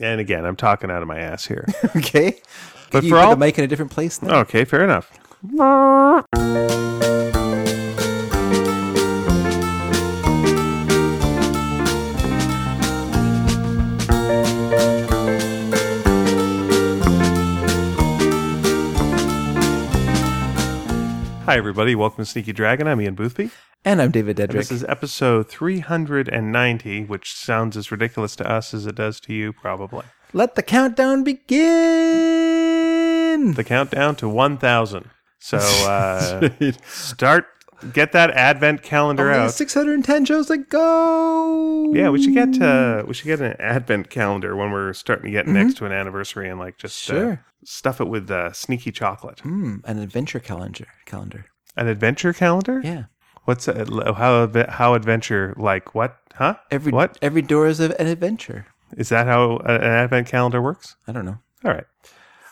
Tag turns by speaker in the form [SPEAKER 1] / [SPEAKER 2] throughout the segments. [SPEAKER 1] and again, I'm talking out of my ass here.
[SPEAKER 2] okay.
[SPEAKER 1] But
[SPEAKER 2] you
[SPEAKER 1] for
[SPEAKER 2] put
[SPEAKER 1] all-
[SPEAKER 2] the mic in a different place now.
[SPEAKER 1] okay, fair enough. Hi, everybody. Welcome to Sneaky Dragon. I'm Ian Boothby.
[SPEAKER 2] And I'm David
[SPEAKER 1] And
[SPEAKER 2] Dedrick.
[SPEAKER 1] This is episode 390, which sounds as ridiculous to us as it does to you, probably.
[SPEAKER 2] Let the countdown begin.
[SPEAKER 1] The countdown to 1,000. So uh, start, get that Advent calendar
[SPEAKER 2] Only
[SPEAKER 1] out.
[SPEAKER 2] 610 shows to go.
[SPEAKER 1] Yeah, we should get uh, we should get an Advent calendar when we're starting to get next to an anniversary and like just uh,
[SPEAKER 2] Mm-hmm. Sure.
[SPEAKER 1] stuff it with uh, sneaky chocolate.
[SPEAKER 2] Hmm, an adventure calendar. Calendar.
[SPEAKER 1] An adventure calendar?
[SPEAKER 2] Yeah.
[SPEAKER 1] What's a, how adve- how adventure like what? Huh?
[SPEAKER 2] Every
[SPEAKER 1] what
[SPEAKER 2] every door is an adventure.
[SPEAKER 1] is that? How a- an Advent calendar works?
[SPEAKER 2] I don't know.
[SPEAKER 1] All right.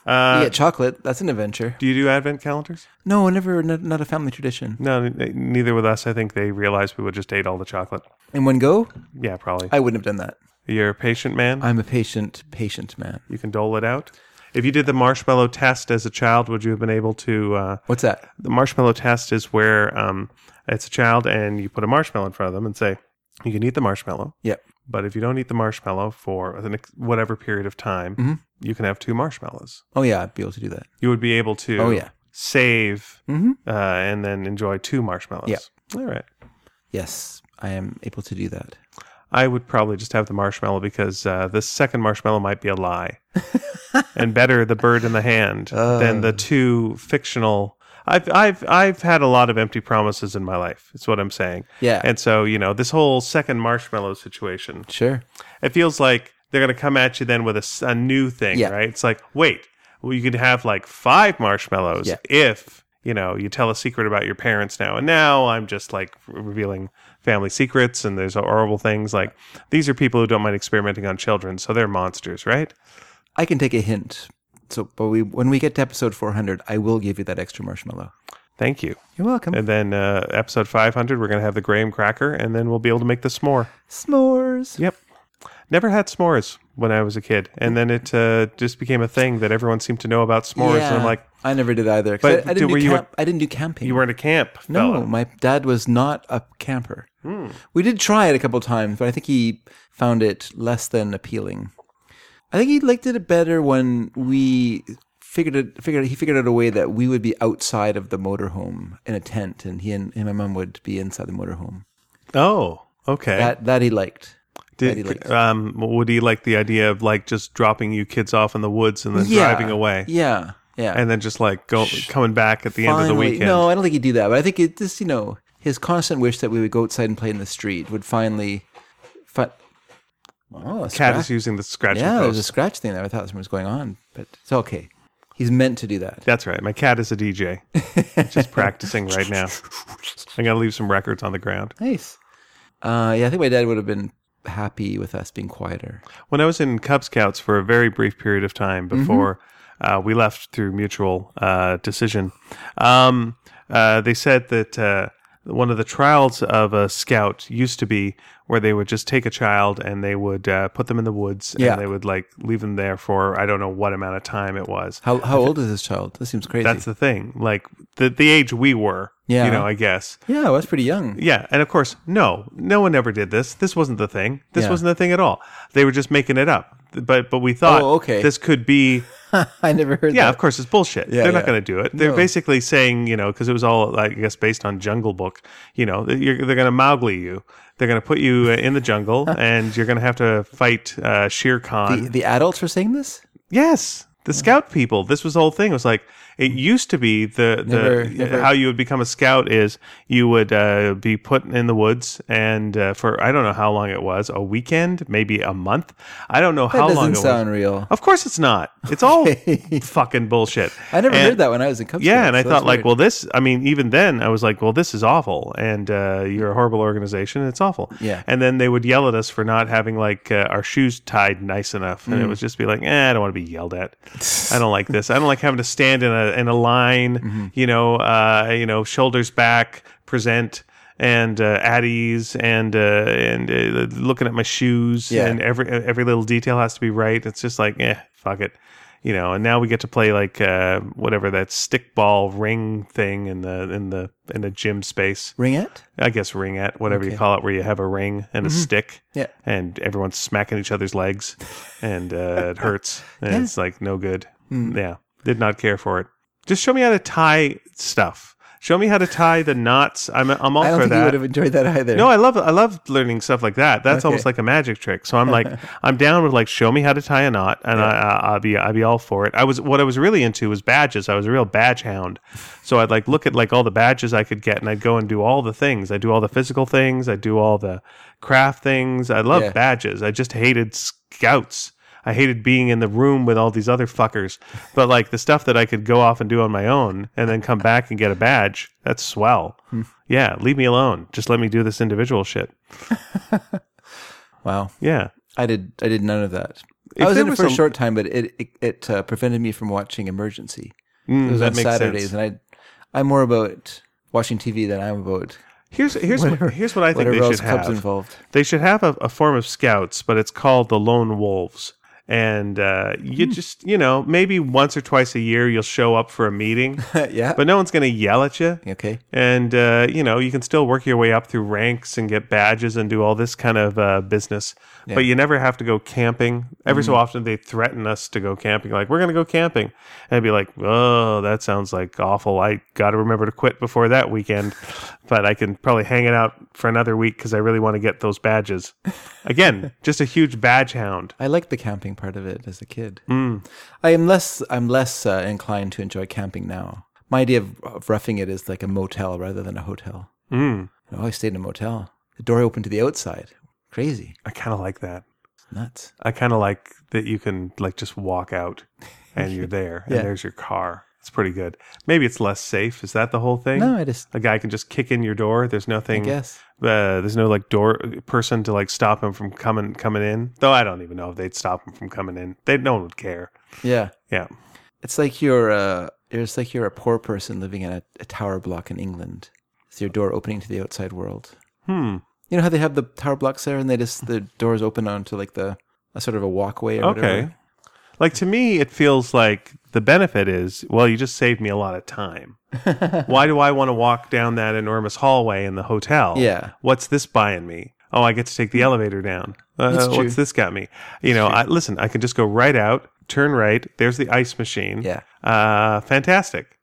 [SPEAKER 1] Uh,
[SPEAKER 2] you get chocolate. That's an adventure.
[SPEAKER 1] Do you do Advent calendars?
[SPEAKER 2] No, never. Not, not a family tradition.
[SPEAKER 1] No, they- neither with us. I think they realized we would just ate all the chocolate.
[SPEAKER 2] In one go,
[SPEAKER 1] Yeah, probably.
[SPEAKER 2] I wouldn't have done that.
[SPEAKER 1] You're a patient man.
[SPEAKER 2] I'm a patient, patient man.
[SPEAKER 1] you can dole it out. If you did the marshmallow test as a child, would you have been able to? Uh,
[SPEAKER 2] What's that?
[SPEAKER 1] the marshmallow test is where um, it's a child and you put a marshmallow in front of them and say, you can eat the marshmallow,
[SPEAKER 2] Yep.
[SPEAKER 1] but if you don't eat the marshmallow for an ex- whatever period of time,
[SPEAKER 2] Mm-hmm.
[SPEAKER 1] you can have two marshmallows.
[SPEAKER 2] Oh yeah, I'd be able to do that.
[SPEAKER 1] You would be able to
[SPEAKER 2] Oh, yeah. Mm-hmm.
[SPEAKER 1] save uh, and then enjoy two marshmallows.
[SPEAKER 2] Yep.
[SPEAKER 1] All right.
[SPEAKER 2] Yes, I am able to do that.
[SPEAKER 1] I would probably just have the marshmallow because uh, the second marshmallow might be a lie, and better the bird in the hand than the two fictional. I've I've I've had a lot of empty promises in my life. Is what I'm saying.
[SPEAKER 2] Yeah.
[SPEAKER 1] And so you know this whole second marshmallow situation,
[SPEAKER 2] Sure.
[SPEAKER 1] it feels like they're gonna come at you then with a, s- a new thing,
[SPEAKER 2] Yeah.
[SPEAKER 1] right? It's like wait, well you could have like five marshmallows
[SPEAKER 2] Yeah.
[SPEAKER 1] if you know you tell a secret about your parents now. And now I'm just like revealing family secrets and there's horrible things like these are people who don't mind experimenting on children, so they're monsters, right?
[SPEAKER 2] I can take a hint. So, but we when we get to episode 400, I will give you that extra marshmallow.
[SPEAKER 1] Thank you.
[SPEAKER 2] You're welcome.
[SPEAKER 1] And then uh, episode 500, we're gonna have the graham cracker, and then we'll be able to make the s'more.
[SPEAKER 2] S'mores.
[SPEAKER 1] Yep. Never had s'mores when I was a kid, and then it uh, just became a thing that everyone seemed to know about s'mores. And I'm like,
[SPEAKER 2] I never did either. 'cause
[SPEAKER 1] But
[SPEAKER 2] I, I didn't
[SPEAKER 1] were
[SPEAKER 2] do
[SPEAKER 1] you a-
[SPEAKER 2] camp, I didn't do camping.
[SPEAKER 1] you weren't a Hmm. camp.
[SPEAKER 2] no,
[SPEAKER 1] fella.
[SPEAKER 2] my dad was not a camper. We did try it a couple times, but I think he found it less than appealing. I think he liked it better when we figured it figured he figured out a way that we would be outside of the motorhome in a tent, and he and, and my mom would be inside the motorhome.
[SPEAKER 1] Oh, okay.
[SPEAKER 2] That that he liked. that he
[SPEAKER 1] Did,
[SPEAKER 2] liked.
[SPEAKER 1] um, would he like the idea of like just dropping you kids off in the woods and then driving away,
[SPEAKER 2] Yeah, yeah.
[SPEAKER 1] and then just like go, coming back at the end of the
[SPEAKER 2] Finally-
[SPEAKER 1] weekend?
[SPEAKER 2] No, I don't think he'd do that. But I think it just you know his constant wish that we would go outside and play in the street would finally. Fi- oh, a
[SPEAKER 1] Cat
[SPEAKER 2] scratch.
[SPEAKER 1] is using the scratching
[SPEAKER 2] Yeah, there's
[SPEAKER 1] post.
[SPEAKER 2] a scratch thing there. I thought something was going on, but it's okay. He's meant to do that.
[SPEAKER 1] That's right. My cat is a DJ. just practicing right now. I'm gonna leave some records on the ground.
[SPEAKER 2] Nice. Uh, yeah, I think my dad would have been happy with us being quieter.
[SPEAKER 1] When I was in Cub Scouts for a very brief period of time
[SPEAKER 2] Mm-hmm.
[SPEAKER 1] before uh, we left through mutual uh, decision, um, uh, they said that uh, one of the trials of a scout used to be where they would just take a child and they would uh, put them in the woods
[SPEAKER 2] Yeah.
[SPEAKER 1] and they would like leave them there for I don't know what amount of time it was.
[SPEAKER 2] How how old is this child? This seems crazy.
[SPEAKER 1] That's the thing, like the the age we were,
[SPEAKER 2] Yeah.
[SPEAKER 1] you know, I guess.
[SPEAKER 2] yeah, well, that's pretty young.
[SPEAKER 1] Yeah, and of course, no, no one ever did this. This wasn't the thing. This
[SPEAKER 2] Yeah.
[SPEAKER 1] wasn't the thing at all. They were just making it up. But but we thought,
[SPEAKER 2] Oh, okay.
[SPEAKER 1] this could be.
[SPEAKER 2] I never heard
[SPEAKER 1] Yeah,
[SPEAKER 2] that.
[SPEAKER 1] of course, it's bullshit. They're not
[SPEAKER 2] yeah.
[SPEAKER 1] going to do it. They're basically saying, you know, because it was all, I guess, based on Jungle Book. You know, that you're, they're going to Mowgli you. They're going to put you uh, in the jungle, and you're going to have to fight uh, Shere Khan.
[SPEAKER 2] The, the adults were saying this.
[SPEAKER 1] Yes, the scout people. This was the whole thing. It was like it used to be the the
[SPEAKER 2] Never- never-
[SPEAKER 1] how you would become a scout is you would uh, be put in the woods and uh, for I don't know how long it was a weekend, maybe a month. I don't know
[SPEAKER 2] That
[SPEAKER 1] how long
[SPEAKER 2] doesn't
[SPEAKER 1] it
[SPEAKER 2] sound
[SPEAKER 1] was.
[SPEAKER 2] real.
[SPEAKER 1] Of course, it's not. It's all fucking bullshit.
[SPEAKER 2] I never
[SPEAKER 1] And-
[SPEAKER 2] heard that when I was in Cub
[SPEAKER 1] yeah,
[SPEAKER 2] Scouts,
[SPEAKER 1] and I
[SPEAKER 2] so
[SPEAKER 1] thought
[SPEAKER 2] that's
[SPEAKER 1] like,
[SPEAKER 2] weird.
[SPEAKER 1] well, this. I mean, even then, I was like, well, this is awful, and uh, you're a horrible organization. And it's awful.
[SPEAKER 2] Yeah.
[SPEAKER 1] And then they would yell at us for not having like uh, our shoes tied nice enough, and it
[SPEAKER 2] Mm.
[SPEAKER 1] was just be like, eh, I don't want to be yelled at. I don't like this. I don't like having to
[SPEAKER 2] Mm-hmm.
[SPEAKER 1] stand in a in a line. You know, uh, you know, shoulders back, present. and uh, Addies and uh, and uh, looking at my shoes
[SPEAKER 2] Yeah.
[SPEAKER 1] and every every little detail has to be right. It's just like eh, fuck it, you know. And now we get to play like uh, whatever that stickball ring thing in the in the in the gym space.
[SPEAKER 2] Ringette?
[SPEAKER 1] I guess ringette, whatever you
[SPEAKER 2] Okay. Mm-hmm.
[SPEAKER 1] call it, where you have a ring and a stick.
[SPEAKER 2] Yeah.
[SPEAKER 1] And everyone's smacking each other's legs and uh, it hurts. And it's like no good.
[SPEAKER 2] Mm.
[SPEAKER 1] Yeah. Did not care for it. Just show me how to tie stuff. Show me how to tie the knots. I'm I'm all
[SPEAKER 2] I don't
[SPEAKER 1] for
[SPEAKER 2] think you
[SPEAKER 1] that.
[SPEAKER 2] would have enjoyed that either.
[SPEAKER 1] No, I love I love learning stuff like that. That's almost like a magic trick. So I'm like I'm down with like show me how to tie a knot, and I, I, I'll be I'll be all for it. I was what I was really into was badges. I was a real badge hound. So I'd like look at like all the badges I could get, and I'd go and do all the things. I do all the physical things. I do all the craft things. I love
[SPEAKER 2] Yeah.
[SPEAKER 1] badges. I just hated scouts. I hated being in the room with all these other fuckers. But like the stuff that I could go off and do on my own and then come back and get a badge, that's swell. Yeah, leave me alone. Just let me do this individual shit.
[SPEAKER 2] Wow.
[SPEAKER 1] Yeah.
[SPEAKER 2] I did. I did none of that.
[SPEAKER 1] If
[SPEAKER 2] I was
[SPEAKER 1] there
[SPEAKER 2] in it
[SPEAKER 1] was
[SPEAKER 2] for a,
[SPEAKER 1] a-
[SPEAKER 2] short time, but it it, it uh, prevented me from watching Emergency.
[SPEAKER 1] Mm,
[SPEAKER 2] It was
[SPEAKER 1] that
[SPEAKER 2] on
[SPEAKER 1] makes
[SPEAKER 2] Saturdays,
[SPEAKER 1] sense.
[SPEAKER 2] and I I'm more about watching TV than I'm about
[SPEAKER 1] Here's here's what, here's what I think
[SPEAKER 2] whatever
[SPEAKER 1] they
[SPEAKER 2] else
[SPEAKER 1] should
[SPEAKER 2] clubs
[SPEAKER 1] have.
[SPEAKER 2] involved.
[SPEAKER 1] They should have a, a form of scouts, but it's called the Lone Wolves. And uh, you
[SPEAKER 2] Hmm.
[SPEAKER 1] just you know maybe once or twice a year you'll show up for a meeting,
[SPEAKER 2] yeah.
[SPEAKER 1] but no one's gonna yell at you.
[SPEAKER 2] okay.
[SPEAKER 1] and uh, you know you can still work your way up through ranks and get badges and do all this kind of uh, business but you never have to go camping every so often they threaten us to go camping like we're going to go camping and I'd be like oh that sounds like awful i gotta remember to quit before that weekend but i can probably hang it out for another week because i really want to get those badges again just a huge badge hound
[SPEAKER 2] I liked the camping part of it as a kid.
[SPEAKER 1] Mm.
[SPEAKER 2] I am less. I'm less uh, inclined to enjoy camping now. My idea of, of roughing it is like a motel rather than a hotel.
[SPEAKER 1] mm,
[SPEAKER 2] I always stayed in a motel. The door opened to the outside. Crazy.
[SPEAKER 1] i kind of like that
[SPEAKER 2] Nuts.
[SPEAKER 1] I kind of like that you can like just walk out and you're there
[SPEAKER 2] Yeah.
[SPEAKER 1] and there's your car. It's pretty good. Maybe it's less safe. Is that the whole thing?
[SPEAKER 2] No, I just.
[SPEAKER 1] a guy can just kick in your door. There's nothing.
[SPEAKER 2] guess.
[SPEAKER 1] Uh, there's no like door person to like stop him from coming coming in. Though I don't even know if they'd stop him from coming in. They no one would care.
[SPEAKER 2] Yeah.
[SPEAKER 1] Yeah.
[SPEAKER 2] It's like you're a, it's like you're a poor person living in a, a tower block in England. It's your door opening to the outside world.
[SPEAKER 1] Hmm.
[SPEAKER 2] You know how they have the tower blocks there, and they just the doors open onto like the a sort of a walkway or
[SPEAKER 1] Okay.
[SPEAKER 2] whatever.
[SPEAKER 1] Like to me, it feels like the benefit is well, you just saved me a lot of time. Why do I want to walk down that enormous hallway in the hotel?
[SPEAKER 2] Yeah.
[SPEAKER 1] What's this buying me? Oh, I get to take the elevator down. Uh,
[SPEAKER 2] Hmm. That's true.
[SPEAKER 1] what's this got me? You know, I, listen, I can just go right out, turn right. There's the ice machine.
[SPEAKER 2] Yeah.
[SPEAKER 1] Uh, fantastic.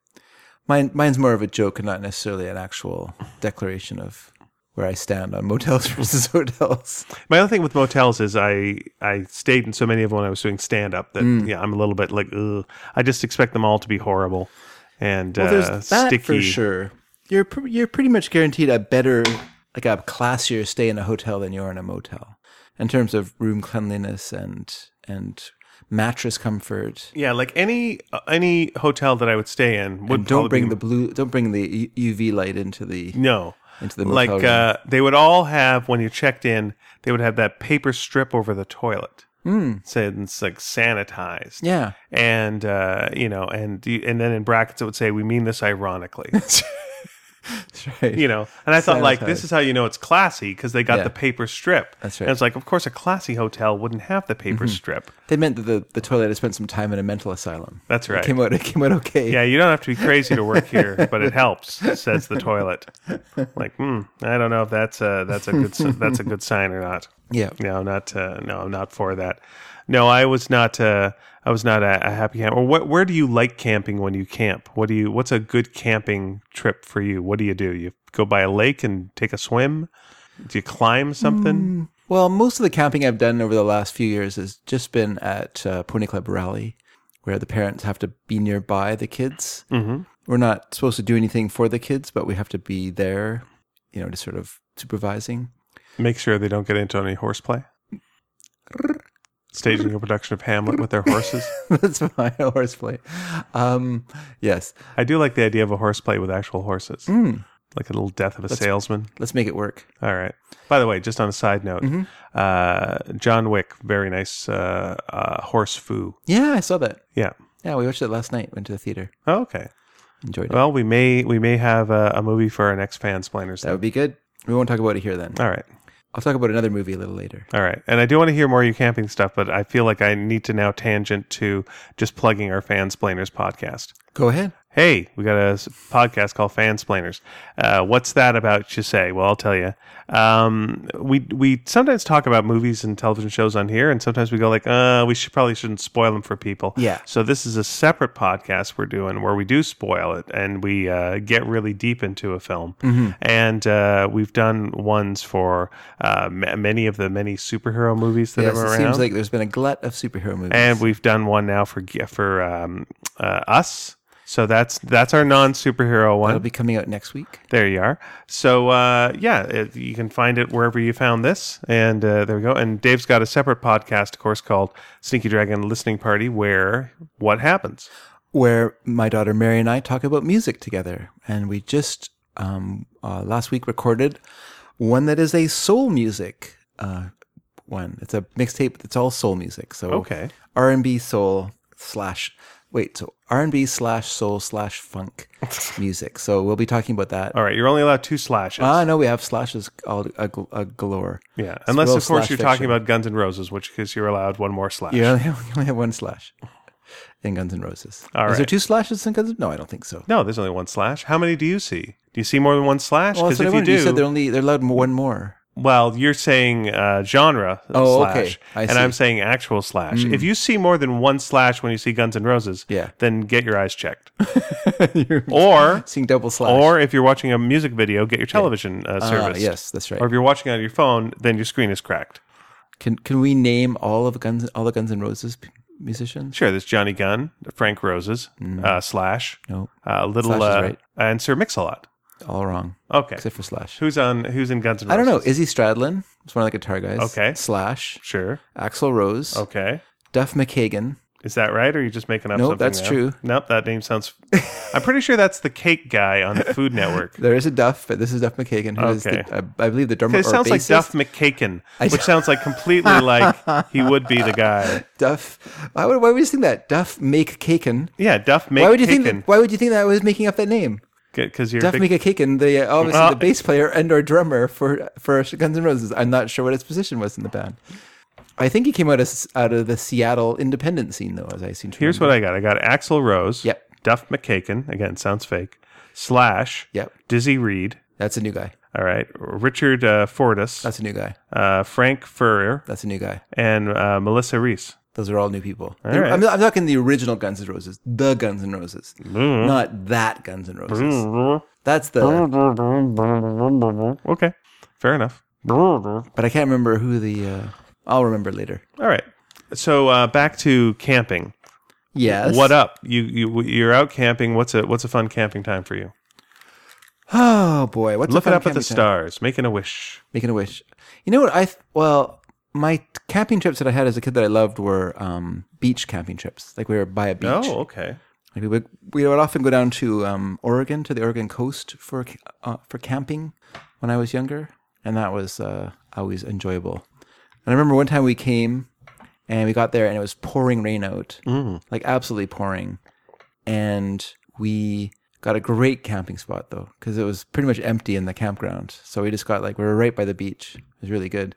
[SPEAKER 2] Mine, mine's more of a joke and not necessarily an actual declaration of where I stand on motels versus hotels.
[SPEAKER 1] My other thing with motels is I I stayed in so many of them when I was doing stand up that
[SPEAKER 2] Hmm.
[SPEAKER 1] yeah I'm a little bit like Ugh. I just expect them all to be horrible and
[SPEAKER 2] Well, there's
[SPEAKER 1] uh,
[SPEAKER 2] that
[SPEAKER 1] sticky.
[SPEAKER 2] for sure. You're pr- you're pretty much guaranteed a better, like a classier stay in a hotel than you are in a motel, in terms of room cleanliness and and mattress comfort.
[SPEAKER 1] Yeah, like any uh, any hotel that I would stay in would
[SPEAKER 2] Don't
[SPEAKER 1] probably
[SPEAKER 2] bring
[SPEAKER 1] be-
[SPEAKER 2] the blue. Don't bring the U- UV light into the
[SPEAKER 1] no.
[SPEAKER 2] into the
[SPEAKER 1] Like
[SPEAKER 2] motel room.
[SPEAKER 1] uh, they would all have when you checked in, they would have that paper strip over the toilet, mm. said it's like sanitized.
[SPEAKER 2] Hmm. yeah.
[SPEAKER 1] and uh, you know, and you- and then in brackets it would say we mean this ironically.
[SPEAKER 2] That's right.
[SPEAKER 1] you know. And I thought, like, this
[SPEAKER 2] Sanitized.
[SPEAKER 1] is how you know it's classy because they got
[SPEAKER 2] Yeah.
[SPEAKER 1] the paper strip.
[SPEAKER 2] That's right. Mm-hmm.
[SPEAKER 1] And it's like, of course, a classy hotel wouldn't have the paper strip.
[SPEAKER 2] They meant that the, the toilet had spent some time in a mental asylum.
[SPEAKER 1] That's
[SPEAKER 2] It
[SPEAKER 1] right.
[SPEAKER 2] came out. It came out okay.
[SPEAKER 1] Yeah, you don't have to be crazy to work here, but it helps. Says the toilet. Like, hmm, I don't know if that's a that's a good s- that's a good sign or not.
[SPEAKER 2] Yeah.
[SPEAKER 1] No, not uh, no, I'm not for that. No, I was not. Uh, I was not a, a happy camper. Where, where do you like camping when you camp? What do you? What's a good camping trip for you? What do you do? You go by a lake and take a swim. Do you climb something?
[SPEAKER 2] Mm. Well, most of the camping I've done over the last few years has just been at uh, Pony Club Rally, where the parents have to be nearby the kids.
[SPEAKER 1] Mm-hmm.
[SPEAKER 2] We're not supposed to do anything for the kids, but we have to be there, you know, to sort of supervising.
[SPEAKER 1] Make sure they don't get into any horseplay. Staging a production of Hamlet with their horses.
[SPEAKER 2] That's my horseplay. Um, yes,
[SPEAKER 1] I do like the idea of a horseplay with actual horses, like a little death of a salesman.
[SPEAKER 2] let's make it work.
[SPEAKER 1] All right. By the way, just on a side note, uh, John Wick, very nice uh, uh, horse foo.
[SPEAKER 2] Yeah, I saw that.
[SPEAKER 1] Yeah.
[SPEAKER 2] Yeah, we watched it last night. Went to the theater.
[SPEAKER 1] Oh, okay.
[SPEAKER 2] Enjoyed it.
[SPEAKER 1] Well, we may we may have a, a movie for our next fan splainers.
[SPEAKER 2] That would be good. We won't talk about it here then.
[SPEAKER 1] All right.
[SPEAKER 2] I'll talk about another movie a little later.
[SPEAKER 1] All right. And I do want to hear more of your camping stuff, but I feel like I need to now tangent to just plugging our Fansplainers podcast.
[SPEAKER 2] Go ahead.
[SPEAKER 1] Hey, we got a s- podcast called Fansplainers. Uh, what's that about, you say? Well, I'll tell you. Um, we we sometimes talk about movies and television shows on here, and sometimes we go like, uh, we should probably shouldn't spoil them for people.
[SPEAKER 2] Yeah.
[SPEAKER 1] So this is a separate podcast we're doing where we do spoil it and we uh, get really deep into a film.
[SPEAKER 2] Mm-hmm.
[SPEAKER 1] And uh, we've done ones for uh, ma many of the many superhero movies that
[SPEAKER 2] Yes,
[SPEAKER 1] are
[SPEAKER 2] it
[SPEAKER 1] around.
[SPEAKER 2] seems like there's been a glut of superhero movies.
[SPEAKER 1] and we've done one now for g- for um, uh, us. So that's that's our non superhero one.
[SPEAKER 2] That'll be coming out next week.
[SPEAKER 1] There you are. So uh, yeah, it, you can find it wherever you found this, and uh, there we go. And Dave's got a separate podcast, of course, called Sneaky Dragon Listening Party, where what happens?
[SPEAKER 2] where my daughter Mary and I talk about music together. And we just um, uh, last week recorded one that is a soul music uh, one. It's a mixtape that's all soul music. So
[SPEAKER 1] Okay.
[SPEAKER 2] R and B soul slash wait so R and B slash soul slash funk music. So we'll be talking about that.
[SPEAKER 1] All right, you're only allowed two slashes.
[SPEAKER 2] Ah, no, we have slashes all uh, gl- uh, galore.
[SPEAKER 1] yeah, unless
[SPEAKER 2] real
[SPEAKER 1] of course
[SPEAKER 2] slash
[SPEAKER 1] you're talking
[SPEAKER 2] fiction.
[SPEAKER 1] about Guns N' Roses, which because you're allowed one more slash.
[SPEAKER 2] You only, have, you only have one slash in Guns N' Roses.
[SPEAKER 1] All
[SPEAKER 2] Is there
[SPEAKER 1] right.
[SPEAKER 2] two slashes in Guns? N' No, I don't think so.
[SPEAKER 1] No, there's only one slash. How many do you see? Do you see more than one slash?
[SPEAKER 2] Well, that's
[SPEAKER 1] Because
[SPEAKER 2] what I
[SPEAKER 1] if you do,
[SPEAKER 2] wondered. you said they're only they're allowed one more.
[SPEAKER 1] well, you're saying uh, genre
[SPEAKER 2] Oh,
[SPEAKER 1] slash,
[SPEAKER 2] okay. I
[SPEAKER 1] and
[SPEAKER 2] see. Mm.
[SPEAKER 1] I'm saying actual slash. If you see more than one slash when you see Guns N' Roses,
[SPEAKER 2] Yeah.
[SPEAKER 1] then get your eyes checked. or
[SPEAKER 2] seeing double slash.
[SPEAKER 1] or if you're watching a music video, get your television uh,
[SPEAKER 2] Ah,
[SPEAKER 1] service.
[SPEAKER 2] yes, that's right.
[SPEAKER 1] Or if you're watching on your phone, then your screen is cracked.
[SPEAKER 2] can can we name all of Guns all the Guns N' Roses p- musicians?
[SPEAKER 1] Sure, there's Johnny Gunn, Frank Roses, uh, Slash,
[SPEAKER 2] No,
[SPEAKER 1] uh, Little,
[SPEAKER 2] Mm. Slash is
[SPEAKER 1] uh,
[SPEAKER 2] right.
[SPEAKER 1] and Sir Mix-a-Lot.
[SPEAKER 2] all wrong
[SPEAKER 1] Okay,
[SPEAKER 2] except for Slash.
[SPEAKER 1] who's on? Who's in Guns N' Roses?
[SPEAKER 2] I don't know. Izzy Stradlin is one of the guitar guys.
[SPEAKER 1] Okay. Oh.
[SPEAKER 2] Slash,
[SPEAKER 1] Sure.
[SPEAKER 2] Axl Rose,
[SPEAKER 1] Okay.
[SPEAKER 2] Duff McKagan.
[SPEAKER 1] Is that right, or are you just making up
[SPEAKER 2] Nope,
[SPEAKER 1] something?
[SPEAKER 2] that's
[SPEAKER 1] now?
[SPEAKER 2] true.
[SPEAKER 1] Nope, that name sounds. I'm pretty sure that's the cake guy on the Food Network.
[SPEAKER 2] There is a Duff, but this is Duff McKagan, who is
[SPEAKER 1] Okay.
[SPEAKER 2] the, I, I believe the drummer.
[SPEAKER 1] It
[SPEAKER 2] or
[SPEAKER 1] sounds like
[SPEAKER 2] bassist.
[SPEAKER 1] Duff McKaken, which sounds like completely like he would be the guy.
[SPEAKER 2] Duff. Why would, why would you think that? Duff make Kaken.
[SPEAKER 1] Yeah, Duff McKaken.
[SPEAKER 2] Why would you think that? Why would you think that I was making up that name?
[SPEAKER 1] Because you're a
[SPEAKER 2] Duff
[SPEAKER 1] big
[SPEAKER 2] McKagan, the uh, obviously
[SPEAKER 1] Ah.
[SPEAKER 2] the bass player and or drummer for for Guns N' Roses. I'm not sure what his position was in the band. I think he came out of out of the Seattle independent scene though, as I seem to.
[SPEAKER 1] Here's
[SPEAKER 2] remember.
[SPEAKER 1] what I got. I got Axl Rose.
[SPEAKER 2] Yep.
[SPEAKER 1] Duff McKagan. Again, sounds fake. Slash.
[SPEAKER 2] Yep.
[SPEAKER 1] Dizzy Reed.
[SPEAKER 2] That's a new guy.
[SPEAKER 1] All right. Richard uh, Fortas.
[SPEAKER 2] That's a new guy.
[SPEAKER 1] Uh, Frank Furrier
[SPEAKER 2] That's a new guy.
[SPEAKER 1] and uh, Melissa Reese.
[SPEAKER 2] Those are all new people.
[SPEAKER 1] All
[SPEAKER 2] They're-
[SPEAKER 1] right.
[SPEAKER 2] I'm, I'm talking the original Guns N' Roses, the Guns N' Roses,
[SPEAKER 1] Mm-hmm.
[SPEAKER 2] not that Guns N' Roses. That's the.
[SPEAKER 1] Okay. Fair enough.
[SPEAKER 2] But I can't remember who the. Uh, I'll remember later.
[SPEAKER 1] All right. So uh, back to camping.
[SPEAKER 2] Yes.
[SPEAKER 1] What up? You you you're out camping. What's a what's a fun camping time for you?
[SPEAKER 2] Oh boy, what's a
[SPEAKER 1] Looking
[SPEAKER 2] fun
[SPEAKER 1] up at the
[SPEAKER 2] camping time?
[SPEAKER 1] stars, making a wish.
[SPEAKER 2] Making a wish. You know what I? Th- well, my camping trips that I had as a kid that I loved were um, beach camping trips. Like we were by a beach.
[SPEAKER 1] Oh, okay.
[SPEAKER 2] Like we would we would often go down to um, Oregon to the Oregon coast for ca- uh, for camping when I was younger, and that was uh, always enjoyable. And I remember one time we came and we got there and it was pouring rain out,
[SPEAKER 1] Mm.
[SPEAKER 2] like absolutely pouring, and we got a great camping spot though because it was pretty much empty in the campground. So we just got like we were right by the beach. It was really good,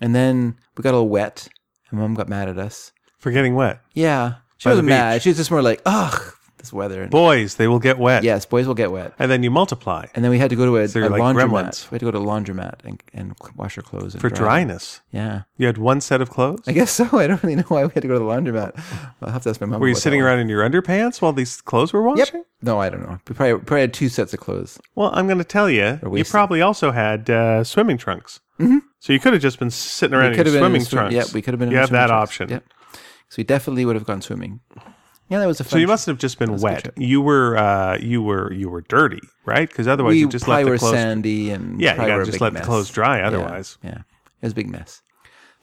[SPEAKER 2] and then we got all wet, and mom got mad at us.
[SPEAKER 1] For getting wet,
[SPEAKER 2] Yeah. She
[SPEAKER 1] By the
[SPEAKER 2] wasn't
[SPEAKER 1] beach.
[SPEAKER 2] mad. She was just more like, ugh, this weather. And,
[SPEAKER 1] boys, they will get wet.
[SPEAKER 2] yes, boys will get wet.
[SPEAKER 1] And then you multiply
[SPEAKER 2] And then we had to go to a,
[SPEAKER 1] you're
[SPEAKER 2] a
[SPEAKER 1] like
[SPEAKER 2] laundromat.
[SPEAKER 1] gremlins.
[SPEAKER 2] We had to go to a laundromat and, and wash our clothes. And
[SPEAKER 1] for
[SPEAKER 2] dry. them.
[SPEAKER 1] dryness.
[SPEAKER 2] Yeah.
[SPEAKER 1] You had one set of clothes?
[SPEAKER 2] I guess so. I don't really know why we had to go to the laundromat. I'll have to ask my mom.
[SPEAKER 1] Were you
[SPEAKER 2] about that
[SPEAKER 1] sitting
[SPEAKER 2] one.
[SPEAKER 1] around in your underpants while these clothes were washing?
[SPEAKER 2] Yep. No, I don't know. We probably, probably had two sets of clothes.
[SPEAKER 1] Well, I'm going to tell you, you
[SPEAKER 2] wasted.
[SPEAKER 1] probably also had uh, swimming trunks. Mm-hmm. So you could have just been sitting around in your
[SPEAKER 2] could have been in
[SPEAKER 1] swimming
[SPEAKER 2] the swim-
[SPEAKER 1] trunks.
[SPEAKER 2] Yep, we could have been.
[SPEAKER 1] You
[SPEAKER 2] in the
[SPEAKER 1] have
[SPEAKER 2] swimming
[SPEAKER 1] that
[SPEAKER 2] trunks.
[SPEAKER 1] option.
[SPEAKER 2] Yep. So we definitely would have gone swimming. Yeah, that was a fun.
[SPEAKER 1] So you must have just been wet. You were, uh, you were, you were dirty, right? Because otherwise,
[SPEAKER 2] We
[SPEAKER 1] you just
[SPEAKER 2] probably
[SPEAKER 1] let
[SPEAKER 2] were
[SPEAKER 1] the clothes.
[SPEAKER 2] sandy and
[SPEAKER 1] yeah, you
[SPEAKER 2] probably were
[SPEAKER 1] gotta
[SPEAKER 2] a
[SPEAKER 1] just
[SPEAKER 2] big
[SPEAKER 1] let
[SPEAKER 2] mess.
[SPEAKER 1] the clothes dry.
[SPEAKER 2] Yeah,
[SPEAKER 1] Otherwise,
[SPEAKER 2] yeah, it was a big mess.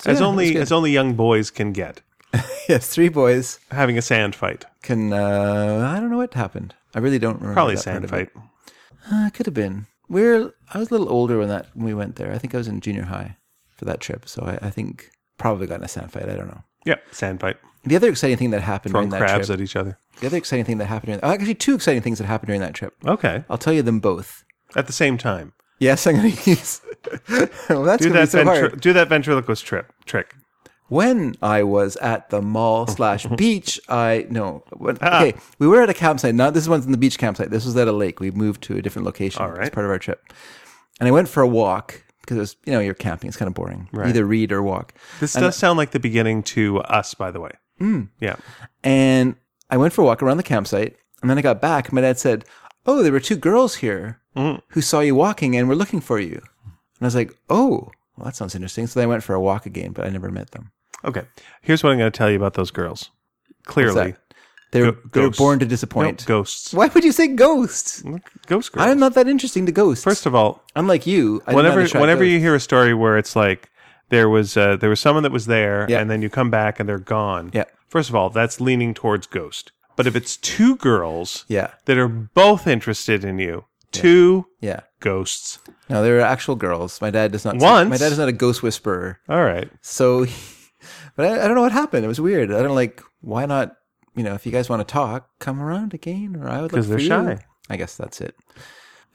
[SPEAKER 1] as
[SPEAKER 2] yeah, it was
[SPEAKER 1] only
[SPEAKER 2] good.
[SPEAKER 1] as only young boys can get,
[SPEAKER 2] yes, three boys.
[SPEAKER 1] having a sand fight,
[SPEAKER 2] can uh, I don't know what happened. I really don't remember.
[SPEAKER 1] probably
[SPEAKER 2] that part
[SPEAKER 1] sand
[SPEAKER 2] of it.
[SPEAKER 1] fight.
[SPEAKER 2] Uh, could have been. We're I was a little older when that when we went there. I think I was in junior high for that trip, so I, I think probably got in a sand fight. I don't know.
[SPEAKER 1] Yep, sand fight.
[SPEAKER 2] The other exciting thing that happened
[SPEAKER 1] Throwing
[SPEAKER 2] during that
[SPEAKER 1] crabs
[SPEAKER 2] trip.
[SPEAKER 1] at each other.
[SPEAKER 2] The other exciting thing that happened during oh, actually two exciting things that happened during that trip.
[SPEAKER 1] Okay,
[SPEAKER 2] I'll tell you them both.
[SPEAKER 1] at the same time.
[SPEAKER 2] Yes, I'm going to use. well, that's
[SPEAKER 1] Do
[SPEAKER 2] going to be
[SPEAKER 1] that,
[SPEAKER 2] so hard.
[SPEAKER 1] ventri- do that ventriloquist trip trick.
[SPEAKER 2] when I was at the mall slash beach, I no. When,
[SPEAKER 1] Ah.
[SPEAKER 2] okay, we were at a campsite. Not this one's in the beach campsite. This was at a lake. We moved to a different location
[SPEAKER 1] All
[SPEAKER 2] as
[SPEAKER 1] right.
[SPEAKER 2] part of our trip, and I went for a walk because it was you know you're camping. It's kind of boring. Either read or walk.
[SPEAKER 1] This does sound like the beginning to us, by the way.
[SPEAKER 2] Hmm.
[SPEAKER 1] Yeah.
[SPEAKER 2] And I went for a walk around the campsite, and then I got back. My dad said, "Oh, there were two girls here
[SPEAKER 1] Mm.
[SPEAKER 2] who saw you walking and were looking for you." And I was like, "Oh, well, that sounds interesting." So then I went for a walk again, but I never met them.
[SPEAKER 1] Okay. Here's what I'm going to tell you about those girls. Clearly,
[SPEAKER 2] They were,
[SPEAKER 1] Go-
[SPEAKER 2] they were
[SPEAKER 1] ghosts.
[SPEAKER 2] born to
[SPEAKER 1] no,
[SPEAKER 2] disappoint.
[SPEAKER 1] ghosts.
[SPEAKER 2] Why would you say ghosts?
[SPEAKER 1] Ghost girls.
[SPEAKER 2] I'm not that interesting to ghosts.
[SPEAKER 1] First of all,
[SPEAKER 2] unlike you, I did not
[SPEAKER 1] whenever
[SPEAKER 2] attract
[SPEAKER 1] whenever
[SPEAKER 2] ghosts.
[SPEAKER 1] you hear a story where it's like there was uh, there was someone that was there
[SPEAKER 2] Yeah.
[SPEAKER 1] and then you come back and they're gone.
[SPEAKER 2] Yeah.
[SPEAKER 1] First of all, that's leaning towards ghost. But if it's two girls
[SPEAKER 2] yeah,
[SPEAKER 1] that are both interested in you, two
[SPEAKER 2] yeah.
[SPEAKER 1] ghosts.
[SPEAKER 2] No, they were actual girls. My dad does not.
[SPEAKER 1] Once-
[SPEAKER 2] my dad is not a ghost whisperer.
[SPEAKER 1] All right.
[SPEAKER 2] So, but I, I don't know what happened. It was weird. I don't like. Why not? You know, if you guys want to talk, come around again, or I would. Because
[SPEAKER 1] they're shy.
[SPEAKER 2] I guess that's it.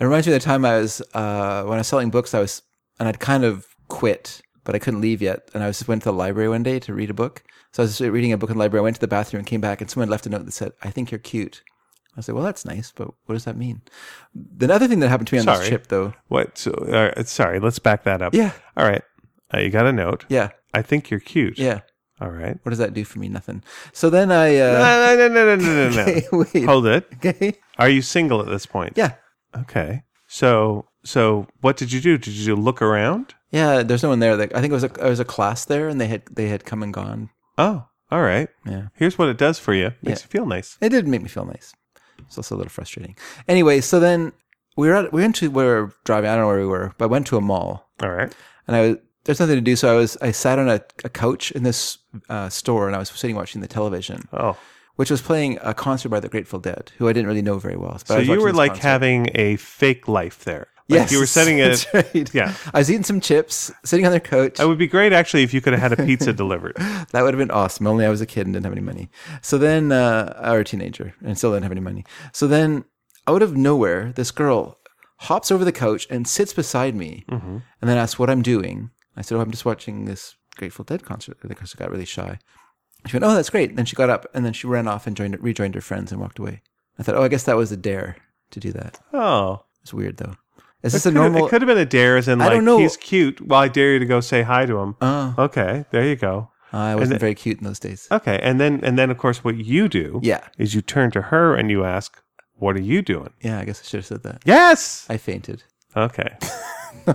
[SPEAKER 2] It reminds me of the time I was uh, when I was selling books. I was and I'd kind of quit, but I couldn't leave yet. And I was went to the library one day to read a book. So I was just reading a book in the library. I went to the bathroom and came back, and someone left a note that said, "I think you're cute." I said, "Well, that's nice, but what does that mean?" The other thing that happened to me on
[SPEAKER 1] Sorry.
[SPEAKER 2] this trip, though,
[SPEAKER 1] What? So, all right, sorry. Let's back that up.
[SPEAKER 2] Yeah.
[SPEAKER 1] All right. Uh, you got a note.
[SPEAKER 2] yeah,
[SPEAKER 1] I think you're cute.
[SPEAKER 2] yeah.
[SPEAKER 1] All right.
[SPEAKER 2] What does that do for me? Nothing. So then I uh,
[SPEAKER 1] No, no, no, no, no, no, no.
[SPEAKER 2] okay, wait.
[SPEAKER 1] Hold it.
[SPEAKER 2] Okay.
[SPEAKER 1] Are you single at this point?
[SPEAKER 2] Yeah.
[SPEAKER 1] Okay. So, so what did you do? Did you look around?
[SPEAKER 2] Yeah, there's no one there. Like, I think it was a it was a class there, and they had they had come and gone.
[SPEAKER 1] Oh, all right.
[SPEAKER 2] Yeah.
[SPEAKER 1] Here's what it does for you. Makes you feel nice.
[SPEAKER 2] It did make me feel nice. It's also a little frustrating. Anyway, so then we were at, we went to we were driving. I don't know where we were, but I went to a mall,
[SPEAKER 1] All right.
[SPEAKER 2] and I was there's nothing to do, so I was I sat on a, a couch in this uh, store, and I was sitting watching the television,
[SPEAKER 1] Oh,
[SPEAKER 2] which was playing a concert by the Grateful Dead, who I didn't really know very well. But I
[SPEAKER 1] so
[SPEAKER 2] was
[SPEAKER 1] you
[SPEAKER 2] watching
[SPEAKER 1] were
[SPEAKER 2] this
[SPEAKER 1] like
[SPEAKER 2] concert.
[SPEAKER 1] having a fake life there. Like You were setting it.
[SPEAKER 2] that's right.
[SPEAKER 1] yeah.
[SPEAKER 2] I was eating some chips, sitting on their couch.
[SPEAKER 1] It would be great actually if you could have had a pizza delivered.
[SPEAKER 2] That would have been awesome. Only I was a kid and didn't have any money. So then, uh, or a teenager and still didn't have any money. So then, out of nowhere, this girl hops over the couch and sits beside me
[SPEAKER 1] Mm-hmm.
[SPEAKER 2] and then asks what I'm doing. I said, Oh, I'm just watching this Grateful Dead concert. The concert got really shy. She went, Oh, that's great. Then she got up and then she ran off and joined, rejoined her friends and walked away. I thought, Oh, I guess that was a dare to do that.
[SPEAKER 1] Oh,
[SPEAKER 2] It's weird though. Is this a
[SPEAKER 1] Could've-
[SPEAKER 2] normal?
[SPEAKER 1] It could have been a dare, as in
[SPEAKER 2] I
[SPEAKER 1] like
[SPEAKER 2] don't know.
[SPEAKER 1] he's cute. Well, I dare you to go say hi to him.
[SPEAKER 2] Oh,
[SPEAKER 1] okay, there you go.
[SPEAKER 2] I wasn't very cute in those days.
[SPEAKER 1] Okay, and then and then of course what you do
[SPEAKER 2] Yeah.
[SPEAKER 1] is you turn to her and you ask, "What are you doing?"
[SPEAKER 2] Yeah, I guess I should have said that.
[SPEAKER 1] Yes.
[SPEAKER 2] I fainted.
[SPEAKER 1] Okay.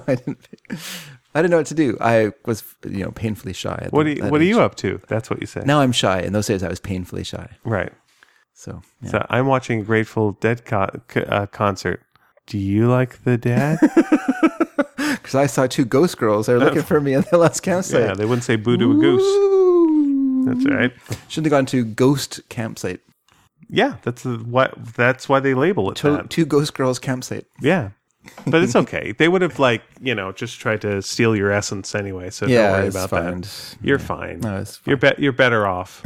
[SPEAKER 2] I didn't. I didn't know what to do. I was, you know, painfully shy. At
[SPEAKER 1] What
[SPEAKER 2] the-
[SPEAKER 1] are you,
[SPEAKER 2] that
[SPEAKER 1] what are
[SPEAKER 2] age.
[SPEAKER 1] you up to? That's what you say.
[SPEAKER 2] Now I'm shy. In those days, I was painfully shy.
[SPEAKER 1] Right.
[SPEAKER 2] So yeah.
[SPEAKER 1] So I'm watching a Grateful Dead co- c- uh, concert. Do you like the dead?
[SPEAKER 2] 'Cause I saw two ghost girls. They were looking for me on the last campsite.
[SPEAKER 1] yeah, they wouldn't say boo to a goose.
[SPEAKER 2] Ooh.
[SPEAKER 1] That's right.
[SPEAKER 2] Shouldn't have gone to ghost campsite.
[SPEAKER 1] Yeah, that's the, why. That's why they label it
[SPEAKER 2] To-
[SPEAKER 1] that.
[SPEAKER 2] two ghost girls campsite.
[SPEAKER 1] Yeah, but it's okay. they would have like you know just tried to steal your essence anyway. So
[SPEAKER 2] Yeah,
[SPEAKER 1] don't worry
[SPEAKER 2] it's
[SPEAKER 1] about
[SPEAKER 2] fine.
[SPEAKER 1] that. You're fine.
[SPEAKER 2] No, it's
[SPEAKER 1] You're bet. You're better off.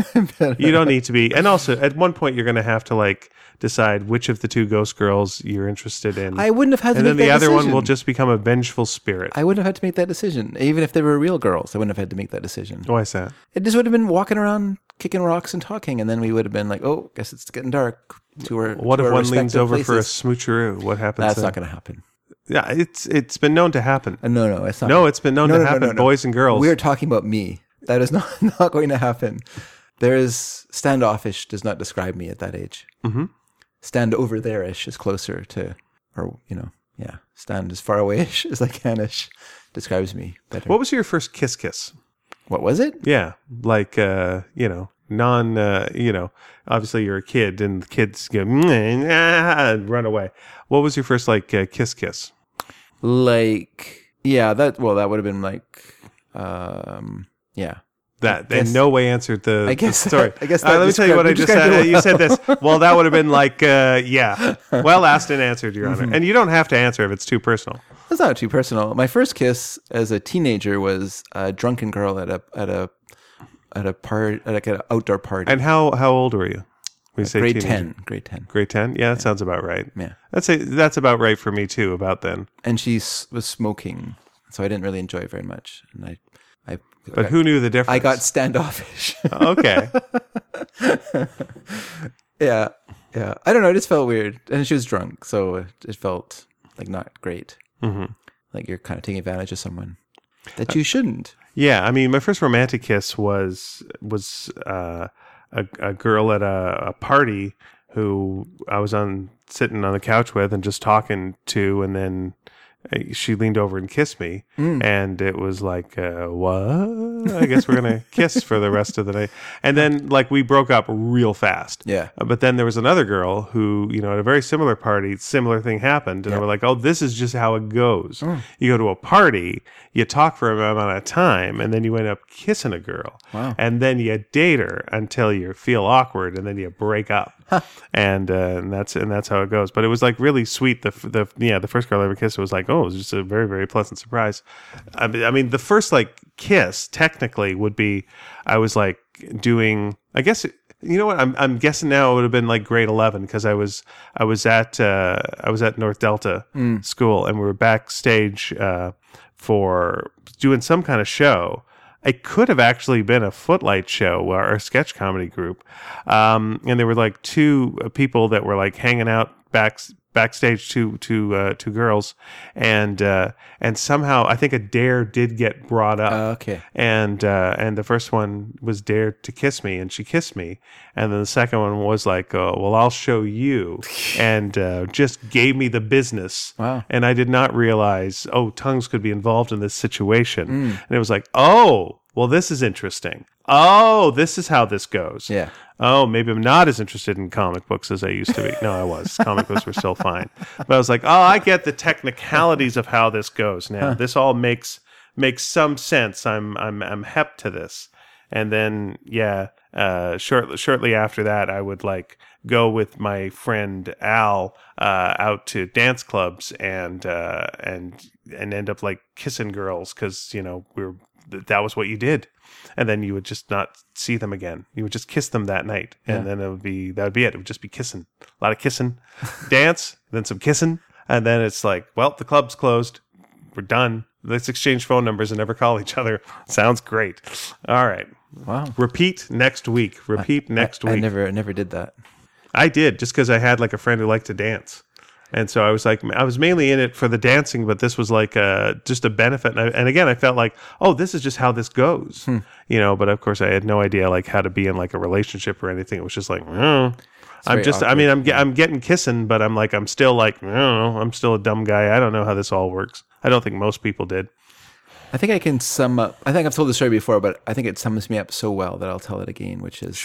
[SPEAKER 1] you don't need to be. And also, at one point, you're going to have to like decide which of the two ghost girls you're interested in.
[SPEAKER 2] I wouldn't have had to
[SPEAKER 1] Mm. and then
[SPEAKER 2] make
[SPEAKER 1] the
[SPEAKER 2] that
[SPEAKER 1] other one will
[SPEAKER 2] decision.
[SPEAKER 1] just become a vengeful spirit.
[SPEAKER 2] I wouldn't have had to make that decision, even if they were real girls. I wouldn't have had to make that decision.
[SPEAKER 1] Why is that?
[SPEAKER 2] It just would have been walking around, kicking rocks and talking, and then we would have been like, "Oh, guess it's getting dark." To our
[SPEAKER 1] What
[SPEAKER 2] to
[SPEAKER 1] if
[SPEAKER 2] our
[SPEAKER 1] one leans
[SPEAKER 2] respective
[SPEAKER 1] over for a
[SPEAKER 2] places.
[SPEAKER 1] smoocheroo? What happens?
[SPEAKER 2] That's
[SPEAKER 1] then?
[SPEAKER 2] not going to happen.
[SPEAKER 1] yeah, it's it's been known to happen.
[SPEAKER 2] Uh, No, no, it's not.
[SPEAKER 1] No, it's been known
[SPEAKER 2] No,
[SPEAKER 1] to
[SPEAKER 2] no, no,
[SPEAKER 1] happen,
[SPEAKER 2] no, no.
[SPEAKER 1] boys and girls.
[SPEAKER 2] we are talking about me. That is not not going to happen. There is standoffish does not describe me at that age. Mm-hmm. Stand over there ish is closer to, or you know, yeah, stand as far away ish as I can ish describes me better.
[SPEAKER 1] What was your first kiss? Kiss?
[SPEAKER 2] What was it?
[SPEAKER 1] Yeah, like uh, you know, non, uh, you know, obviously you're a kid and the kids go "Mm, ah," and run away. What was your first like uh, kiss? Kiss?
[SPEAKER 2] Like yeah, that well, that would have been like, um, yeah,
[SPEAKER 1] That
[SPEAKER 2] guess-
[SPEAKER 1] they in no way answered the, I
[SPEAKER 2] guess-
[SPEAKER 1] story.
[SPEAKER 2] I guess
[SPEAKER 1] Uh,
[SPEAKER 2] that
[SPEAKER 1] let me tell you
[SPEAKER 2] described-
[SPEAKER 1] what I
[SPEAKER 2] you
[SPEAKER 1] just
[SPEAKER 2] described
[SPEAKER 1] said.
[SPEAKER 2] it
[SPEAKER 1] You said this. Well, that would have been like, uh, yeah. Well, asked and answered, Your
[SPEAKER 2] Mm-hmm.
[SPEAKER 1] Honor. And you don't have to answer if it's too personal.
[SPEAKER 2] That's not too personal. My first kiss as a teenager was a drunken girl at a at a at a part at like an outdoor party.
[SPEAKER 1] And how how old were you? We say
[SPEAKER 2] Uh, grade
[SPEAKER 1] teenager.
[SPEAKER 2] ten, grade ten,
[SPEAKER 1] Grade ten. Yeah, that sounds about right.
[SPEAKER 2] yeah.
[SPEAKER 1] That's a, that's about right for me too. About then,
[SPEAKER 2] And she s- was smoking, so I didn't really enjoy it very much, and I, I,
[SPEAKER 1] but who knew the difference?
[SPEAKER 2] I got standoffish.
[SPEAKER 1] Uh. okay.
[SPEAKER 2] yeah, yeah. I don't know. It just felt weird, and she was drunk, so it felt like not great.
[SPEAKER 1] Mhm.
[SPEAKER 2] Like you're kind of taking advantage of someone that you shouldn't.
[SPEAKER 1] Yeah, I mean, my first romantic kiss was was uh, a a girl at a, a party who I was on sitting on the couch with and just talking to, and then uh, she leaned over and kissed me, and it was like, uh, what? I guess we're gonna kiss for the rest of the night, and then like we broke up real fast.
[SPEAKER 2] Yeah.
[SPEAKER 1] Uh, But then there was another girl who, you know, at a very similar party, similar thing happened. And they were like, oh, this is just how it goes. You go to a party, you talk for an amount of time, and then you end up kissing a girl.
[SPEAKER 2] Wow.
[SPEAKER 1] And then you date her until you feel awkward and then you break up. And, uh, and that's and that's how it goes. But it was like really sweet. The, f- the yeah, the first girl I ever kissed was like, oh, it was just a very, very pleasant surprise. I mean, I mean, the first like kiss technically would be I was like doing, I guess. It, you know what? I'm I'm guessing now it would have been like grade eleven because I was I was at uh, I was at North Delta school and we were backstage uh, for doing some kind of show. It could have actually been a footlight show uh, or a sketch comedy group, um, and there were like two uh, people that were like hanging out back backstage two two uh, two girls, and uh, and somehow I think a dare did get brought up
[SPEAKER 2] Uh, okay.
[SPEAKER 1] and uh, and the first one was dared to kiss me, and she kissed me, and then the second one was like, oh, "Well, I'll show you," and uh, just gave me the business.
[SPEAKER 2] Wow.
[SPEAKER 1] And I did not realize, oh, tongues could be involved in this situation, and it was like, oh, well, this is interesting. Oh, this is how this goes.
[SPEAKER 2] Yeah.
[SPEAKER 1] Oh, maybe I'm not as interested in comic books as I used to be. No, I was. comic books were still fine. But I was like, oh, I get the technicalities of how this goes now. This all makes makes some sense. I'm I'm I'm hep to this. And then yeah, uh short, shortly after that I would like go with my friend Al uh out to dance clubs and uh and and end up like kissing girls cuz you know, we were th- that was what you did and then you would just not see them again. You would just kiss them that night, and then it would be that would be it. It would just be kissing, a lot of kissing, dance, then some kissing, and then it's like, well, the club's closed, we're done. Let's exchange phone numbers and never call each other. Sounds great. All right,
[SPEAKER 2] Wow.
[SPEAKER 1] repeat next week. Repeat next
[SPEAKER 2] I
[SPEAKER 1] week.
[SPEAKER 2] never, I never did that.
[SPEAKER 1] I did just because I had like a friend who liked to dance. And so I was like, I was mainly in it for the dancing, but this was like uh just a benefit. And, I, and again, I felt like, oh, this is just how this goes, you know. But of course, I had no idea like how to be in like a relationship or anything. It was just like, mm. I'm
[SPEAKER 2] very
[SPEAKER 1] just, I mean, I'm ge- I'm getting kissing, but I'm like, I'm still like, I don't know, I'm still a dumb guy. I don't know how this all works. I don't think most people did.
[SPEAKER 2] I think I can sum up. I think I've told the story before, but I think it sums me up so well that I'll tell it again, which is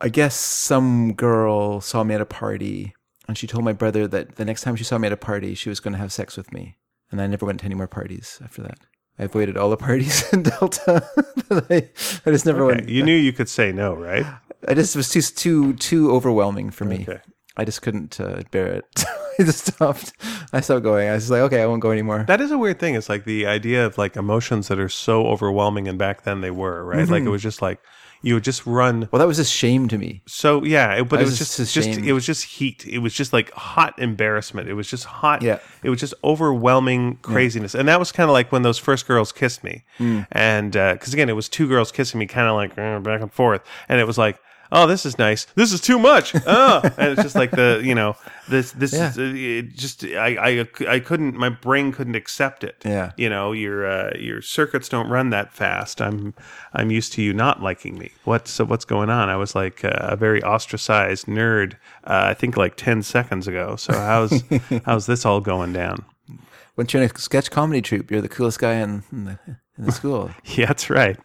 [SPEAKER 2] I guess some girl saw me at a party and she told my brother that the next time she saw me at a party, she was going to have sex with me. And I never went to any more parties after that. I avoided all the parties in Delta. that I, I just never
[SPEAKER 1] Okay,
[SPEAKER 2] went.
[SPEAKER 1] you knew you could say no, right?
[SPEAKER 2] I just it was too too too overwhelming for me.
[SPEAKER 1] Okay.
[SPEAKER 2] I just couldn't uh, bear it. I just stopped. I stopped going. I was just like, okay, I won't go anymore.
[SPEAKER 1] That is a weird thing. It's like the idea of like emotions that are so overwhelming, and back then they were right. Like
[SPEAKER 2] Mm-hmm.
[SPEAKER 1] it was just like you would just run.
[SPEAKER 2] well, that was just shame to me.
[SPEAKER 1] So yeah, it, but
[SPEAKER 2] I
[SPEAKER 1] it
[SPEAKER 2] was
[SPEAKER 1] was
[SPEAKER 2] just
[SPEAKER 1] just just
[SPEAKER 2] ashamed.
[SPEAKER 1] it was just heat. It was just like hot embarrassment. It was just hot.
[SPEAKER 2] Yeah.
[SPEAKER 1] It was just overwhelming craziness, and that was kind of like when those first girls kissed me,
[SPEAKER 2] Mm.
[SPEAKER 1] and because again, it was two girls kissing me, kind of like uh, back and forth, and it was like. Oh, this is nice. This is too much. Oh, and it's just like the you know this this is uh, it just I, I I couldn't my brain couldn't accept it
[SPEAKER 2] Yeah.
[SPEAKER 1] you know your uh, your circuits don't run that fast i'm i'm used to you not liking me what's uh, what's going on i was like uh, a very ostracized nerd uh, i think like 10 seconds ago so how's how's this all going down
[SPEAKER 2] When you're in a sketch comedy troupe, you're the coolest guy in, in, the, in the school.
[SPEAKER 1] yeah that's right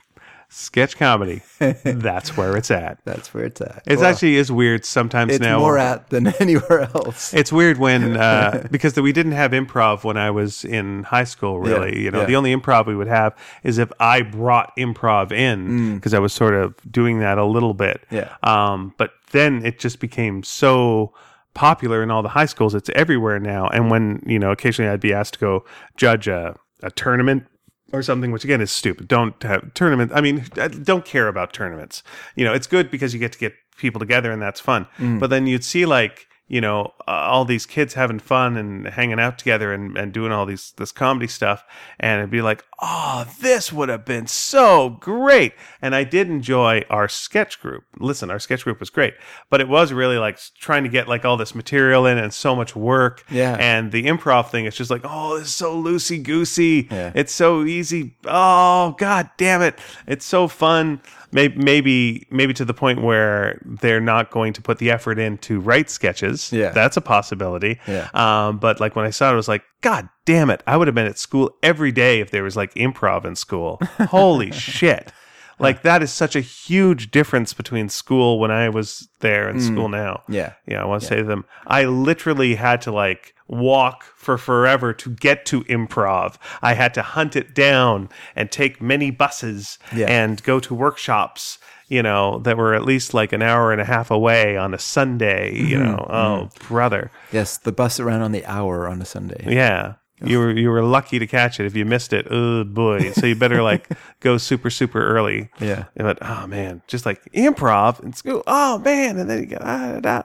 [SPEAKER 1] sketch comedy that's where it's at
[SPEAKER 2] That's where it's at.
[SPEAKER 1] it's actually is weird sometimes
[SPEAKER 2] it's
[SPEAKER 1] now
[SPEAKER 2] more at than anywhere else.
[SPEAKER 1] It's weird when uh, because we didn't have improv when I was in high school. Really,
[SPEAKER 2] Yeah,
[SPEAKER 1] you know,
[SPEAKER 2] yeah.
[SPEAKER 1] the only improv we would have is if I brought improv in because I was sort of doing that a little bit.
[SPEAKER 2] Mm. Yeah.
[SPEAKER 1] Um, but then it just became so popular in all the high schools. It's everywhere now. And when you know, occasionally I'd be asked to go judge a, a tournament or something, which again is stupid. Don't have tournament. I mean, I don't care about tournaments. You know, it's good because you get to get people together and that's fun. But then you'd see like you know uh, all these kids having fun and hanging out together and, and doing all these this comedy stuff, and it'd be like, oh, this would have been so great. And I did enjoy our sketch group. Listen, our sketch group was great, but it was really like trying to get like all this material in and so much work.
[SPEAKER 2] Yeah.
[SPEAKER 1] And the improv thing, it's just like, oh, this is so loosey goosey.
[SPEAKER 2] Yeah.
[SPEAKER 1] It's so easy. Oh, god damn it. It's so fun. Maybe, maybe, maybe to the point where they're not going to put the effort in to write sketches.
[SPEAKER 2] Yeah.
[SPEAKER 1] That's a possibility.
[SPEAKER 2] Yeah.
[SPEAKER 1] Um, but like when I saw it, I was like, God damn it. I would have been at school every day if there was like improv in school. Holy shit. Like that is such a huge difference between school when I was there
[SPEAKER 2] Mm.
[SPEAKER 1] and school now.
[SPEAKER 2] Yeah.
[SPEAKER 1] Yeah, I want to say to them, I literally had to like walk for forever to get to improv. I had to hunt it down and take many buses
[SPEAKER 2] Yeah.
[SPEAKER 1] and go to workshops, you know, that were at least like an hour and a half away on a Sunday, you know. Oh, brother.
[SPEAKER 2] Yes, the bus around on the hour on a Sunday.
[SPEAKER 1] Yeah. You were you were lucky to catch it. If you missed it, oh boy! So you better like go super super early.
[SPEAKER 2] Yeah.
[SPEAKER 1] But oh man, just like improv in school. Oh man, and then you get ah, da, da.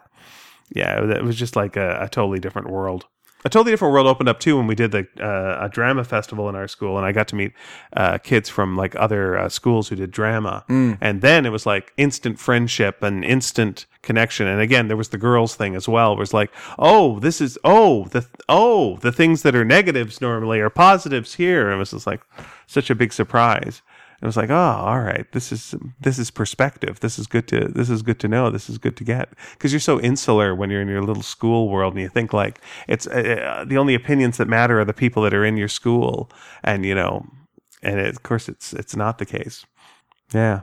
[SPEAKER 1] yeah. It was just like a, a totally different world. A totally different world opened up too when we did the uh, a drama festival in our school, and I got to meet uh, kids from like other uh, schools who did drama. And then it was like instant friendship and instant connection. And again, there was the girls thing as well. Where it's like, oh, this is oh the oh the things that are negatives normally are positives here. And it was just like such a big surprise. It was like, oh, all right, this is this is perspective. This is good to this is good to know. This is good to get because you're so insular when you're in your little school world, and you think like it's uh, uh, the only opinions that matter are the people that are in your school, and you know, and it, of course it's it's not the case. Yeah,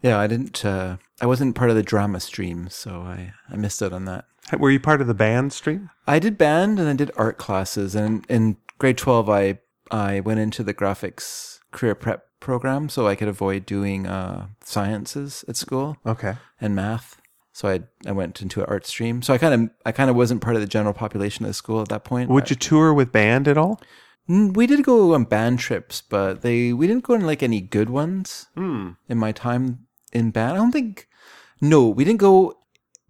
[SPEAKER 2] Yeah, I didn't. Uh, I wasn't part of the drama stream, so I I missed out on that.
[SPEAKER 1] were you part of the band stream?
[SPEAKER 2] I did band and I did art classes, and in grade twelve, I I went into the graphics career prep program so I could avoid doing uh, sciences at school
[SPEAKER 1] Okay,
[SPEAKER 2] and math. So I I went into an art stream. So I kind of I kind of wasn't part of the general population of the school at that point.
[SPEAKER 1] would you tour with band at all?
[SPEAKER 2] Mm, We did go on band trips, but they we didn't go on like any good ones in my time in band. I don't think. No, we didn't go.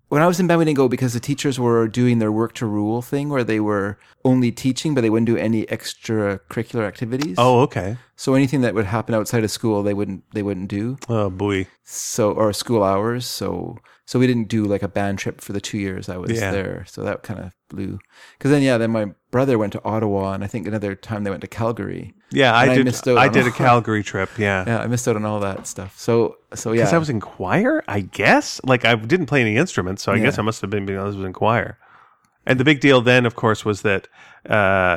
[SPEAKER 2] When I was in band, we didn't go because the teachers were doing their work to rule thing, where they were only teaching, but they wouldn't do any extracurricular activities.
[SPEAKER 1] Oh, okay.
[SPEAKER 2] so anything that would happen outside of school, they wouldn't they wouldn't do.
[SPEAKER 1] Oh boy.
[SPEAKER 2] So or school hours. So so we didn't do like a band trip for the two years I was
[SPEAKER 1] Yeah.
[SPEAKER 2] there. So that kind of blew. Because then yeah, then my brother went to Ottawa, and I think another time they went to Calgary.
[SPEAKER 1] Yeah, I
[SPEAKER 2] And I
[SPEAKER 1] did.
[SPEAKER 2] missed out
[SPEAKER 1] I
[SPEAKER 2] on
[SPEAKER 1] did a
[SPEAKER 2] all-
[SPEAKER 1] Calgary trip. Yeah.
[SPEAKER 2] Yeah, I missed out on all that stuff. So so yeah,
[SPEAKER 1] Because I was in choir, I guess. Like I didn't play any instruments, so I guess
[SPEAKER 2] Yeah.
[SPEAKER 1] I must have been because I was in choir. And the big deal then, of course, was that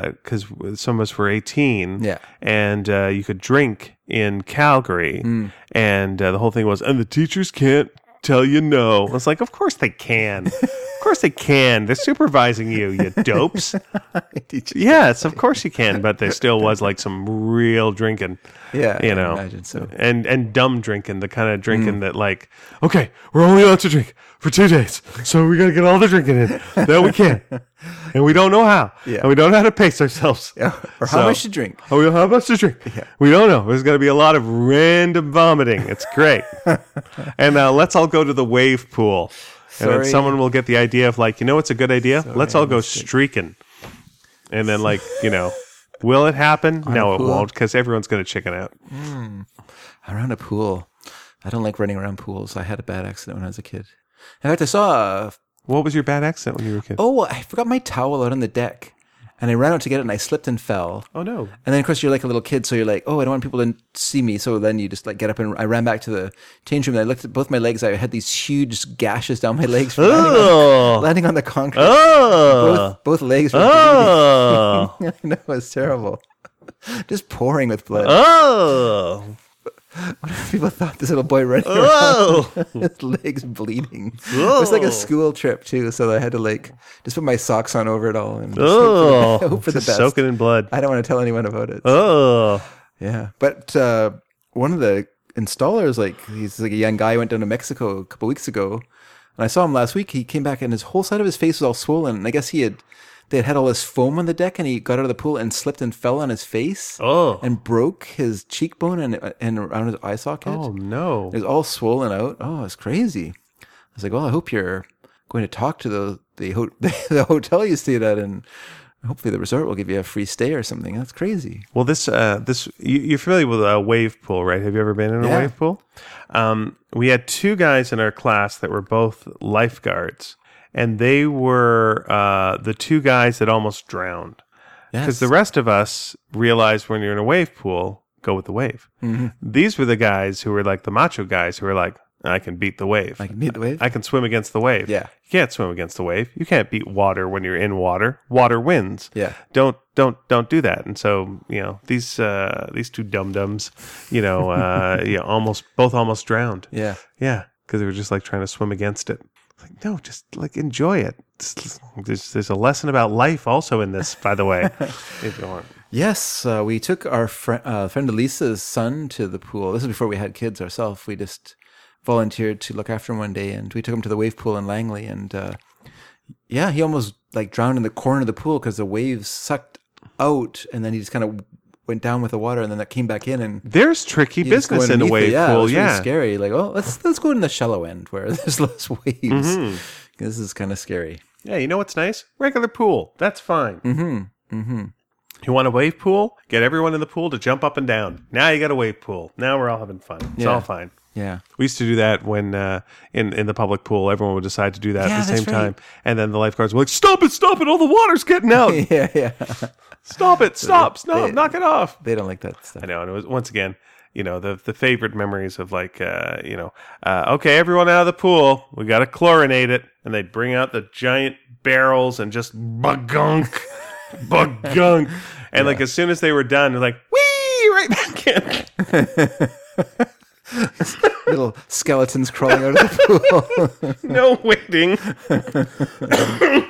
[SPEAKER 1] because some of us were eighteen,
[SPEAKER 2] Yeah.
[SPEAKER 1] and uh, you could drink in Calgary,
[SPEAKER 2] Mm.
[SPEAKER 1] and uh, the whole thing was, and the teachers can't tell you no. I was like, of course they can, of course they can. They're supervising you, you dopes. yes, of course you can, but there still was like some real drinking
[SPEAKER 2] yeah,
[SPEAKER 1] you
[SPEAKER 2] I
[SPEAKER 1] know
[SPEAKER 2] imagine so.
[SPEAKER 1] and and dumb drinking the kind of drinking
[SPEAKER 2] Mm.
[SPEAKER 1] that like okay we're only allowed to drink for two days so we gotta get all the drinking in that we can and we don't know how
[SPEAKER 2] Yeah.
[SPEAKER 1] and we don't know how to pace ourselves
[SPEAKER 2] Or how
[SPEAKER 1] So-
[SPEAKER 2] much to drink?
[SPEAKER 1] Oh, we how much to drink? We don't know. There's going to be a lot of random vomiting. It's great. and uh, let's all go to the wave pool. And
[SPEAKER 2] Sorry.
[SPEAKER 1] then someone will get the idea of, like, you know what's a good idea? let's all go streaking. And then, like, you know, will it happen? no, it
[SPEAKER 2] pool?
[SPEAKER 1] won't because everyone's going to chicken out.
[SPEAKER 2] Around a pool. I don't like running around pools. I had a bad accident when I was a kid. In fact, I saw. A,
[SPEAKER 1] What was your bad accent when you were a kid?
[SPEAKER 2] oh, I forgot my towel out on the deck, and I ran out to get it, and I slipped and fell.
[SPEAKER 1] Oh, no.
[SPEAKER 2] And then, of course, you're like a little kid, so you're like, oh, I don't want people to see me. So then you just like get up and I ran back to the change room. And I looked at both my legs. I had these huge gashes down my legs, from landing, on,
[SPEAKER 1] Oh.
[SPEAKER 2] landing on the concrete.
[SPEAKER 1] Oh.
[SPEAKER 2] Both, both legs were
[SPEAKER 1] Oh.
[SPEAKER 2] I know it's terrible. Just pouring with blood.
[SPEAKER 1] Oh.
[SPEAKER 2] People thought this little boy running
[SPEAKER 1] Oh.
[SPEAKER 2] around, his legs bleeding. It was like a school trip too, so I had to like just put my socks on over it all and just hope for the, hope for the
[SPEAKER 1] Oh. Just
[SPEAKER 2] best.
[SPEAKER 1] Soaking in blood.
[SPEAKER 2] I don't want to tell anyone about it.
[SPEAKER 1] Oh.
[SPEAKER 2] Yeah, but uh, one of the installers, like he's like a young guy, went down to Mexico a couple weeks ago, and I saw him last week. He came back and his whole side of his face was all swollen, and I guess he had they had had all this foam on the deck, and he got out of the pool and slipped and fell on his face
[SPEAKER 1] Oh.
[SPEAKER 2] and broke his cheekbone and and around his eye socket.
[SPEAKER 1] oh no.
[SPEAKER 2] It was all swollen out. Oh, it's crazy. I was like, well, I hope you're going to talk to the the, ho- the hotel you stayed at, and hopefully the resort will give you a free stay or something. That's crazy.
[SPEAKER 1] Well, this uh, this you, you're familiar with a wave pool, right? Have you ever been in a
[SPEAKER 2] Yeah.
[SPEAKER 1] wave pool? Um, we had two guys in our class that were both lifeguards, and they were uh, the two guys that almost drowned. Because
[SPEAKER 2] Yes.
[SPEAKER 1] the rest of us realize when you're in a wave pool, go with the wave.
[SPEAKER 2] Mm-hmm.
[SPEAKER 1] These were the guys who were like the macho guys who were like, I can beat the wave.
[SPEAKER 2] I can beat the wave.
[SPEAKER 1] I can swim against the wave.
[SPEAKER 2] Yeah.
[SPEAKER 1] You can't swim against the wave. You can't beat water when you're in water. Water wins.
[SPEAKER 2] Yeah.
[SPEAKER 1] Don't don't don't do that. And so, you know, these uh these two dum dums, you know, uh yeah, almost both almost drowned.
[SPEAKER 2] yeah.
[SPEAKER 1] Yeah. Because they were just like trying to swim against it. It's Like, no, just like enjoy it. It's- There's, there's a lesson about life also in this, by the way. if you want.
[SPEAKER 2] Yes, uh, we took our fr- uh, friend Elisa's son to the pool. This is before we had kids ourselves. We just volunteered to look after him one day, and we took him to the wave pool in Langley. And uh, yeah, he almost like drowned in the corner of the pool because the waves sucked out, and then he just kind of went down with the water, and then that came back in and.
[SPEAKER 1] There's tricky
[SPEAKER 2] he just
[SPEAKER 1] business in
[SPEAKER 2] go
[SPEAKER 1] a
[SPEAKER 2] underneath it.
[SPEAKER 1] wave
[SPEAKER 2] yeah, it
[SPEAKER 1] pool.
[SPEAKER 2] was really
[SPEAKER 1] yeah.
[SPEAKER 2] scary. Like, oh, let's let's go in the shallow end where there's less waves.
[SPEAKER 1] Mm-hmm.
[SPEAKER 2] This is kind of scary.
[SPEAKER 1] Yeah, you know what's nice? Regular pool. That's fine. Mm-hmm. Mm-hmm. You want a wave pool? Get everyone in the pool to jump up and down. Now you got a wave pool. Now we're all having fun. It's
[SPEAKER 2] Yeah.
[SPEAKER 1] all fine.
[SPEAKER 2] Yeah,
[SPEAKER 1] We used to do that when uh, in in the public pool, everyone would decide to do that
[SPEAKER 2] Yeah,
[SPEAKER 1] at the
[SPEAKER 2] that's
[SPEAKER 1] same time, and then the lifeguards were like, "Stop it! Stop it! All the water's getting out!
[SPEAKER 2] yeah, yeah.
[SPEAKER 1] Stop it! Stop! Stop! knock it off!"
[SPEAKER 2] They don't like that
[SPEAKER 1] I
[SPEAKER 2] stuff.
[SPEAKER 1] know, and it was once again, you know, the the favorite memories of like, uh, you know, uh, okay, everyone out of the pool, we got to chlorinate it, and they'd bring out the giant barrels and just bagunk, bagunk, and like as soon as they were done, they're like, wee, right back in.
[SPEAKER 2] Little skeletons crawling out of the pool.
[SPEAKER 1] no waiting.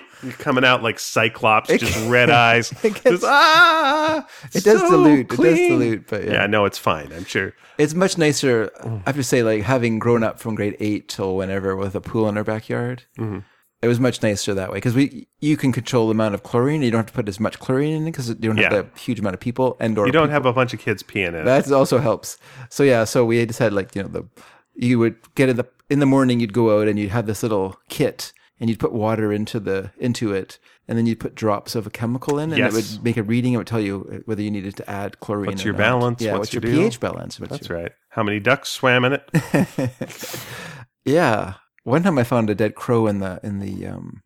[SPEAKER 1] You're coming out like Cyclops, just red eyes.
[SPEAKER 2] it
[SPEAKER 1] Just,
[SPEAKER 2] gets-
[SPEAKER 1] ah,
[SPEAKER 2] It does
[SPEAKER 1] so
[SPEAKER 2] dilute. It does
[SPEAKER 1] clean."
[SPEAKER 2] dilute, but yeah.
[SPEAKER 1] Yeah, no, it's fine. I'm sure.
[SPEAKER 2] It's much nicer,
[SPEAKER 1] Mm.
[SPEAKER 2] I have to say, like having grown up from grade eight till whenever with a pool in our backyard.
[SPEAKER 1] Mm-hmm.
[SPEAKER 2] It was much nicer that way because we you can control the amount of chlorine. You don't have to put as much chlorine in because you don't have
[SPEAKER 1] Yeah.
[SPEAKER 2] that huge amount of people and or
[SPEAKER 1] You don't have a bunch of kids peeing in it.
[SPEAKER 2] that also helps. So yeah, so we just had like you know the you would get in the in the morning you'd go out and you'd have this little kit and you'd put water into the into it and then you'd put drops of a chemical in and
[SPEAKER 1] Yes.
[SPEAKER 2] it would make a reading. It would tell you uh, whether you needed to add chlorine.
[SPEAKER 1] What's
[SPEAKER 2] or
[SPEAKER 1] your
[SPEAKER 2] not.
[SPEAKER 1] balance?
[SPEAKER 2] Yeah,
[SPEAKER 1] What's
[SPEAKER 2] what's
[SPEAKER 1] your
[SPEAKER 2] your,
[SPEAKER 1] deal?
[SPEAKER 2] pH balance? What's
[SPEAKER 1] That's
[SPEAKER 2] your,
[SPEAKER 1] right. How many ducks swam in it?
[SPEAKER 2] Yeah. One time I found a dead crow in the in the um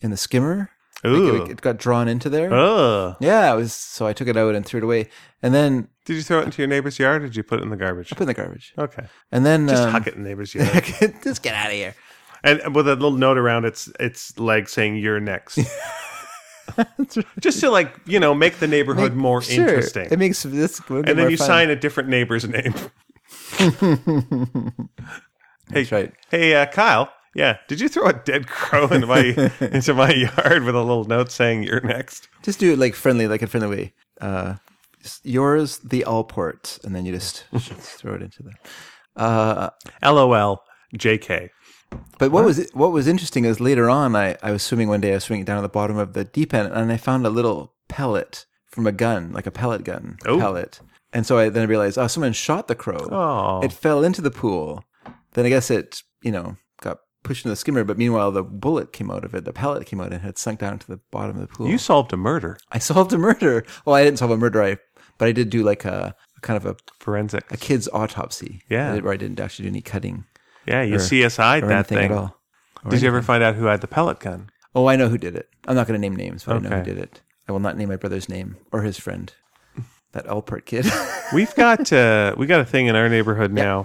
[SPEAKER 2] in the skimmer. Like,
[SPEAKER 1] Ooh.
[SPEAKER 2] it, it got drawn into there.
[SPEAKER 1] Ugh.
[SPEAKER 2] Yeah, it was so I took it out and threw it away, and then
[SPEAKER 1] Did you throw it into your neighbor's yard or did you put it in the garbage?
[SPEAKER 2] put in the garbage.
[SPEAKER 1] Okay.
[SPEAKER 2] And then
[SPEAKER 1] Just
[SPEAKER 2] um,
[SPEAKER 1] huck it in the neighbor's yard.
[SPEAKER 2] just get out of here.
[SPEAKER 1] and with a little note around its its leg saying you're next. Just to like, you know, make the neighborhood more
[SPEAKER 2] Sure.
[SPEAKER 1] interesting.
[SPEAKER 2] It makes this
[SPEAKER 1] and then you sign a different neighbor's name. hey,
[SPEAKER 2] right.
[SPEAKER 1] hey uh, Kyle. Yeah, did you throw a dead crow into my into my yard with a little note saying you're next?
[SPEAKER 2] Just do it like friendly, like a friendly way. Uh, s- yours, the Allport, and then you just throw it into that. Uh,
[SPEAKER 1] LOL, JK.
[SPEAKER 2] but what, was what was interesting is later on, I, I was swimming one day. I was swimming down at the bottom of the deep end, and I found a little pellet from a gun, like a pellet gun
[SPEAKER 1] Oh.
[SPEAKER 2] pellet. And so I then I realized, oh, someone shot the crow.
[SPEAKER 1] Oh.
[SPEAKER 2] It fell into the pool. Then I guess it, you know, got pushed into the skimmer. But meanwhile, the bullet came out of it. The pellet came out and had sunk down to the bottom of the pool.
[SPEAKER 1] You solved a murder.
[SPEAKER 2] I solved a murder. Well, I didn't solve a murder. I, but I did do like a, a kind of a,
[SPEAKER 1] Forensic.
[SPEAKER 2] a kid's autopsy.
[SPEAKER 1] Yeah.
[SPEAKER 2] I did- where I didn't actually do any cutting
[SPEAKER 1] Yeah, you CSI'd
[SPEAKER 2] or
[SPEAKER 1] that
[SPEAKER 2] anything
[SPEAKER 1] thing.
[SPEAKER 2] at all.
[SPEAKER 1] Did you ever find out who had the pellet gun?
[SPEAKER 2] Oh, I know who did it. I'm not going to name names, but I know who
[SPEAKER 1] Okay.
[SPEAKER 2] did it. I will not name my brother's name or his friend. That Alpert kid.
[SPEAKER 1] We've got uh, we got a thing in our neighborhood now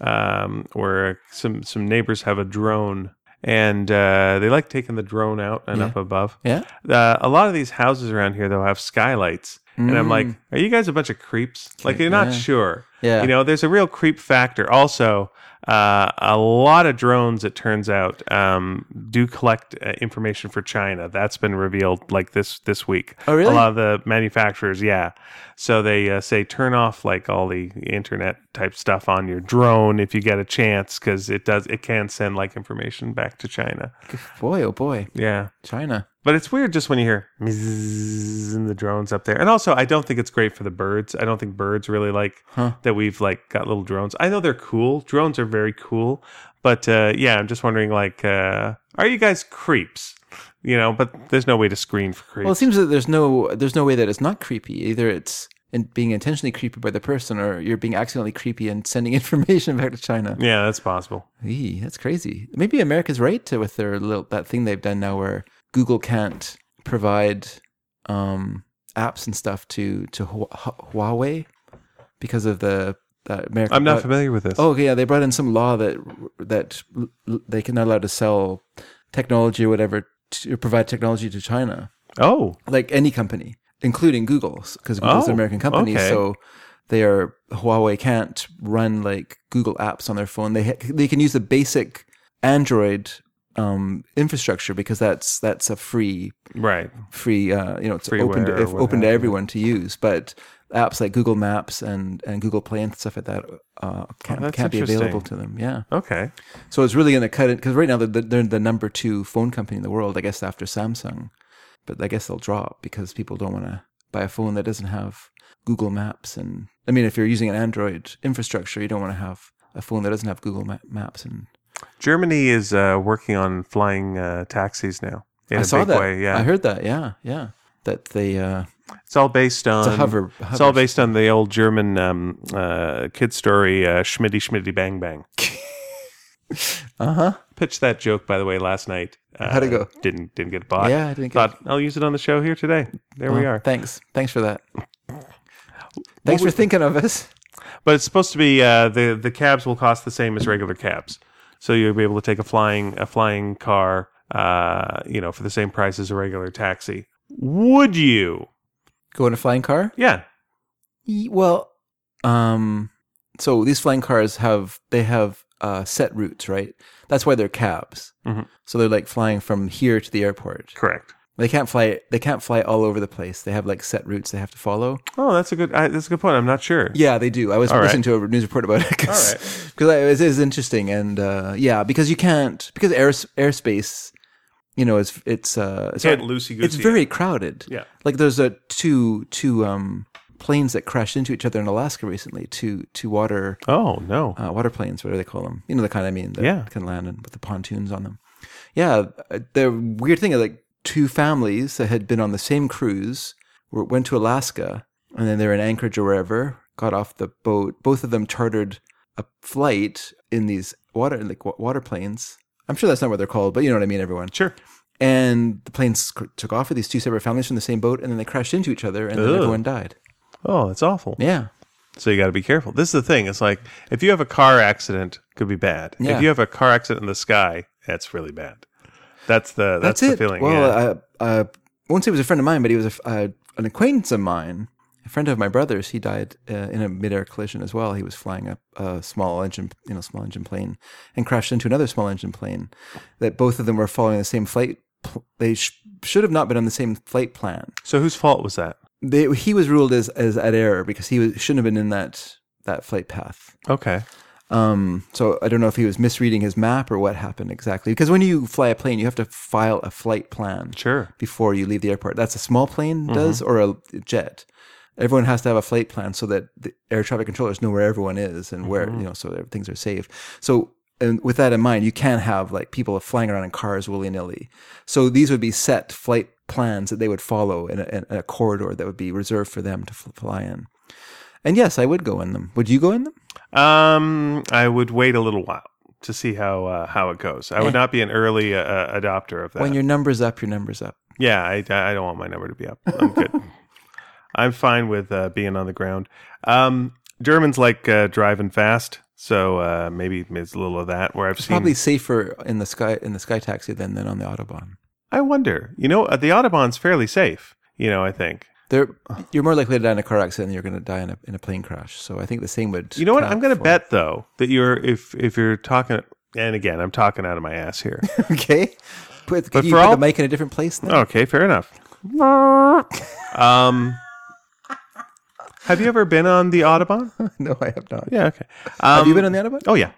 [SPEAKER 1] um, where some some neighbors have a drone and uh, they like taking the drone out and up above.
[SPEAKER 2] yeah.
[SPEAKER 1] Uh, a lot of these houses around here though have skylights, and I'm like, are you guys a bunch of creeps? Like you're not sure.
[SPEAKER 2] Mm. Yeah.
[SPEAKER 1] You know, there's a real creep factor. Also, uh, a lot of drones, it turns out, um, do collect uh, information for China. That's been revealed like this this week.
[SPEAKER 2] Oh, really?
[SPEAKER 1] A lot of the manufacturers, yeah. So they uh, say turn off like all the internet type stuff on your drone if you get a chance, because it does it can send like information back to China.
[SPEAKER 2] Boy, oh boy,
[SPEAKER 1] Yeah.
[SPEAKER 2] China.
[SPEAKER 1] But it's weird just when you hear "Mzzz" and the drones up there. And also, I don't think it's great for the birds. I don't think birds really like
[SPEAKER 2] Huh.
[SPEAKER 1] that we've like got little drones. I know they're cool. Drones are very cool. But uh, yeah, I'm just wondering like, uh, are you guys creeps? You know, but there's no way to screen for creeps.
[SPEAKER 2] Well, it seems that there's no there's no way that it's not creepy. Either it's in being intentionally creepy by the person, or you're being accidentally creepy and sending information back to China.
[SPEAKER 1] yeah, that's possible.
[SPEAKER 2] Eee, that's crazy. Maybe America's right to, with their little that thing they've done now, where Google can't provide um, apps and stuff to to Hua- Hu- Huawei because of the that American.
[SPEAKER 1] I'm not
[SPEAKER 2] that-
[SPEAKER 1] familiar with this.
[SPEAKER 2] Oh, okay, yeah, they brought in some law that that l- l- they can not allowed to sell technology or whatever to provide technology to China,
[SPEAKER 1] oh,
[SPEAKER 2] like any company, including Google, because Google's
[SPEAKER 1] Oh,
[SPEAKER 2] an American company,
[SPEAKER 1] okay.
[SPEAKER 2] so they are Huawei can't run like Google apps on their phone. They ha- they can use the basic Android um, infrastructure because that's that's a free
[SPEAKER 1] right.
[SPEAKER 2] free uh, you know it's open
[SPEAKER 1] Freeware
[SPEAKER 2] to,
[SPEAKER 1] or
[SPEAKER 2] if
[SPEAKER 1] what
[SPEAKER 2] open to
[SPEAKER 1] have you.
[SPEAKER 2] everyone to use but apps like google maps and, and google play and stuff like that uh, can't,
[SPEAKER 1] Oh, that's
[SPEAKER 2] can't be available to
[SPEAKER 1] interesting.
[SPEAKER 2] them yeah
[SPEAKER 1] Okay.
[SPEAKER 2] so it's really going to cut it because right now they're, they're the number two phone company in the world i guess after samsung but i guess they'll drop because people don't want to buy a phone that doesn't have google maps and i mean if you're using an android infrastructure you don't want to have a phone that doesn't have google Ma- maps and
[SPEAKER 1] Germany is uh, working on flying uh, taxis now. In
[SPEAKER 2] i
[SPEAKER 1] a
[SPEAKER 2] saw
[SPEAKER 1] big
[SPEAKER 2] that
[SPEAKER 1] way. Yeah.
[SPEAKER 2] i heard that yeah yeah that they uh
[SPEAKER 1] It's all based on
[SPEAKER 2] hover-
[SPEAKER 1] Um, It's all
[SPEAKER 2] hover
[SPEAKER 1] based on the old German um, uh, kid story, uh, Schmitty Schmitty Bang Bang.
[SPEAKER 2] uh-huh
[SPEAKER 1] Pitched that joke, by the way, last night. Uh,
[SPEAKER 2] How'd it go?
[SPEAKER 1] Didn't didn't get bought.
[SPEAKER 2] Yeah, I didn't get-
[SPEAKER 1] Thought I'll use it on the show here today. There we
[SPEAKER 2] Oh,
[SPEAKER 1] are.
[SPEAKER 2] Thanks. Thanks for that. Thanks for thinking of us.
[SPEAKER 1] But it's supposed to be uh, the the cabs will cost the same as regular cabs, so you'll be able to take a flying a flying car, uh, you know, for the same price as a regular taxi. Would you?
[SPEAKER 2] Go in a flying car?
[SPEAKER 1] Yeah.
[SPEAKER 2] Ye- Well, um, so these flying cars have they have uh, set routes, right? That's why they're cabs.
[SPEAKER 1] Mhm.
[SPEAKER 2] So they're like flying from here to the airport.
[SPEAKER 1] Correct.
[SPEAKER 2] They can't fly. They can't fly all over the place. They have like set routes they have to follow.
[SPEAKER 1] Oh, that's a good. I, that's a good point. I'm not sure.
[SPEAKER 2] Yeah, they do. I was
[SPEAKER 1] All right.
[SPEAKER 2] listening to a news report about it because it was- it was interesting, and uh, yeah, because you can't because air airspace, you know, it's it's uh, it's
[SPEAKER 1] Can't
[SPEAKER 2] not-
[SPEAKER 1] loosey-goosey
[SPEAKER 2] It's very crowded.
[SPEAKER 1] Yeah.
[SPEAKER 2] like there's a two two um planes that crashed into each other in Alaska recently. Two two water
[SPEAKER 1] Oh no.
[SPEAKER 2] uh, water planes, whatever they call them. You know the kind I mean. That
[SPEAKER 1] Yeah.
[SPEAKER 2] can land and with the pontoons on them. Yeah, uh, the weird thing is like two families that had been on the same cruise were, went to Alaska and then they were in Anchorage or wherever. Got off the boat. Both of them chartered a flight in these water like wa- water planes. I'm sure that's not what they're called, but you know what I mean, everyone
[SPEAKER 1] Sure.
[SPEAKER 2] and the planes sc- took off with these two separate families from the same boat, and then they crashed into each other, and then
[SPEAKER 1] Ugh.
[SPEAKER 2] everyone died.
[SPEAKER 1] Oh, that's awful.
[SPEAKER 2] Yeah,
[SPEAKER 1] So you got to be careful. This is the thing. It's like if you have a car accident, could be bad.
[SPEAKER 2] Yeah.
[SPEAKER 1] If you have a car accident in the sky, that's really bad. That's the that's,
[SPEAKER 2] that's,
[SPEAKER 1] the
[SPEAKER 2] it.
[SPEAKER 1] feeling. yeah.
[SPEAKER 2] well, uh, I, I won't say he was a friend of mine, but he was a f uh, an acquaintance of mine, a friend of my brother's. He died uh, in a midair collision as well. He was flying a, a small engine, you know, small engine plane, and crashed into another small engine plane. That both of them were following the same flight. Pl- they sh- should have not been on the same flight plan.
[SPEAKER 1] so whose fault was that?
[SPEAKER 2] They, he was ruled as as at error because he was, shouldn't have been in that that flight path.
[SPEAKER 1] Okay.
[SPEAKER 2] Um, so I don't know if he was misreading his map or what happened exactly. Because when you fly a plane, you have to file a flight plan
[SPEAKER 1] Sure.
[SPEAKER 2] before you leave the airport. That's a small
[SPEAKER 1] Mm-hmm.
[SPEAKER 2] plane does or a jet. Everyone has to have a flight plan so that the air traffic controllers know where everyone is and where
[SPEAKER 1] Mm-hmm.
[SPEAKER 2] you know so that things are safe. So and with that in mind, you can't have like people flying around in cars willy nilly. So these would be set flight plans that they would follow in a, in a corridor that would be reserved for them to fl- fly in. And yes, I would go in them. Would you go in them?
[SPEAKER 1] Um, I would wait a little while to see how uh, how it goes. I would not be an early uh, uh, adopter of that.
[SPEAKER 2] When your number's up, your number's up.
[SPEAKER 1] Yeah, I, I don't want my number to be up. I'm good. I'm fine with uh, being on the ground. Um, Germans like uh, driving fast, so uh, maybe it's a little of that. Where I've seen
[SPEAKER 2] Probably safer in the sky in the sky taxi than than on the autobahn.
[SPEAKER 1] I wonder. You know, uh, the Autobahn's fairly safe. You know, I think
[SPEAKER 2] They're, you're more likely to die in a car accident than you're going to die in a, in a plane crash. So I think the same would.
[SPEAKER 1] You know what?
[SPEAKER 2] count
[SPEAKER 1] I'm going to
[SPEAKER 2] for-
[SPEAKER 1] bet though that you're if if you're talking, and again, I'm talking out of my ass here.
[SPEAKER 2] Okay. Put, can you
[SPEAKER 1] for
[SPEAKER 2] put
[SPEAKER 1] all-
[SPEAKER 2] the mic in a different place then?
[SPEAKER 1] okay, fair enough. Um, have you ever been on the Audubon?
[SPEAKER 2] no, I have not.
[SPEAKER 1] Yeah. Okay.
[SPEAKER 2] have
[SPEAKER 1] Um,
[SPEAKER 2] you been on the Autobahn?
[SPEAKER 1] oh yeah.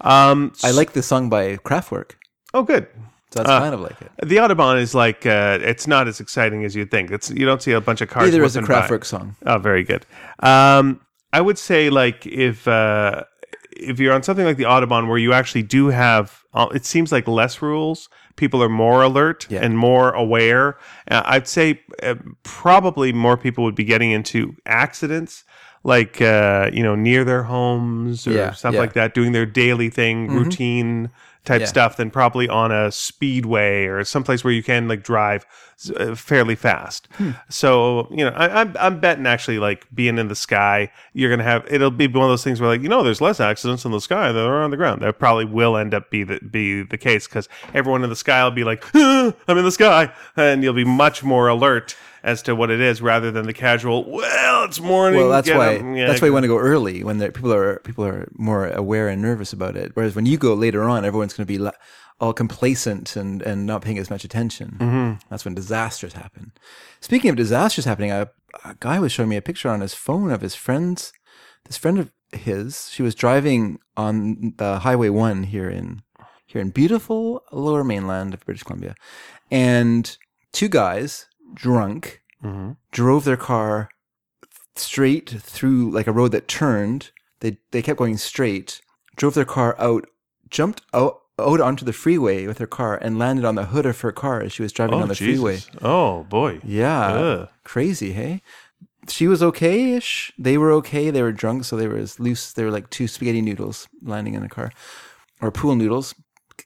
[SPEAKER 1] Um,
[SPEAKER 2] I like the song by Kraftwerk.
[SPEAKER 1] oh good.
[SPEAKER 2] So that's kind of like it.
[SPEAKER 1] The Audubon is like uh, it's not as exciting as you'd think. It's you don't see a bunch of cars.
[SPEAKER 2] Either is a
[SPEAKER 1] whipping by.
[SPEAKER 2] Kraftwerk song.
[SPEAKER 1] Oh, very good. Um, I would say like if uh, if you're on something like the Audubon, where you actually do have, uh, it seems like less rules. People are more alert
[SPEAKER 2] Yeah.
[SPEAKER 1] and more aware. Uh, I'd say uh, probably more people would be getting into accidents, like uh, you know near their homes or
[SPEAKER 2] Yeah,
[SPEAKER 1] stuff
[SPEAKER 2] yeah.
[SPEAKER 1] like that, doing their daily thing, routine type
[SPEAKER 2] Mm-hmm. Yeah.
[SPEAKER 1] stuff, than probably on a speedway or someplace where you can like drive uh, fairly fast.
[SPEAKER 2] Hmm.
[SPEAKER 1] So you know, I, I'm I'm betting actually like being in the sky, you're gonna have it'll be one of those things where like you know, there's less accidents in the sky than there are on the ground. That probably will end up be the be the case because everyone in the sky will be like, "Ah, I'm in the sky, and you'll be much more alert as to what it is rather than the casual. Well, it's morning.
[SPEAKER 2] Well, that's
[SPEAKER 1] get
[SPEAKER 2] why
[SPEAKER 1] up," yeah,
[SPEAKER 2] that's why you want to go early when there, people are people are more aware and nervous about it. Whereas when you go later on, everyone's going to be la- all complacent and and not paying as much attention.
[SPEAKER 1] Mm.
[SPEAKER 2] Mm-hmm. That's when disasters happen. Speaking of disasters happening, I, a guy was showing me a picture on his phone of his friends. This friend of his, she was driving on the Highway One here in here in beautiful Lower Mainland of British Columbia, and two guys drunk
[SPEAKER 1] Mhm.
[SPEAKER 2] drove their car straight through like a road that turned. They they kept going straight, drove their car out, jumped out, out onto the freeway with her car, and landed on the hood of her car as she was driving
[SPEAKER 1] Oh,
[SPEAKER 2] on the
[SPEAKER 1] Jesus.
[SPEAKER 2] freeway.
[SPEAKER 1] Oh boy.
[SPEAKER 2] Yeah,
[SPEAKER 1] Ugh.
[SPEAKER 2] crazy, hey. She was okay ish. They were okay. They were drunk, so they were as loose. They were like two spaghetti noodles landing in the car, or pool noodles.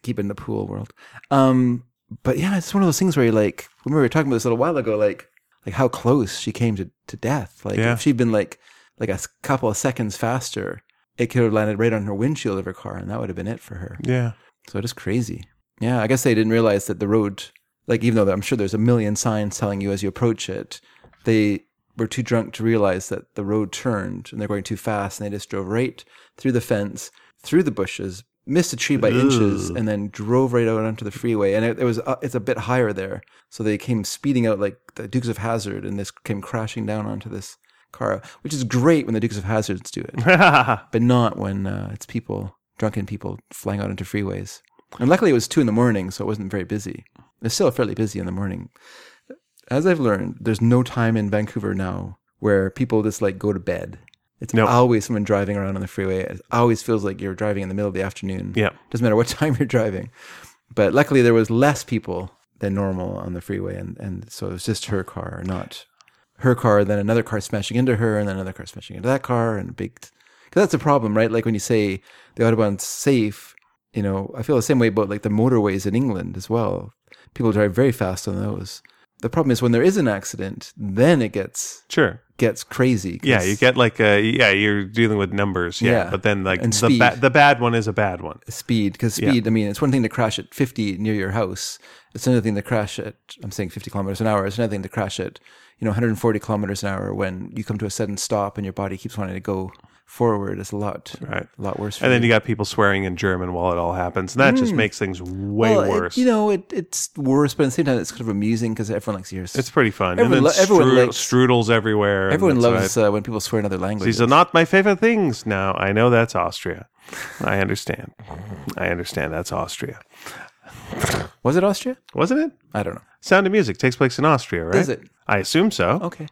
[SPEAKER 2] Keep it in the pool world. Um, but yeah, it's one of those things where you're like, remember we were talking about this a little while ago, like, like how close she came to, to death. Like,
[SPEAKER 1] Yeah.
[SPEAKER 2] if she'd been like, like a s- couple of seconds faster, it could have landed right on her windshield of her car, and that would have been it for her.
[SPEAKER 1] Yeah.
[SPEAKER 2] So it is crazy. Yeah, I guess they didn't realize that the road, like, even though I'm sure there's a million signs telling you as you approach it, they were too drunk to realize that the road turned and they're going too fast and they just drove right through the fence, through the bushes, missed a tree by inches, and then drove right out onto the freeway. And it, it was uh, it's a bit higher there, so they came speeding out like the Dukes of Hazard, and this came crashing down onto this car, which is great when the Dukes of Hazards do it but not when uh, it's people, drunken people, flying out into freeways. And luckily, it was two in the morning, so it wasn't very busy. It's still fairly busy in the morning. As I've learned, there's no time in Vancouver now where people just like go to bed. It's
[SPEAKER 1] No.
[SPEAKER 2] always someone driving around on the freeway. It always feels like you're driving in the middle of the afternoon.
[SPEAKER 1] Yeah.
[SPEAKER 2] Doesn't matter what time you're driving. But luckily, there was less people than normal on the freeway. And, and so it was just her car, not her car, then another car smashing into her, and then another car smashing into that car, and a big. Because that's the problem, right? Like when you say the Autobahn's safe, you know, I feel the same way about like the motorways in England as well. People drive very fast on those. The problem is when there is an accident, then it gets
[SPEAKER 1] Sure.
[SPEAKER 2] gets crazy. 'cause-
[SPEAKER 1] Yeah, you get like a yeah, you're dealing with numbers. Yeah,
[SPEAKER 2] Yeah.
[SPEAKER 1] but then like
[SPEAKER 2] And
[SPEAKER 1] the
[SPEAKER 2] speed.
[SPEAKER 1] ba- the bad one is a bad one.
[SPEAKER 2] speed because
[SPEAKER 1] Yeah.
[SPEAKER 2] speed. I mean, it's one thing to crash at 50 near your house. It's another thing to crash at I'm saying 50 kilometers an hour. It's another thing to crash at you know 140 kilometers an hour when you come to a sudden stop and your body keeps wanting to go forward. It's a lot,
[SPEAKER 1] Right.
[SPEAKER 2] a lot worse. For
[SPEAKER 1] And then
[SPEAKER 2] you.
[SPEAKER 1] you got people swearing in German while it all happens, and that just makes things way
[SPEAKER 2] Mm. Well, it-
[SPEAKER 1] worse.
[SPEAKER 2] you know, it, it's worse, but at the same time, it's kind of amusing because everyone likes to hear.
[SPEAKER 1] it's pretty fun.
[SPEAKER 2] Everyone
[SPEAKER 1] and then
[SPEAKER 2] lo- everyone
[SPEAKER 1] strudel-
[SPEAKER 2] likes-
[SPEAKER 1] strudels everywhere. and
[SPEAKER 2] everyone
[SPEAKER 1] that's what I-
[SPEAKER 2] loves uh, when people swear in other languages.
[SPEAKER 1] These are not my favorite things. Now I know that's Austria. I understand. I understand that's Austria,
[SPEAKER 2] Was it Austria?
[SPEAKER 1] wasn't it?
[SPEAKER 2] I don't know.
[SPEAKER 1] Sound of Music takes place in Austria, right?
[SPEAKER 2] Is it? Oh.
[SPEAKER 1] I assume so. Ah,
[SPEAKER 2] Okay.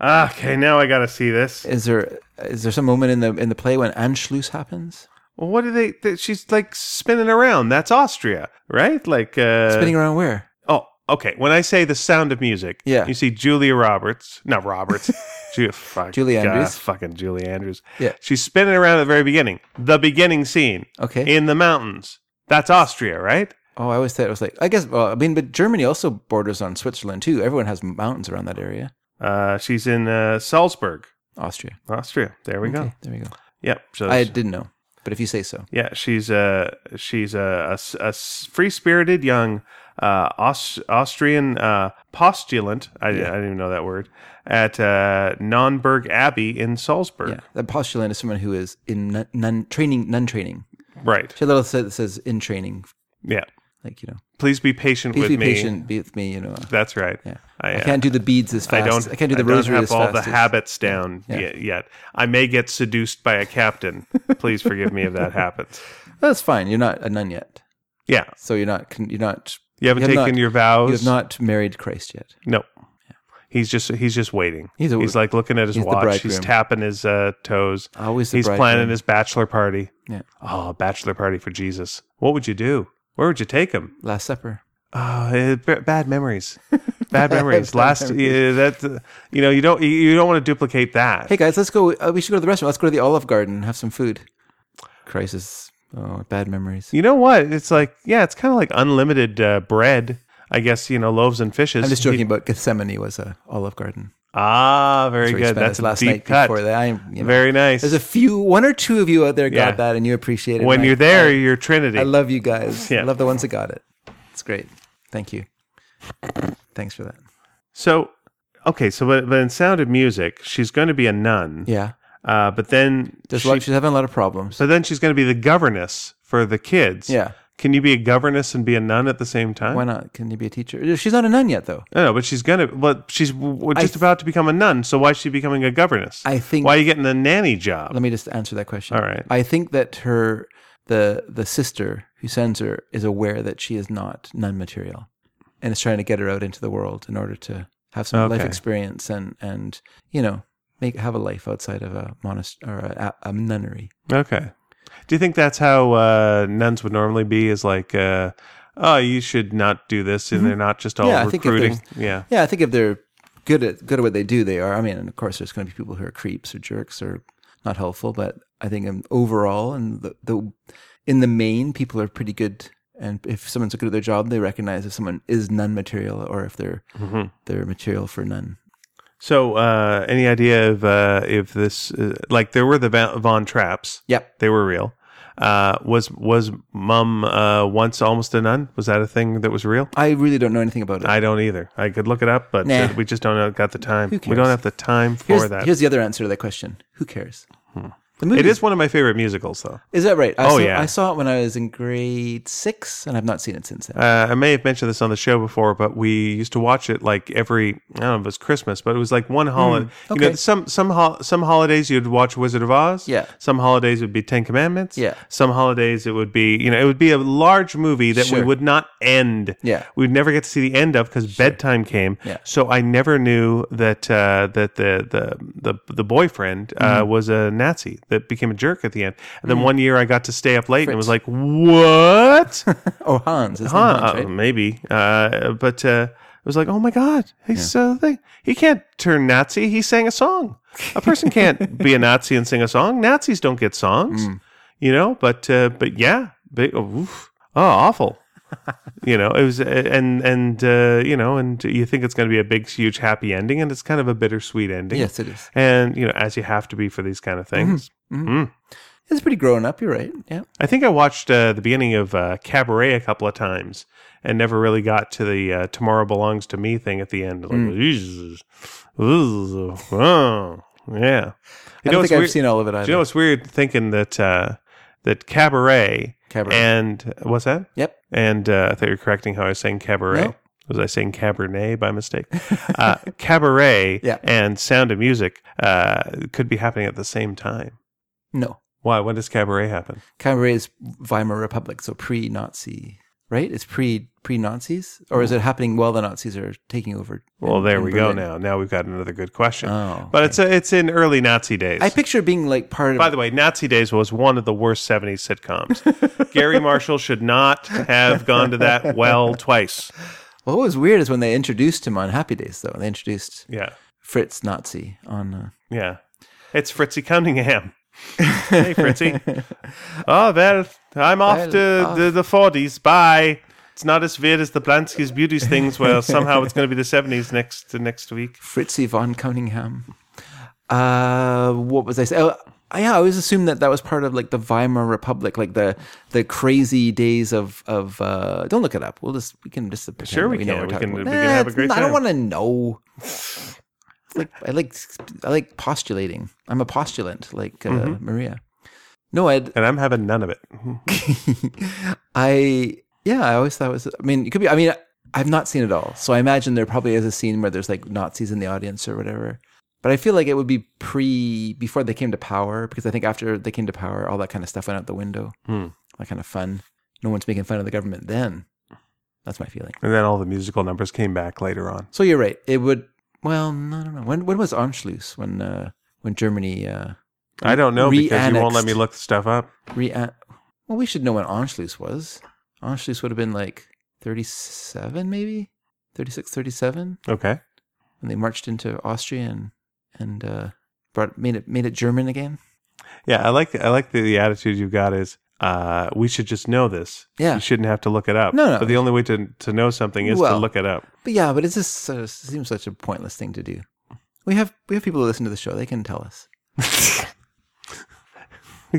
[SPEAKER 1] Okay, now I got to see this.
[SPEAKER 2] Is there is there some moment in the in the play when Anschluss happens?
[SPEAKER 1] Well, what do they? Th- she's like spinning around. That's Austria, right? Like uh,
[SPEAKER 2] Spinning around where?
[SPEAKER 1] Oh, okay. When I say the sound of music,
[SPEAKER 2] Yeah.
[SPEAKER 1] you see Julia Roberts, not Roberts, Ju- fuck,
[SPEAKER 2] Julie
[SPEAKER 1] God,
[SPEAKER 2] Andrews.
[SPEAKER 1] fucking Julie Andrews.
[SPEAKER 2] Yeah.
[SPEAKER 1] she's spinning around at the very beginning, the beginning scene
[SPEAKER 2] Okay.
[SPEAKER 1] in the mountains. That's Austria, right?
[SPEAKER 2] Oh, I always thought it was like I guess. Well, I mean, but Germany also borders on Switzerland too. Everyone has mountains around that area.
[SPEAKER 1] Uh, she's in uh, Salzburg,
[SPEAKER 2] Austria.
[SPEAKER 1] Austria. There we go.
[SPEAKER 2] Okay, there we go.
[SPEAKER 1] Yep. So
[SPEAKER 2] I
[SPEAKER 1] it's-
[SPEAKER 2] didn't know. But if you say so,
[SPEAKER 1] Yeah, she's a she's a, free spirited young uh, Aus- Austrian uh, postulant. I, I didn't even know that word at uh, Nonberg Abbey in Salzburg.
[SPEAKER 2] yeah. That postulant is someone who is in nun, nun training, nun training.
[SPEAKER 1] Right.
[SPEAKER 2] She had a little says, says in training,
[SPEAKER 1] Yeah.
[SPEAKER 2] like you know,
[SPEAKER 1] Please be patient
[SPEAKER 2] please
[SPEAKER 1] with
[SPEAKER 2] be
[SPEAKER 1] me.
[SPEAKER 2] patient, be with me, you know.
[SPEAKER 1] That's right. Yeah. I, uh,
[SPEAKER 2] I can't do the beads as fast.
[SPEAKER 1] I don't.
[SPEAKER 2] I can't do the
[SPEAKER 1] don't
[SPEAKER 2] rosary
[SPEAKER 1] have
[SPEAKER 2] as
[SPEAKER 1] all
[SPEAKER 2] fast.
[SPEAKER 1] the
[SPEAKER 2] as-
[SPEAKER 1] habits down ye- yet. I may get seduced by a captain. Please forgive me if that happens.
[SPEAKER 2] That's fine. You're not a nun yet,
[SPEAKER 1] Yeah.
[SPEAKER 2] so you're not. con- You're not.
[SPEAKER 1] You haven't
[SPEAKER 2] have
[SPEAKER 1] taken
[SPEAKER 2] not-
[SPEAKER 1] your vows.
[SPEAKER 2] You have not married Christ yet.
[SPEAKER 1] No. He's just he's just waiting. He's,
[SPEAKER 2] He's a-
[SPEAKER 1] like looking at his
[SPEAKER 2] he's the
[SPEAKER 1] watch. He's
[SPEAKER 2] bridegroom.
[SPEAKER 1] tapping his uh, toes.
[SPEAKER 2] Always the
[SPEAKER 1] he's
[SPEAKER 2] bridegroom.
[SPEAKER 1] planning his bachelor party.
[SPEAKER 2] Yeah.
[SPEAKER 1] Oh, bachelor party for Jesus. What would you do? Where would you take him?
[SPEAKER 2] Last Supper.
[SPEAKER 1] Oh, eh, b- bad memories. Bad memories.
[SPEAKER 2] Bad
[SPEAKER 1] Last yeah, that uh, you know you don't you- you don't want to duplicate that.
[SPEAKER 2] Hey guys, let's go. Uh, we should go to the restaurant. Let's go to the Olive Garden and have some food. Crisis. Oh, bad memories.
[SPEAKER 1] You know what? It's like yeah, it's kind of like unlimited uh, bread. I guess you know loaves and fishes.
[SPEAKER 2] I'm just joking, but Gethsemane was a Olive Garden.
[SPEAKER 1] ah, very
[SPEAKER 2] We
[SPEAKER 1] good.
[SPEAKER 2] spent
[SPEAKER 1] That's
[SPEAKER 2] it
[SPEAKER 1] a
[SPEAKER 2] last
[SPEAKER 1] deep
[SPEAKER 2] night
[SPEAKER 1] cut.
[SPEAKER 2] before that. I, you know,
[SPEAKER 1] Very nice.
[SPEAKER 2] There's a few, one or two of you out there got
[SPEAKER 1] Yeah.
[SPEAKER 2] that, and you appreciate it.
[SPEAKER 1] when
[SPEAKER 2] and I-
[SPEAKER 1] you're there, you're Trinity.
[SPEAKER 2] I love you guys.
[SPEAKER 1] Yeah.
[SPEAKER 2] I love the ones that got it. It's great. Thank you. Thanks for that.
[SPEAKER 1] So, okay, so but, but in Sound of Music, she's going to be a nun.
[SPEAKER 2] Yeah.
[SPEAKER 1] Uh, but then,
[SPEAKER 2] Just
[SPEAKER 1] she-
[SPEAKER 2] like she's having a lot of problems.
[SPEAKER 1] so then she's going to be the governess for the kids.
[SPEAKER 2] Yeah.
[SPEAKER 1] Can you be a governess and be a nun at the same time?
[SPEAKER 2] Why not? Can you be a teacher? She's not a nun yet, though.
[SPEAKER 1] No, no, but she's gonna. But she's w- w- just
[SPEAKER 2] th-
[SPEAKER 1] about to become a nun. So why is she becoming a governess?
[SPEAKER 2] I think-
[SPEAKER 1] Why are you getting the nanny job?
[SPEAKER 2] Let me just answer that question.
[SPEAKER 1] All right.
[SPEAKER 2] I think that her the the sister who sends her is aware that she is not nun material, and is trying to get her out into the world in order to have some life
[SPEAKER 1] Okay.
[SPEAKER 2] experience and and you know make have a life outside of a monastery or a, a nunnery.
[SPEAKER 1] Okay. Do you think that's how uh, nuns would normally be? Is like, uh, oh, you should not do this, and they're not just all
[SPEAKER 2] Mm-hmm. Yeah, I think if
[SPEAKER 1] recruiting.
[SPEAKER 2] they're-
[SPEAKER 1] Yeah.
[SPEAKER 2] Yeah, I think if they're good at good at what they do, they are. I mean, and of course, there's going to be people who are creeps or jerks or not helpful, but I think um, overall and the, the in the main, people are pretty good. And if someone's good at their job, they recognize if someone is none material or if they're
[SPEAKER 1] Mm-hmm.
[SPEAKER 2] they're material for none.
[SPEAKER 1] So, uh, any idea of uh, if this, uh, like, there were the Va- Von Traps,
[SPEAKER 2] Yep.
[SPEAKER 1] they were real. Uh, was was Mum uh, once almost a nun? Was that a thing that was real?
[SPEAKER 2] I really don't know anything about it.
[SPEAKER 1] I don't either. I could look it up, but
[SPEAKER 2] Nah.
[SPEAKER 1] uh, we just don't know, got the time.
[SPEAKER 2] Who
[SPEAKER 1] We don't
[SPEAKER 2] cares?
[SPEAKER 1] have the time for
[SPEAKER 2] here's,
[SPEAKER 1] that. Hmm.
[SPEAKER 2] here's the other answer to that question: Who cares? The movie
[SPEAKER 1] It is one of my favorite musicals, though.
[SPEAKER 2] Is that right? I
[SPEAKER 1] Oh,
[SPEAKER 2] saw,
[SPEAKER 1] yeah.
[SPEAKER 2] I saw it when I was in grade six, and I've not seen it since then.
[SPEAKER 1] Uh, I may have mentioned this on the show before, but we used to watch it like every I don't know if it was Christmas, but it was like one holiday. You know,
[SPEAKER 2] Hmm, okay.
[SPEAKER 1] some some hol- some holidays you'd watch Wizard of Oz.
[SPEAKER 2] Yeah.
[SPEAKER 1] Some holidays would be Ten Commandments.
[SPEAKER 2] Yeah.
[SPEAKER 1] Some holidays it would be you know it would be a large movie that we
[SPEAKER 2] Sure.
[SPEAKER 1] would not end.
[SPEAKER 2] Yeah.
[SPEAKER 1] We'd never get to see the end of because bedtime came.
[SPEAKER 2] Yeah.
[SPEAKER 1] So I never knew that uh, that the the the, the boyfriend uh,
[SPEAKER 2] Hmm.
[SPEAKER 1] was a Nazi that became a jerk at the end. And then one year I got to stay up late and it was like what.
[SPEAKER 2] oh, Hans. Isn't
[SPEAKER 1] Huh,
[SPEAKER 2] Hans right?
[SPEAKER 1] uh, maybe. Uh, but uh, it was like, oh my God, he's uh, they, he can't turn Nazi. He sang a song. A person can't be a Nazi and sing a song. Nazis don't get songs,
[SPEAKER 2] Mm.
[SPEAKER 1] you know. But uh, but yeah, they, oh, oof. oh awful. you know, it was and and uh, you know, and you think it's going to be a big, huge, happy ending, and it's kind of a bittersweet ending.
[SPEAKER 2] Yes, Mm-hmm. it is.
[SPEAKER 1] And you know, as you have to be for these kind of things. Mm.
[SPEAKER 2] It's pretty grown up. You're right. Yeah.
[SPEAKER 1] I think I watched uh, the beginning of uh, Cabaret a couple of times and never really got to the uh, "Tomorrow Belongs to Me" thing at the end. Like,
[SPEAKER 2] Mm.
[SPEAKER 1] Jesus, Ooh, oh, yeah. You
[SPEAKER 2] I don't
[SPEAKER 1] what's
[SPEAKER 2] think I've
[SPEAKER 1] weird-
[SPEAKER 2] seen all of it either.
[SPEAKER 1] You know, it's weird thinking that uh, that Cabaret,
[SPEAKER 2] Cabaret.
[SPEAKER 1] and what's that?
[SPEAKER 2] yep.
[SPEAKER 1] And uh, I thought you were correcting how I was saying Cabaret.
[SPEAKER 2] No.
[SPEAKER 1] Was I saying Cabernet by mistake? Uh, cabaret
[SPEAKER 2] Yeah.
[SPEAKER 1] and Sound of Music uh, could be happening at the same time.
[SPEAKER 2] No.
[SPEAKER 1] Why? When does Cabaret happen?
[SPEAKER 2] Cabaret is Weimar Republic, so pre-Nazi, right? It's pre pre-Nazis, or is it happening while the Nazis are taking over?
[SPEAKER 1] Well,
[SPEAKER 2] in-
[SPEAKER 1] there
[SPEAKER 2] in
[SPEAKER 1] we
[SPEAKER 2] Berlin?
[SPEAKER 1] go. Now, now we've got another good question.
[SPEAKER 2] Oh,
[SPEAKER 1] but it's it's in early Nazi days.
[SPEAKER 2] I picture it being like part of.
[SPEAKER 1] By the way, Nazi Days was one of the worst '70s sitcoms. Gary Marshall should not have gone to that well twice.
[SPEAKER 2] well, what was weird is when they introduced him on Happy Days, though. They introduced
[SPEAKER 1] Yeah,
[SPEAKER 2] Fritz Nazi on. Uh,
[SPEAKER 1] yeah. It's Fritzy Cunningham. hey, Fritzy. Oh well, I'm off
[SPEAKER 2] Well, uh,
[SPEAKER 1] to The, the '40s. Bye. It's not as weird as the Blansky's beauties things, where somehow it's going to be the '70s next next week.
[SPEAKER 2] Fritzy von Cunningham. Uh, what was I saying? Oh, I- yeah, I always assumed that that was part of like the Weimar Republic, like the the crazy days of of. Uh, don't look it up. We'll just we can just pretend
[SPEAKER 1] Sure
[SPEAKER 2] that
[SPEAKER 1] we
[SPEAKER 2] know
[SPEAKER 1] can.
[SPEAKER 2] what
[SPEAKER 1] We
[SPEAKER 2] we're talking
[SPEAKER 1] can-
[SPEAKER 2] about. Eh,
[SPEAKER 1] we can have a
[SPEAKER 2] it's-
[SPEAKER 1] great
[SPEAKER 2] I
[SPEAKER 1] time.
[SPEAKER 2] don't want to know. It's like I like I like postulating. I'm a postulant, like uh,
[SPEAKER 1] Mm-hmm.
[SPEAKER 2] Maria. No, I'd,
[SPEAKER 1] and I'm having none of it. Mm-hmm.
[SPEAKER 2] I yeah, I always thought it was. I mean, it could be. I mean, I've not seen it all, so I imagine there probably is a scene where there's like Nazis in the audience or whatever. But I feel like it would be pre before they came to power because I think after they came to power, all that kind of stuff went out the window.
[SPEAKER 1] Hmm.
[SPEAKER 2] That kind of fun. No one's making fun of the government then. That's my feeling.
[SPEAKER 1] And then all the musical numbers came back later on.
[SPEAKER 2] So you're right. It would. Well, no, no, no. When when was Anschluss? When uh, when Germany uh,
[SPEAKER 1] I don't know because you won't let me
[SPEAKER 2] Re-annexed.
[SPEAKER 1] look the stuff up.
[SPEAKER 2] re? Well, we should know when Anschluss was. Anschluss would have been like 37, maybe 36, 37.
[SPEAKER 1] Okay.
[SPEAKER 2] when they marched into Austria and and uh, brought made it made it German again.
[SPEAKER 1] Yeah, I like I like the, the attitude you've got is uh, we should just know this.
[SPEAKER 2] Yeah.
[SPEAKER 1] You shouldn't have to look it up.
[SPEAKER 2] No, no.
[SPEAKER 1] But the only way to, to know something is to
[SPEAKER 2] Well.
[SPEAKER 1] look it up.
[SPEAKER 2] But yeah, but it's just sort of, seems such a pointless thing to do. We have we have people who listen to the show; they can tell us.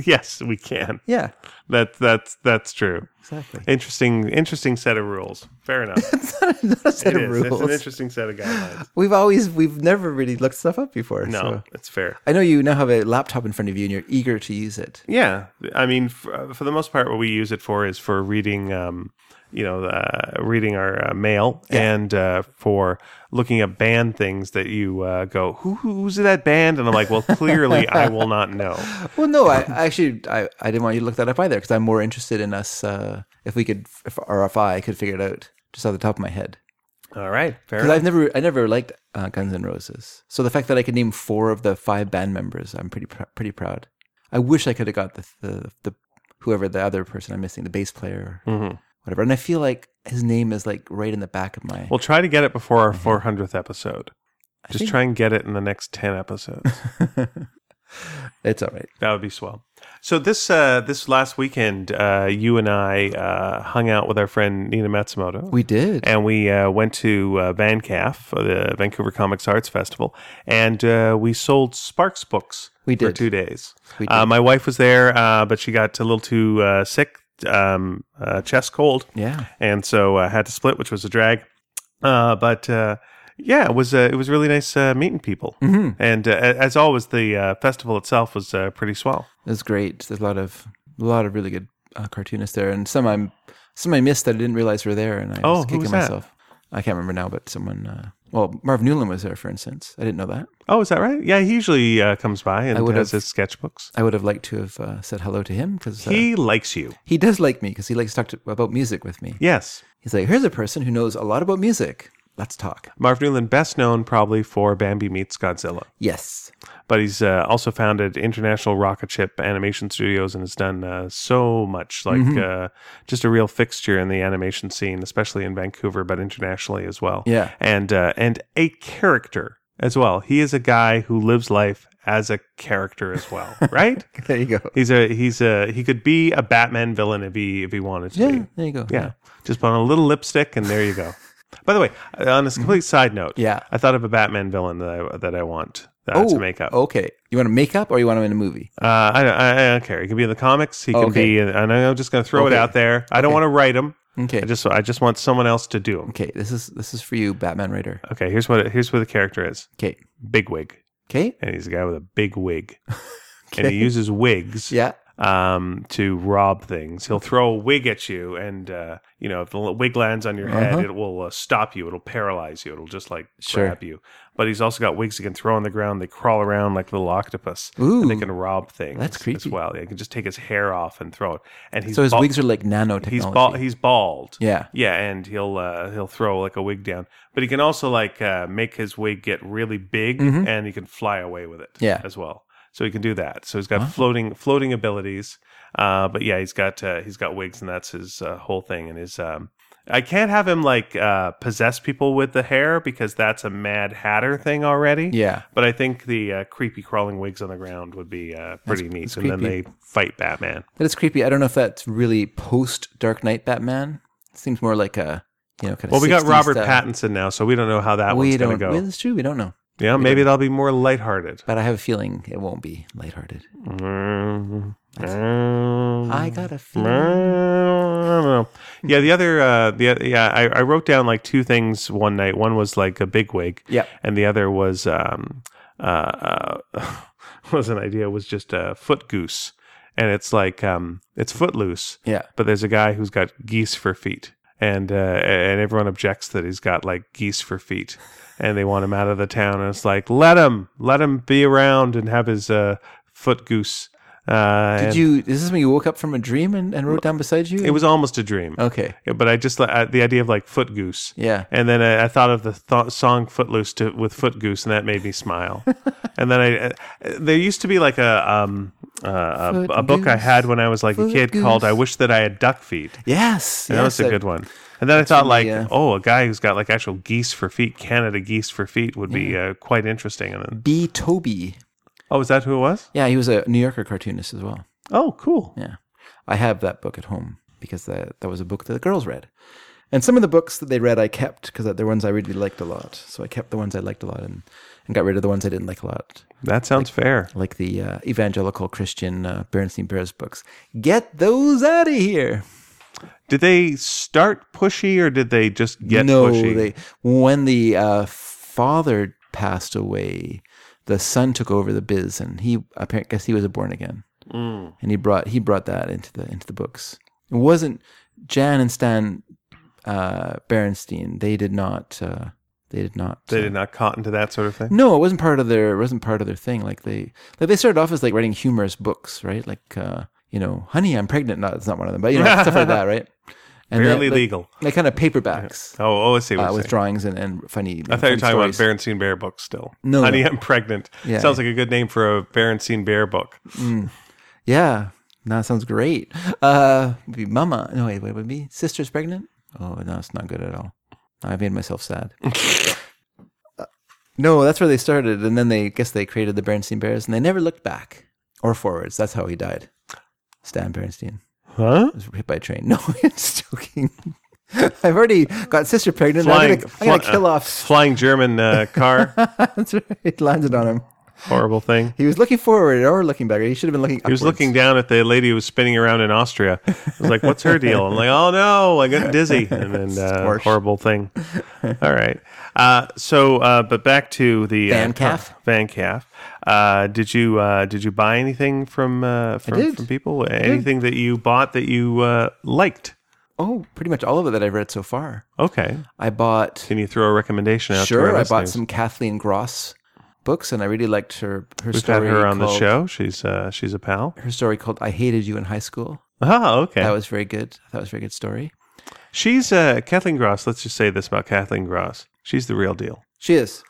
[SPEAKER 1] yes, we can.
[SPEAKER 2] Yeah,
[SPEAKER 1] That that's that's true.
[SPEAKER 2] exactly.
[SPEAKER 1] Interesting interesting set of rules. Fair enough.
[SPEAKER 2] It's not a, not a set
[SPEAKER 1] it
[SPEAKER 2] of
[SPEAKER 1] is. It's an
[SPEAKER 2] rules.
[SPEAKER 1] interesting set of guidelines.
[SPEAKER 2] we've always we've never really looked stuff up before.
[SPEAKER 1] No,
[SPEAKER 2] So.
[SPEAKER 1] it's fair.
[SPEAKER 2] I know you now have a laptop in front of you and you're eager to use it.
[SPEAKER 1] Yeah, I mean, uh, for, for the most part, what we use it for is for reading, um, you know, uh, reading our uh, mail and uh, for looking at band things that you uh, go, who who's in that band? And I'm like, well, clearly I will not know.
[SPEAKER 2] Well, no, I I actually I, I didn't want you to look that up either because I'm more interested in us uh, if we could if, or if I could figure it out just off the top of my head.
[SPEAKER 1] All right, fair.
[SPEAKER 2] Because
[SPEAKER 1] Enough.
[SPEAKER 2] I've never, I never liked uh, Guns N' Roses. So the fact that I could name four of the five band members, I'm pretty, pr- pretty proud. I wish I could have got the, the, the, whoever the other person I'm missing, the bass player, or
[SPEAKER 1] Mm-hmm.
[SPEAKER 2] whatever. And I feel like his name is like right in the back of my.
[SPEAKER 1] We'll try to get it before our 400th episode. Just
[SPEAKER 2] Mm-hmm. think-
[SPEAKER 1] try and get it in the next 10 episodes.
[SPEAKER 2] it's all right.
[SPEAKER 1] That would be swell. So this uh, this last weekend, uh, you and I uh, hung out with our friend Nina Matsumoto.
[SPEAKER 2] We did.
[SPEAKER 1] and we uh, went to uh, VanCaf, uh, the Vancouver Comics Arts Festival, and uh, we sold Sparks books
[SPEAKER 2] We
[SPEAKER 1] for
[SPEAKER 2] did.
[SPEAKER 1] two days.
[SPEAKER 2] We did.
[SPEAKER 1] Uh, my wife was there, uh, but she got a little too uh, sick, um, uh, chest cold,
[SPEAKER 2] yeah.
[SPEAKER 1] and so uh, had to split, which was a drag. Uh, but uh, yeah, it was uh, it was really nice uh, meeting people,
[SPEAKER 2] Mm-hmm.
[SPEAKER 1] and uh, a- as always, the uh, festival itself was uh, pretty swell.
[SPEAKER 2] It was great. There's a lot of, a lot of really good uh, cartoonists there. And some I'm, some I missed that I didn't realize were there. And I
[SPEAKER 1] Oh,
[SPEAKER 2] was
[SPEAKER 1] who
[SPEAKER 2] kicking
[SPEAKER 1] was that?
[SPEAKER 2] myself. I can't remember now, but someone, uh, well, Marv Newland was there, for instance. I didn't know that.
[SPEAKER 1] Oh, is that right? Yeah, he usually uh, comes by and
[SPEAKER 2] would
[SPEAKER 1] has
[SPEAKER 2] have-
[SPEAKER 1] his sketchbooks.
[SPEAKER 2] I would have liked to have uh, said hello to him because uh,
[SPEAKER 1] He likes you.
[SPEAKER 2] He does like me because he likes to talk to, about music with me.
[SPEAKER 1] Yes.
[SPEAKER 2] He's like, here's a person who knows a lot about music. Let's talk.
[SPEAKER 1] Marv Newland, best known probably for Bambi Meets Godzilla,
[SPEAKER 2] Yes.
[SPEAKER 1] but he's uh, also founded International Rocket Ship Animation Studios and has done uh, so much, like
[SPEAKER 2] Mm-hmm.
[SPEAKER 1] uh, just a real fixture in the animation scene, especially in Vancouver, but internationally as well.
[SPEAKER 2] Yeah.
[SPEAKER 1] and uh, and a character as well. He is a guy who lives life as a character as well, right?
[SPEAKER 2] There you go.
[SPEAKER 1] He's a he's a he could be a Batman villain if he if he wanted to.
[SPEAKER 2] Yeah.
[SPEAKER 1] be.
[SPEAKER 2] There you go.
[SPEAKER 1] Yeah. Just put on a little lipstick and there you go. By the way, uh, on
[SPEAKER 2] Mm-hmm.
[SPEAKER 1] a complete side note,
[SPEAKER 2] Yeah.
[SPEAKER 1] I thought of a Batman villain that I, that I want uh,
[SPEAKER 2] Oh,
[SPEAKER 1] to make up.
[SPEAKER 2] Okay. You want to make up or you want him in a movie?
[SPEAKER 1] Uh, I, don't- I, I don't care. He can be in the comics. He can
[SPEAKER 2] Oh, Okay.
[SPEAKER 1] be. In, and I'm just going to throw it
[SPEAKER 2] Okay.
[SPEAKER 1] out there. I don't want to write him.
[SPEAKER 2] Okay.
[SPEAKER 1] I just I just want someone else to do him.
[SPEAKER 2] okay. This is this is for you, Batman writer.
[SPEAKER 1] Okay, here's what it- here's what the character is.
[SPEAKER 2] Okay.
[SPEAKER 1] Big wig,
[SPEAKER 2] Okay.
[SPEAKER 1] and he's a guy with a big wig, and he uses wigs.
[SPEAKER 2] Yeah.
[SPEAKER 1] um, to rob things. He'll throw a wig at you, and uh, you know if the l- wig lands on your head, it will uh, stop you. It'll paralyze you. It'll just like
[SPEAKER 2] Uh-huh. Sure.
[SPEAKER 1] grab you. But he's also got wigs he can throw on the ground. They crawl around like little octopus.
[SPEAKER 2] Ooh.
[SPEAKER 1] and they can rob things.
[SPEAKER 2] That's
[SPEAKER 1] As
[SPEAKER 2] creepy.
[SPEAKER 1] well, they can just take his hair off and throw it. And he's
[SPEAKER 2] So his
[SPEAKER 1] bal-
[SPEAKER 2] wigs are like nanotechnology.
[SPEAKER 1] He's bald. He's bald.
[SPEAKER 2] Yeah.
[SPEAKER 1] yeah, and he'll uh, he'll throw like a wig down, but he can also like uh, make his wig get really big, and he can fly away with it.
[SPEAKER 2] Mm-hmm. Yeah.
[SPEAKER 1] as well. So he can do that. So he's got floating floating abilities. Uh, but yeah, he's got uh, he's got wigs, and that's his uh, whole thing. And his um, I can't have him like uh, possess people with the hair because that's a Mad Hatter thing already.
[SPEAKER 2] Yeah.
[SPEAKER 1] But I think the uh, creepy crawling wigs on the ground would be uh, pretty neat. And then they
[SPEAKER 2] creepy.
[SPEAKER 1] fight Batman.
[SPEAKER 2] That is creepy. I don't know if that's really post Dark Knight Batman. seems more like a you know kind of.
[SPEAKER 1] Well, we got
[SPEAKER 2] 60s
[SPEAKER 1] Robert
[SPEAKER 2] style.
[SPEAKER 1] Pattinson now, so we don't know how that
[SPEAKER 2] We
[SPEAKER 1] one's going
[SPEAKER 2] don't.
[SPEAKER 1] to go.
[SPEAKER 2] Well, that's true. We don't know.
[SPEAKER 1] Yeah, maybe that'll be more lighthearted.
[SPEAKER 2] But I have a feeling it won't be lighthearted.
[SPEAKER 1] Mm.
[SPEAKER 2] I got a feeling.
[SPEAKER 1] Yeah, the other, uh, the yeah, I, I wrote down like two things one night. One was like a big wig,
[SPEAKER 2] Yep.
[SPEAKER 1] and the other was um, uh, uh, was an idea was just a foot goose, and it's like um, it's footloose,
[SPEAKER 2] Yeah.
[SPEAKER 1] but there's a guy who's got geese for feet, and uh, and everyone objects that he's got like geese for feet, and they want him out of the town, and it's like let him, let him be around and have his uh, foot goose. Uh,
[SPEAKER 2] Did
[SPEAKER 1] and
[SPEAKER 2] you? Is this when you woke up from a dream and, and wrote down beside you?
[SPEAKER 1] It was almost a dream,
[SPEAKER 2] okay.
[SPEAKER 1] but I just uh, the idea of like foot goose.
[SPEAKER 2] Yeah.
[SPEAKER 1] And then I, I thought of the th- song "Footloose" to, with Footgoose, and that made me smile. and then I, uh, there used to be like a um uh, a, a book I
[SPEAKER 2] Footgoose,
[SPEAKER 1] had when I was like a kid called "I
[SPEAKER 2] Footgoose.
[SPEAKER 1] Wish That I Had Duck Feet."
[SPEAKER 2] Yes.
[SPEAKER 1] And that was
[SPEAKER 2] yes,
[SPEAKER 1] a
[SPEAKER 2] uh, I-
[SPEAKER 1] good one. And then I thought, like,
[SPEAKER 2] yeah.
[SPEAKER 1] oh, a guy who's got like actual geese for feet, Canada geese for feet, would be uh, quite interesting. And then,
[SPEAKER 2] B. Toby.
[SPEAKER 1] oh, is that who it was?
[SPEAKER 2] Yeah, he was a New Yorker cartoonist as well.
[SPEAKER 1] Oh, cool.
[SPEAKER 2] Yeah. I have that book at home because that, that was a book that the girls read. And some of the books that they read I kept because they're ones I really liked a lot. So I kept the ones I liked a lot and, and got rid of the ones I didn't like a lot,
[SPEAKER 1] That sounds fair.
[SPEAKER 2] like the uh, evangelical Christian uh, Bernstein Bears books. Get those out of here.
[SPEAKER 1] Did they start pushy, or did they just get
[SPEAKER 2] no,
[SPEAKER 1] pushy?
[SPEAKER 2] they when the uh, father passed away, the son took over the biz, and he apparently guess he was a born again,
[SPEAKER 1] Mm.
[SPEAKER 2] and he brought he brought that into the into the books. It wasn't Jan and Stan uh, Berenstein. They did not. Uh, they did not.
[SPEAKER 1] They did not cotton to that sort of thing.
[SPEAKER 2] No, it wasn't part of their. It wasn't part of their thing. Like they, like they started off as like writing humorous books, right? Like, uh, you know, honey, I'm pregnant. No, it's not one of them, but you know, stuff like that, right? And
[SPEAKER 1] Barely
[SPEAKER 2] they- like-
[SPEAKER 1] legal.
[SPEAKER 2] Like kind of paperbacks
[SPEAKER 1] Oh, oh, I see. What
[SPEAKER 2] uh,
[SPEAKER 1] you're
[SPEAKER 2] with
[SPEAKER 1] saying.
[SPEAKER 2] drawings and, and funny.
[SPEAKER 1] I thought you were talking about Berenstein Bear books still.
[SPEAKER 2] No,
[SPEAKER 1] Honey,
[SPEAKER 2] no.
[SPEAKER 1] I'm Pregnant.
[SPEAKER 2] Yeah.
[SPEAKER 1] Sounds like a good name for a Berenstein Bear book.
[SPEAKER 2] Yeah, no, that sounds great. Uh, it'd be Mama. No, wait, wait, would be sister's pregnant. Oh no, it's not good at all. I made myself sad. Uh, no, that's where they started, and then they guess they created the Bernstein Bears, and they never looked back or forwards. That's how he died. Stan Bernstein
[SPEAKER 1] Huh?
[SPEAKER 2] was hit by a train. No, I'm just joking. I've already got sister pregnant. and
[SPEAKER 1] Flying,
[SPEAKER 2] I'm gonna, I'm gonna
[SPEAKER 1] fly-
[SPEAKER 2] kill
[SPEAKER 1] uh,
[SPEAKER 2] off.
[SPEAKER 1] Flying German uh, car.
[SPEAKER 2] That's right. Landed on him.
[SPEAKER 1] Horrible thing.
[SPEAKER 2] He was looking forward or looking back. He should have been looking.
[SPEAKER 1] He was looking down at the lady who was spinning around in Austria. I was like, what's her deal? I'm like, oh no, I got dizzy. And then uh,
[SPEAKER 2] harsh.
[SPEAKER 1] horrible thing. All right. Uh, so, uh, but back to the uh,
[SPEAKER 2] Van Calf?
[SPEAKER 1] Van Calf. Uh, did you uh, did you buy anything from uh, from,
[SPEAKER 2] did.
[SPEAKER 1] from people? Anything that you bought that you uh, liked?
[SPEAKER 2] Oh, pretty much all of it that I've read so far.
[SPEAKER 1] Okay.
[SPEAKER 2] I bought
[SPEAKER 1] Can you throw a recommendation out? to
[SPEAKER 2] sure.
[SPEAKER 1] our
[SPEAKER 2] I bought
[SPEAKER 1] listeners?
[SPEAKER 2] some Kathleen Gross books, and I really liked her her
[SPEAKER 1] We've had
[SPEAKER 2] story.
[SPEAKER 1] her on the
[SPEAKER 2] called-
[SPEAKER 1] show. She's uh, she's a pal.
[SPEAKER 2] Her story called "I Hated You in High School."
[SPEAKER 1] Oh, okay.
[SPEAKER 2] That was very good. That was a very good story.
[SPEAKER 1] she's uh, Kathleen Gross. Let's just say this about Kathleen Gross. She's the real deal.
[SPEAKER 2] She is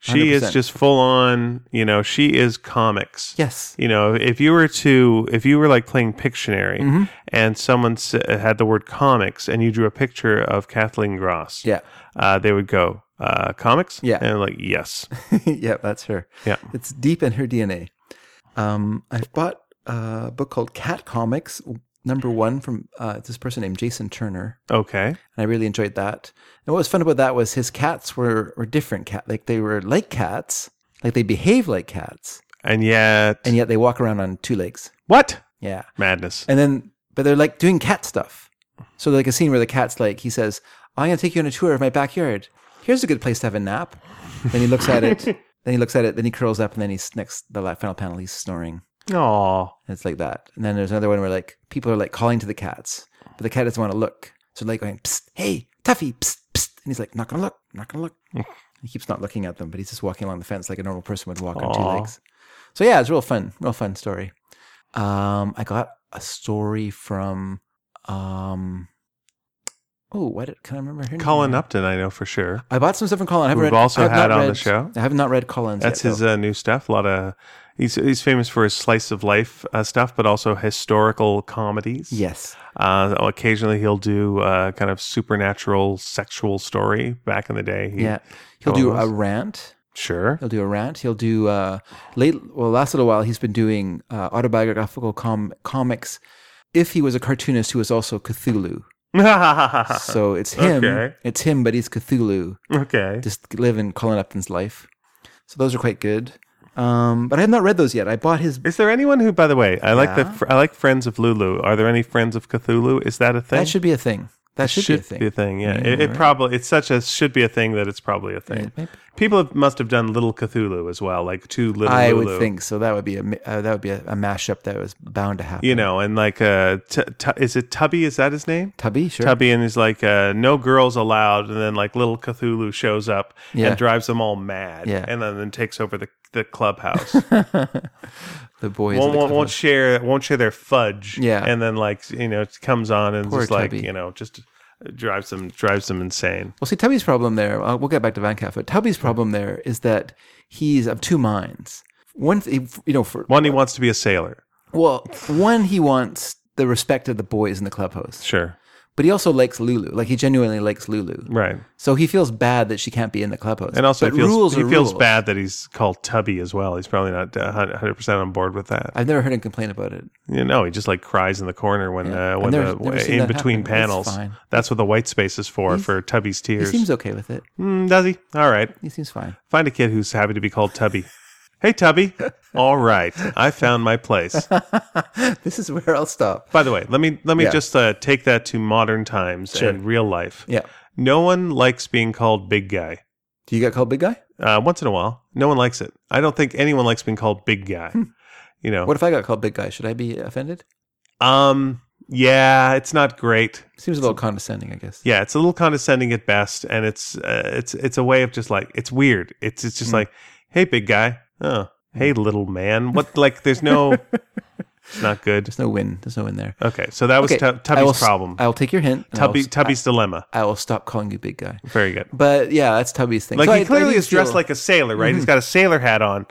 [SPEAKER 1] She is
[SPEAKER 2] 100%.
[SPEAKER 1] just full on. You know, she is comics.
[SPEAKER 2] yes.
[SPEAKER 1] You know, if you were to, if you were like playing Pictionary
[SPEAKER 2] Mm-hmm.
[SPEAKER 1] and someone s- uh, had the word comics and you drew a picture of Kathleen Gross,
[SPEAKER 2] Yeah,
[SPEAKER 1] uh, they would go, uh, comics?
[SPEAKER 2] Yeah.
[SPEAKER 1] And like, yes.
[SPEAKER 2] yeah, that's her.
[SPEAKER 1] Yeah.
[SPEAKER 2] it's deep in her DNA. Um, I've bought a book called Cat Comics Number One from uh, this person named Jason Turner.
[SPEAKER 1] Okay.
[SPEAKER 2] and I really enjoyed that. And what was fun about that was his cats were were different cat, like they were like cats, like they behave like cats,
[SPEAKER 1] And yet,
[SPEAKER 2] and yet they walk around on two legs.
[SPEAKER 1] what?
[SPEAKER 2] Yeah,
[SPEAKER 1] Madness.
[SPEAKER 2] and then but they're like doing cat stuff. So like a scene where the cat's like he says, "I'm gonna take you on a tour of my backyard. Here's a good place to have a nap." Then he looks at it. Then he looks at it. Then he curls up, and then he's next the la- final panel. He's snoring.
[SPEAKER 1] Aw.
[SPEAKER 2] And it's like that. And then there's another one where like people are like calling to the cats, but the cat doesn't want to look. So like going, psst, hey, Tuffy, psst, psst. And he's like, not gonna look, not gonna look.
[SPEAKER 1] Mm.
[SPEAKER 2] he keeps not looking at them, but he's just walking along the fence like a normal person would walk on two
[SPEAKER 1] Aw.
[SPEAKER 2] legs. So yeah, it's real fun, real fun story. Um, I got a story from um Oh, what did, can I remember her name?
[SPEAKER 1] Colin
[SPEAKER 2] now?
[SPEAKER 1] Upton, I know for sure.
[SPEAKER 2] I bought some stuff from Colin. I haven't
[SPEAKER 1] We've
[SPEAKER 2] read,
[SPEAKER 1] also
[SPEAKER 2] I have
[SPEAKER 1] had
[SPEAKER 2] not
[SPEAKER 1] on the
[SPEAKER 2] read-
[SPEAKER 1] show.
[SPEAKER 2] I have not read Colin's.
[SPEAKER 1] That's
[SPEAKER 2] yet,
[SPEAKER 1] his
[SPEAKER 2] though.
[SPEAKER 1] uh, new stuff. A lot of he's he's famous for his slice of life uh, stuff, but also historical comedies.
[SPEAKER 2] yes.
[SPEAKER 1] Uh, occasionally he'll do uh, kind of supernatural sexual story. Back in the day, he,
[SPEAKER 2] Yeah. He'll do a
[SPEAKER 1] Colin's.
[SPEAKER 2] rant.
[SPEAKER 1] sure.
[SPEAKER 2] He'll do a rant. He'll do uh, late. Well, last little while he's been doing uh, autobiographical com- comics. If he was a cartoonist, who was also Cthulhu. So it's him.
[SPEAKER 1] Okay.
[SPEAKER 2] It's him, but he's Cthulhu.
[SPEAKER 1] okay.
[SPEAKER 2] Just live in Colin Upton's life. So those are quite good. Um, but I have not read those yet. I bought his.
[SPEAKER 1] Is there anyone who, by the way, I like the fr- I like Friends of Lulu. Are there any Friends of Cthulhu? Is that a thing?
[SPEAKER 2] That should be a thing. That should, be a thing.
[SPEAKER 1] Yeah, it, it probably it's such a should be a thing that it's probably a thing.
[SPEAKER 2] might
[SPEAKER 1] People have, must have done Little Cthulhu as well, like two little.
[SPEAKER 2] I
[SPEAKER 1] Lulu.
[SPEAKER 2] would think so. That would be a mi- uh, that would be a, a mashup that was bound to happen.
[SPEAKER 1] you know, and like uh, t- t- is it Tubby? Is that his name?
[SPEAKER 2] Tubby, sure.
[SPEAKER 1] Tubby and he's like, uh, no girls allowed. And then like little Cthulhu shows up
[SPEAKER 2] Yeah.
[SPEAKER 1] and drives them all mad.
[SPEAKER 2] Yeah.
[SPEAKER 1] And then, then takes over the, the clubhouse.
[SPEAKER 2] The boys. of
[SPEAKER 1] won't,
[SPEAKER 2] the
[SPEAKER 1] won't,
[SPEAKER 2] club.
[SPEAKER 1] won't share won't share their fudge.
[SPEAKER 2] Yeah.
[SPEAKER 1] And then like you know it comes on and
[SPEAKER 2] Poor
[SPEAKER 1] just like
[SPEAKER 2] Tubby.
[SPEAKER 1] you know just drives them drives them insane.
[SPEAKER 2] Well, see, Tubby's problem there. Uh, we'll get back to Van Caff, but Tubby's problem there is that he's of two minds. One, th- you know, for
[SPEAKER 1] One he wants to be a sailor.
[SPEAKER 2] well, one he wants the respect of the boys in the clubhouse,
[SPEAKER 1] Sure.
[SPEAKER 2] but he also likes Lulu. Like he genuinely likes Lulu.
[SPEAKER 1] Right.
[SPEAKER 2] So he feels bad that she can't be in the clubhouse.
[SPEAKER 1] And also
[SPEAKER 2] but
[SPEAKER 1] he feels,
[SPEAKER 2] rules
[SPEAKER 1] he
[SPEAKER 2] are
[SPEAKER 1] feels
[SPEAKER 2] rules.
[SPEAKER 1] bad that he's called Tubby as well. He's probably not uh, 100% on board with that.
[SPEAKER 2] I've never heard him complain about it.
[SPEAKER 1] You know, he just like cries in the corner when uh, when
[SPEAKER 2] never-
[SPEAKER 1] the
[SPEAKER 2] never seen
[SPEAKER 1] in
[SPEAKER 2] that
[SPEAKER 1] between
[SPEAKER 2] happen. That's
[SPEAKER 1] panels.
[SPEAKER 2] fine.
[SPEAKER 1] That's what the white space is for for Tubby's
[SPEAKER 2] He
[SPEAKER 1] tears.
[SPEAKER 2] seems okay with it.
[SPEAKER 1] Mm, does he? All right.
[SPEAKER 2] He seems fine.
[SPEAKER 1] Find a kid who's happy to be called Tubby. hey Tubby. All right. I found my place.
[SPEAKER 2] This is where I'll stop.
[SPEAKER 1] By the way, let me let me
[SPEAKER 2] Yeah.
[SPEAKER 1] just uh, take that to modern times and real life.
[SPEAKER 2] Yeah.
[SPEAKER 1] No one likes being called big guy.
[SPEAKER 2] Do you get called big guy?
[SPEAKER 1] Uh, once in a while, no one likes it. I don't think anyone likes being called big guy. You know,
[SPEAKER 2] Hmm. What if I got called big guy? Should I be offended?
[SPEAKER 1] um, yeah, it's not great.
[SPEAKER 2] Seems a little condescending, I guess.
[SPEAKER 1] Yeah, it's a little condescending at best, and it's uh, it's it's a way of just like it's weird. It's it's just
[SPEAKER 2] Hmm.
[SPEAKER 1] like, hey, big guy. Oh, hey, little man. What? Like, there's no. it's not good.
[SPEAKER 2] There's no win. There's no win there.
[SPEAKER 1] Okay, so that was
[SPEAKER 2] Okay,
[SPEAKER 1] Tub-
[SPEAKER 2] I will
[SPEAKER 1] Tubby's
[SPEAKER 2] s-
[SPEAKER 1] problem.
[SPEAKER 2] I will take your hint. and I will
[SPEAKER 1] Tubby,
[SPEAKER 2] s-
[SPEAKER 1] Tubby's dilemma.
[SPEAKER 2] I will stop calling you big guy.
[SPEAKER 1] Very good.
[SPEAKER 2] But yeah, that's Tubby's thing.
[SPEAKER 1] Like
[SPEAKER 2] So
[SPEAKER 1] he
[SPEAKER 2] I- Mm-hmm. I
[SPEAKER 1] clearly
[SPEAKER 2] do
[SPEAKER 1] is dressed
[SPEAKER 2] feel-
[SPEAKER 1] like a sailor, right? He's got a sailor hat on.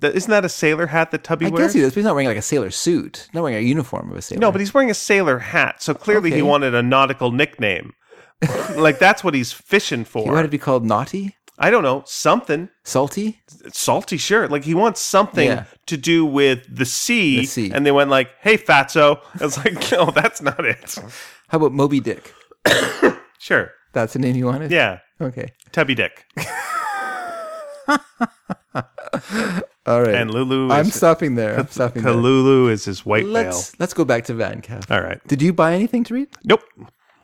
[SPEAKER 1] Th- Isn't that a sailor hat that Tubby
[SPEAKER 2] I
[SPEAKER 1] wears?
[SPEAKER 2] guess he does, but he's not wearing like a sailor suit. Not wearing a uniform of a sailor.
[SPEAKER 1] No, but he's wearing a sailor hat, so clearly
[SPEAKER 2] Okay.
[SPEAKER 1] he wanted a nautical nickname. like that's what he's fishing
[SPEAKER 2] he
[SPEAKER 1] for.
[SPEAKER 2] wanted to be called naughty,
[SPEAKER 1] I don't know, something
[SPEAKER 2] salty.
[SPEAKER 1] salty, sure. Like he wants something
[SPEAKER 2] Yeah.
[SPEAKER 1] to do with the sea,
[SPEAKER 2] The sea.
[SPEAKER 1] and they went like, "Hey, Fatso." I was like, "No, that's not it."
[SPEAKER 2] How about Moby Dick?
[SPEAKER 1] Sure,
[SPEAKER 2] That's the name you wanted.
[SPEAKER 1] yeah,
[SPEAKER 2] Okay.
[SPEAKER 1] Tubby Dick
[SPEAKER 2] All right.
[SPEAKER 1] and Lulu.
[SPEAKER 2] I'm
[SPEAKER 1] is,
[SPEAKER 2] stopping there. I'm stopping there.
[SPEAKER 1] Kalulu is his white whale.
[SPEAKER 2] Let's let's go back to Van Caff.
[SPEAKER 1] All right.
[SPEAKER 2] Did you buy anything to read?
[SPEAKER 1] Nope.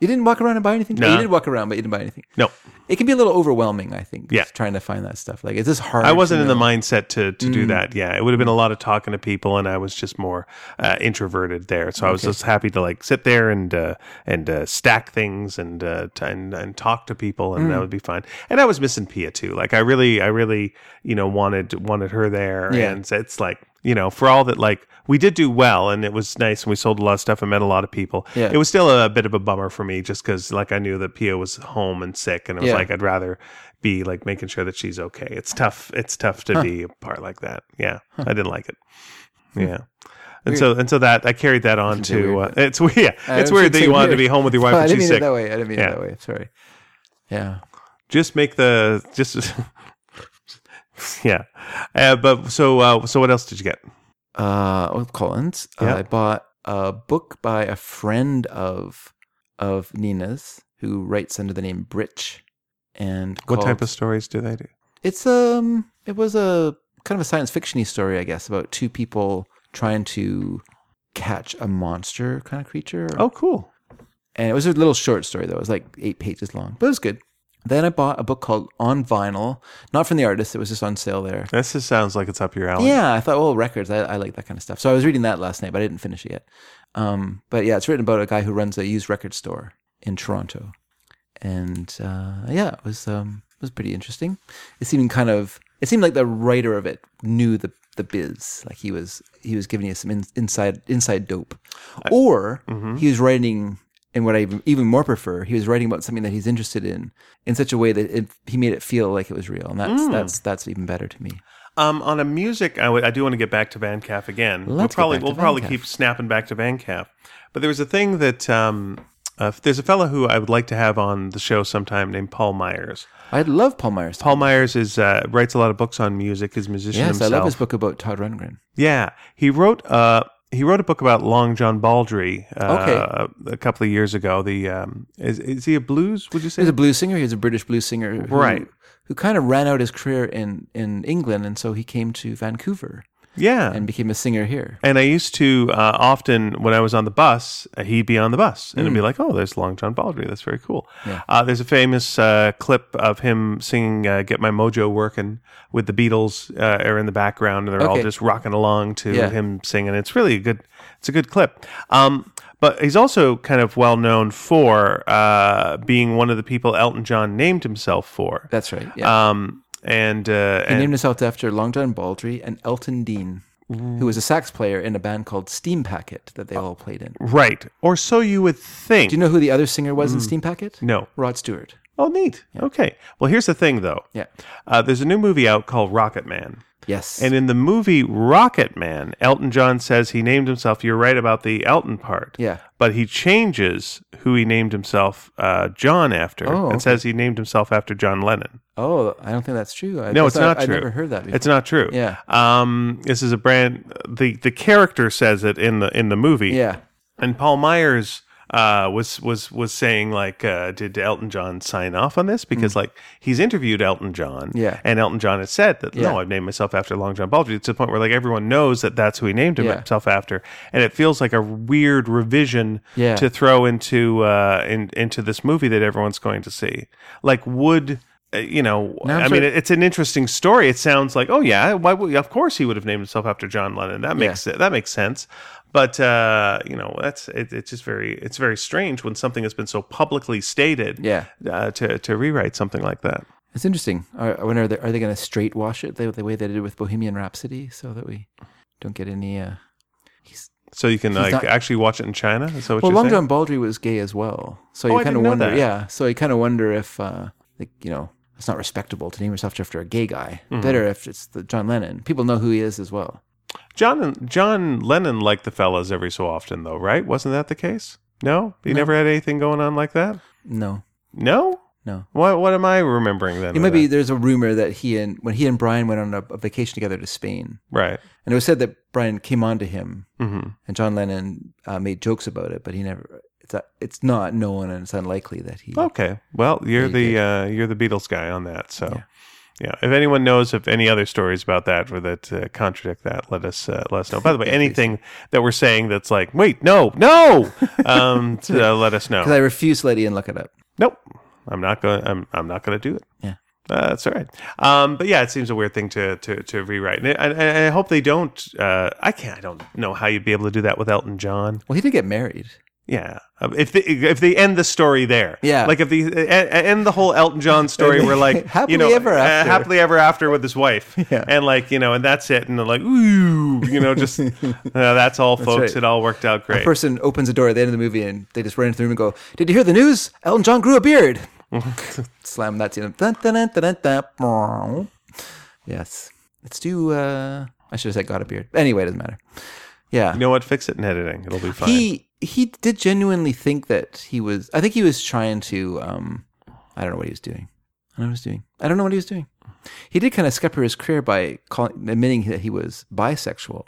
[SPEAKER 2] You didn't walk around and buy anything.
[SPEAKER 1] No.
[SPEAKER 2] You did walk around, but you didn't buy anything.
[SPEAKER 1] Nope.
[SPEAKER 2] It can be a little overwhelming, I think.
[SPEAKER 1] Yeah.
[SPEAKER 2] just trying to find that stuff. Like, it's just hard.
[SPEAKER 1] I wasn't
[SPEAKER 2] to
[SPEAKER 1] in the
[SPEAKER 2] know. Mm.
[SPEAKER 1] mindset to to do that. Yeah, it would have been a lot of talking to people, and I was just more uh, introverted there. So I was just happy to like sit there and uh, and uh, stack things and, uh, t- and and talk to people, and
[SPEAKER 2] Mm.
[SPEAKER 1] that would be fine. And I was missing Pia too. Like I really, I really, you know, wanted wanted her there,
[SPEAKER 2] Yeah.
[SPEAKER 1] and so it's like you know, for all that, like we did do well, and it was nice, and we sold a lot of stuff and met a lot of people.
[SPEAKER 2] Yeah.
[SPEAKER 1] It was still a, bit of a bummer for me, just because like I knew that Pia was home and sick, and it was
[SPEAKER 2] Yeah.
[SPEAKER 1] like I'd rather be like making sure that she's okay. It's tough. It's tough to be apart like that. Yeah, I didn't like it.
[SPEAKER 2] Hmm.
[SPEAKER 1] Yeah. And so and so that I carried that on to uh, it's weird. Yeah,
[SPEAKER 2] I
[SPEAKER 1] it's
[SPEAKER 2] don't
[SPEAKER 1] weird
[SPEAKER 2] think
[SPEAKER 1] that
[SPEAKER 2] so,
[SPEAKER 1] you wanted to
[SPEAKER 2] weird.
[SPEAKER 1] be home with your wife
[SPEAKER 2] No, Oh, I
[SPEAKER 1] when
[SPEAKER 2] didn't
[SPEAKER 1] she's
[SPEAKER 2] mean
[SPEAKER 1] sick.
[SPEAKER 2] it that way. I didn't mean
[SPEAKER 1] Yeah.
[SPEAKER 2] it that way. Sorry. Yeah.
[SPEAKER 1] Just make the just yeah. Uh, but so uh, so what else did you get?
[SPEAKER 2] Uh, well, Collins.
[SPEAKER 1] Yeah.
[SPEAKER 2] I bought a book by a friend of of Nina's who writes under the name Britch. And
[SPEAKER 1] What type
[SPEAKER 2] called-
[SPEAKER 1] of stories do they do?
[SPEAKER 2] It's um, it was a kind of a science fictiony story, I guess, about two people trying to catch a monster kind of creature.
[SPEAKER 1] Oh, cool.
[SPEAKER 2] And it was a little short story, though. It was like eight pages long, but it was good. Then I bought a book called On Vinyl, not from the artist. It was just on sale there.
[SPEAKER 1] This just sounds like it's up your alley.
[SPEAKER 2] Yeah, I thought, well, records. I, I like that kind of stuff. So I was reading that last night, but I didn't finish it yet. Um, but yeah, it's written about a guy who runs a used record store in Toronto, and uh, yeah, it was um, it was pretty interesting. It seemed kind of it seemed like the writer of it knew the the biz, like he was he was giving you some in, inside inside dope, or he was writing. And what I even- even more prefer, he was writing about something that he's interested in in such a way that it, he made it feel like it was real, and that's that's that's even better to me.
[SPEAKER 1] Um, on a music, I, w- I do want to get back to Van Calf again. we'll
[SPEAKER 2] Let's get
[SPEAKER 1] probably
[SPEAKER 2] back to
[SPEAKER 1] we'll probably
[SPEAKER 2] Van Calf.
[SPEAKER 1] keep snapping back to Van Calf. But there was a thing that um, uh, there's a fellow who I would like to have on the show sometime named Paul Myers.
[SPEAKER 2] I love Paul Myers.
[SPEAKER 1] Paul Myers is uh, writes a lot of books on music. He's a musician
[SPEAKER 2] Yes,
[SPEAKER 1] himself.
[SPEAKER 2] I love his book about Todd Rundgren.
[SPEAKER 1] Yeah, he wrote uh, he wrote a book about Long John Baldry uh,
[SPEAKER 2] Okay.
[SPEAKER 1] a couple of years ago. The um, is, is he a blues? Would you
[SPEAKER 2] He
[SPEAKER 1] say?
[SPEAKER 2] was a blues singer. He was a British blues singer, who,
[SPEAKER 1] Right.
[SPEAKER 2] Who kind of ran out his career in in England, and so he came to Vancouver
[SPEAKER 1] yeah.
[SPEAKER 2] and became a singer here.
[SPEAKER 1] And I used to uh, often, when I was on the bus, uh, he'd be on the bus and it'd
[SPEAKER 2] Mm.
[SPEAKER 1] be like, oh, there's Long John Baldry. That's very cool. Uh, there's a famous uh, clip of him singing uh, Get My Mojo Working with the Beatles uh, are in the background and they're all
[SPEAKER 2] Okay.
[SPEAKER 1] just rocking along to
[SPEAKER 2] Yeah.
[SPEAKER 1] him singing. It's really a good, it's a good clip. Um, but he's also kind of well known for uh, being one of the people Elton John named himself for.
[SPEAKER 2] That's right. Yeah.
[SPEAKER 1] Um, and uh,
[SPEAKER 2] Uh, He
[SPEAKER 1] and-
[SPEAKER 2] named himself after Long John Baldry and Elton Dean, who was a sax player in a band called Steam Packet that they all played in. Do
[SPEAKER 1] right, or so you would think.
[SPEAKER 2] you know who the other singer was in Steam Packet?
[SPEAKER 1] Mm. no.
[SPEAKER 2] Rod Stewart.
[SPEAKER 1] Oh, neat. Okay. Well, here's the thing, though.
[SPEAKER 2] Yeah.
[SPEAKER 1] Uh, there's a new movie out called Rocket Man.
[SPEAKER 2] Yes.
[SPEAKER 1] And in the movie Rocket Man, Elton John says he named himself, you're right about the Elton part.
[SPEAKER 2] Yeah.
[SPEAKER 1] But he changes who he named himself uh, John after
[SPEAKER 2] Oh,
[SPEAKER 1] and
[SPEAKER 2] okay.
[SPEAKER 1] says he named himself after John Lennon.
[SPEAKER 2] oh, I don't think that's true. I,
[SPEAKER 1] No,
[SPEAKER 2] that's
[SPEAKER 1] it's not, true.
[SPEAKER 2] I never heard that before.
[SPEAKER 1] It's not true.
[SPEAKER 2] Yeah.
[SPEAKER 1] Um, this is a brand. The the character says it in the in the movie.
[SPEAKER 2] yeah.
[SPEAKER 1] And Paul Myers uh, was was was saying like, uh, did Elton John sign off on this? Because like he's interviewed Elton John,
[SPEAKER 2] Mm. Yeah.
[SPEAKER 1] and Elton John has said that
[SPEAKER 2] Yeah.
[SPEAKER 1] no, I've named myself after Long John Baldry. It's to the point where like everyone knows that that's who he named
[SPEAKER 2] Yeah.
[SPEAKER 1] himself after, and it feels like a weird revision
[SPEAKER 2] Yeah.
[SPEAKER 1] to throw into uh, in, into this movie that everyone's going to see. Like, would uh, you know?
[SPEAKER 2] Now I'm
[SPEAKER 1] I mean,
[SPEAKER 2] sort-
[SPEAKER 1] it's an interesting story. It sounds like, oh yeah, why would, of course he would have named himself after John Lennon. That makes it, that makes sense. But uh, you know, that's it, it's just very it's very strange when something has been so publicly stated.
[SPEAKER 2] Yeah.
[SPEAKER 1] Uh, to to rewrite something like that.
[SPEAKER 2] It's interesting. I I wonder, are they, are they going to straight wash it the, the way they did with Bohemian Rhapsody so that we don't get any. Uh...
[SPEAKER 1] So you can like
[SPEAKER 2] not-
[SPEAKER 1] actually watch it in China. Is that what
[SPEAKER 2] Well,
[SPEAKER 1] you're
[SPEAKER 2] Long
[SPEAKER 1] saying?
[SPEAKER 2] John Baldry was gay as well. So
[SPEAKER 1] Oh, I
[SPEAKER 2] you kind of
[SPEAKER 1] didn't know
[SPEAKER 2] wonder.
[SPEAKER 1] that.
[SPEAKER 2] Yeah. So you kind of wonder if, uh, like, you know, it's not respectable to name yourself after a gay guy.
[SPEAKER 1] Mm-hmm.
[SPEAKER 2] Better if it's the John Lennon. People know who he is as well.
[SPEAKER 1] John John Lennon liked the fellas every so often though, right? Wasn't that the case? No, he never had anything going on like that.
[SPEAKER 2] No,
[SPEAKER 1] No.
[SPEAKER 2] no.
[SPEAKER 1] What what am I remembering then?
[SPEAKER 2] It
[SPEAKER 1] of
[SPEAKER 2] might be
[SPEAKER 1] that?
[SPEAKER 2] there's a rumor that he and when he and Brian went on a, a vacation together to Spain,
[SPEAKER 1] right.
[SPEAKER 2] and it was said that Brian came on to him,
[SPEAKER 1] hmm
[SPEAKER 2] and John Lennon uh, made jokes about it, but he never. It's a, it's not known, and it's unlikely that he.
[SPEAKER 1] Okay. Well, you're
[SPEAKER 2] you
[SPEAKER 1] the uh, you're the Beatles guy on that. So, yeah.
[SPEAKER 2] Yeah.
[SPEAKER 1] If anyone knows of any other stories about that or that uh, contradict that, let us uh, let us know. By the way, anything that we're saying that's like, wait, no, no, um, to, uh, let us know.
[SPEAKER 2] Because I refuse to let Ian look it up.
[SPEAKER 1] nope, I'm not going. I'm I'm not going to do it.
[SPEAKER 2] Yeah.
[SPEAKER 1] Uh, that's all right. Um, but yeah, it seems a weird thing to to, to rewrite, and I, and I hope they don't. Uh, I can't. I don't know how you'd be able to do that with Elton John.
[SPEAKER 2] Well, he did get married.
[SPEAKER 1] Yeah, Um, if they, if they end the story there,
[SPEAKER 2] Yeah.
[SPEAKER 1] like if they uh, end the whole Elton John story, we're like you
[SPEAKER 2] Happily
[SPEAKER 1] know, uh,
[SPEAKER 2] ever after.
[SPEAKER 1] happily ever after with his wife,
[SPEAKER 2] Yeah.
[SPEAKER 1] and like you know, and that's it, and they're like, ooh, you know, just uh, that's all, folks.
[SPEAKER 2] right.
[SPEAKER 1] It all worked out
[SPEAKER 2] A
[SPEAKER 1] great.
[SPEAKER 2] person opens a door at the end of the movie, and they just run into the room and go, "Did you hear the news? Elton John grew a beard." Slam that to them. Dun, dun, dun, dun, dun, dun. Yes, let's do. Uh, I should have said got a beard. Anyway, it doesn't matter. Yeah,
[SPEAKER 1] you know what? Fix it in editing. It'll be fine.
[SPEAKER 2] he he did genuinely think that he was. I think he was trying to. Um, I don't know what he was doing. I don't know what he was doing. I don't know what he was doing. He did kind of scupper his career by calling, admitting that he was bisexual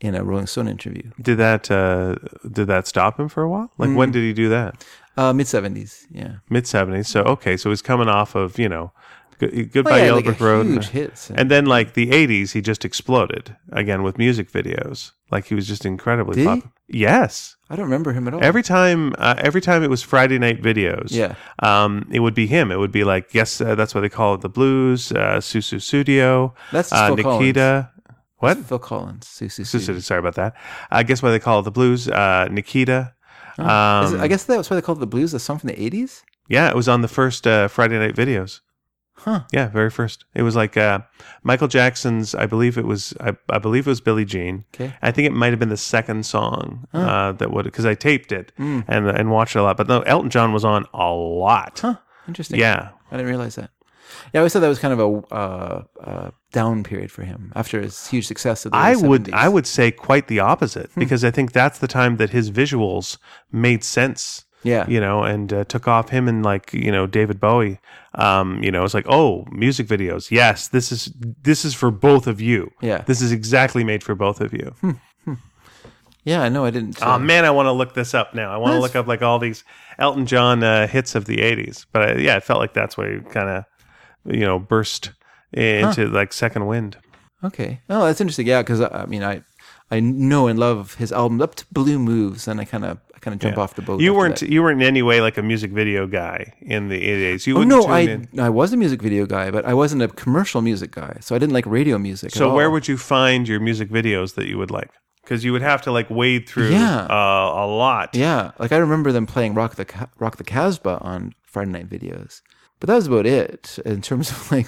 [SPEAKER 2] in a Rolling Stone interview.
[SPEAKER 1] did that uh, did that stop him for a while? Like
[SPEAKER 2] Mm.
[SPEAKER 1] when did he do that?
[SPEAKER 2] Uh, Mid seventies, yeah.
[SPEAKER 1] Mid seventies. So okay, so he's coming off of you know, good,
[SPEAKER 2] Oh,
[SPEAKER 1] goodbye
[SPEAKER 2] yeah,
[SPEAKER 1] Yellow
[SPEAKER 2] like a
[SPEAKER 1] Brick Road. and-
[SPEAKER 2] huge hits.
[SPEAKER 1] And then like the 80s, he just exploded again with music videos. Like he was just incredibly
[SPEAKER 2] Did he?
[SPEAKER 1] pop- Yes.
[SPEAKER 2] I don't remember him at all.
[SPEAKER 1] Every time uh, every time it was Friday night videos.
[SPEAKER 2] Yeah.
[SPEAKER 1] Um it would be him. It would be like yes, uh, that's why they call it the blues, uh Susu Studio,
[SPEAKER 2] That's
[SPEAKER 1] uh,
[SPEAKER 2] Phil
[SPEAKER 1] Nikita. What?
[SPEAKER 2] Phil Collins, Susie. Susie.
[SPEAKER 1] Susu, sorry about that. I guess why they call it the blues, uh Nikita. Um,
[SPEAKER 2] Is it- I guess that's why they called it the blues. A song from the eighties.
[SPEAKER 1] yeah, it was on the first uh, Friday night videos.
[SPEAKER 2] Huh.
[SPEAKER 1] Yeah, very first. It was like uh, Michael Jackson's. I believe it was. I, I believe it was Billie Jean.
[SPEAKER 2] Okay.
[SPEAKER 1] I think it might have been the second song uh, that would because I taped it
[SPEAKER 2] Hmm. Mm.
[SPEAKER 1] and and watched it a lot. But no, Elton John was on a lot.
[SPEAKER 2] Huh. Interesting.
[SPEAKER 1] Yeah.
[SPEAKER 2] I didn't realize that. Yeah, I always thought that was kind of a uh, uh, down period for him after his huge success of the
[SPEAKER 1] I
[SPEAKER 2] early Hmm.
[SPEAKER 1] would
[SPEAKER 2] 70s.
[SPEAKER 1] I would say quite the opposite because I think that's the time that his visuals made sense.
[SPEAKER 2] Yeah.
[SPEAKER 1] you know, and uh, took off him and like you know David Bowie. Um, you know, it's like oh, music videos. Yes, this is this is for both of you.
[SPEAKER 2] Yeah.
[SPEAKER 1] this is exactly made for both of you.
[SPEAKER 2] Yeah, no, I didn't.
[SPEAKER 1] Oh
[SPEAKER 2] uh,
[SPEAKER 1] man, I want to look this up now. I want to
[SPEAKER 2] That's-
[SPEAKER 1] look up like all these Elton John uh, hits of the '80s. But I, yeah, I felt like that's where he kind of, you know, burst into like second wind.
[SPEAKER 2] okay. Oh, that's interesting. Yeah, because I mean, I I know and love his albums up to Blue Moves, and I kind of I kind of jump off the boat.
[SPEAKER 1] You
[SPEAKER 2] after
[SPEAKER 1] weren't
[SPEAKER 2] that.
[SPEAKER 1] you weren't in any way like a music video guy in the '80s. You
[SPEAKER 2] Oh,
[SPEAKER 1] wouldn't
[SPEAKER 2] no,
[SPEAKER 1] tune
[SPEAKER 2] I
[SPEAKER 1] in.
[SPEAKER 2] I was a music video guy, but I wasn't a commercial music guy, so I didn't like radio music.
[SPEAKER 1] So where would you find your music videos that you would like? Because you would have to like wade through
[SPEAKER 2] Yeah.
[SPEAKER 1] uh, a lot.
[SPEAKER 2] Yeah, like I remember them playing Rock the Ca- Rock the Casbah on Friday night videos, but that was about it in terms of like.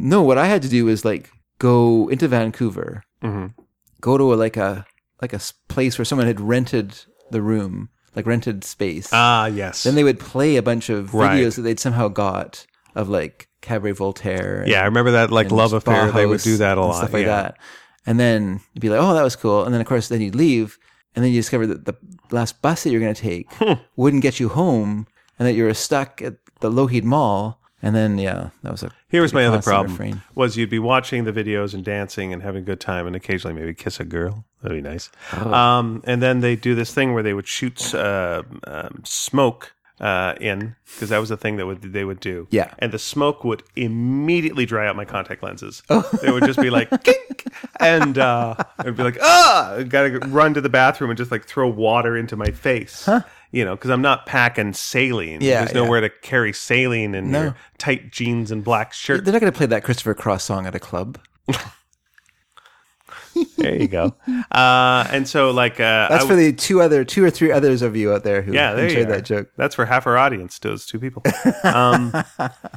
[SPEAKER 2] No, what I had to do was like go into Vancouver,
[SPEAKER 1] Mhm.
[SPEAKER 2] go to a, like a like a s- place where someone had rented the room, like rented space.
[SPEAKER 1] Ah, yes.
[SPEAKER 2] then they would play a bunch of videos
[SPEAKER 1] Right.
[SPEAKER 2] that they'd somehow got of like Cabaret Voltaire. And,
[SPEAKER 1] yeah, I remember that like
[SPEAKER 2] and
[SPEAKER 1] love affair. they would
[SPEAKER 2] Bauhaus
[SPEAKER 1] do that a
[SPEAKER 2] and
[SPEAKER 1] lot.
[SPEAKER 2] stuff like
[SPEAKER 1] yeah.
[SPEAKER 2] that. And then you'd be like, "Oh, that was cool." And then of course, then you'd leave, and then you discover that the last bus that you're going to take
[SPEAKER 1] Hmm.
[SPEAKER 2] wouldn't get you home, and that you were stuck at the Lougheed Mall. And then yeah, that was a
[SPEAKER 1] Here was my
[SPEAKER 2] pretty
[SPEAKER 1] other
[SPEAKER 2] constant
[SPEAKER 1] problem:
[SPEAKER 2] refrain.
[SPEAKER 1] was you'd be watching the videos and dancing and having a good time, and occasionally maybe kiss a girl. That'd be nice.
[SPEAKER 2] Oh.
[SPEAKER 1] Um, and then they do this thing where they would shoot uh, um, smoke uh, in because that was the thing that would they would do.
[SPEAKER 2] Yeah.
[SPEAKER 1] And the smoke would immediately dry out my contact lenses.
[SPEAKER 2] Oh.
[SPEAKER 1] They would just be like, kink, and uh, it'd be like, ah, gotta run to the bathroom and just like throw water into my face. You know, because I'm not packing saline.
[SPEAKER 2] Yeah,
[SPEAKER 1] There's
[SPEAKER 2] yeah.
[SPEAKER 1] nowhere to carry saline in your tight jeans and black shirt.
[SPEAKER 2] They're not going to play that Christopher Cross song at a club.
[SPEAKER 1] There you go. Uh, and so, like, uh,
[SPEAKER 2] That's
[SPEAKER 1] I
[SPEAKER 2] for
[SPEAKER 1] w-
[SPEAKER 2] the two other, two or three others of you out there who
[SPEAKER 1] yeah, there you
[SPEAKER 2] enjoyed
[SPEAKER 1] are.
[SPEAKER 2] that joke.
[SPEAKER 1] That's for half our audience, those two people. Um,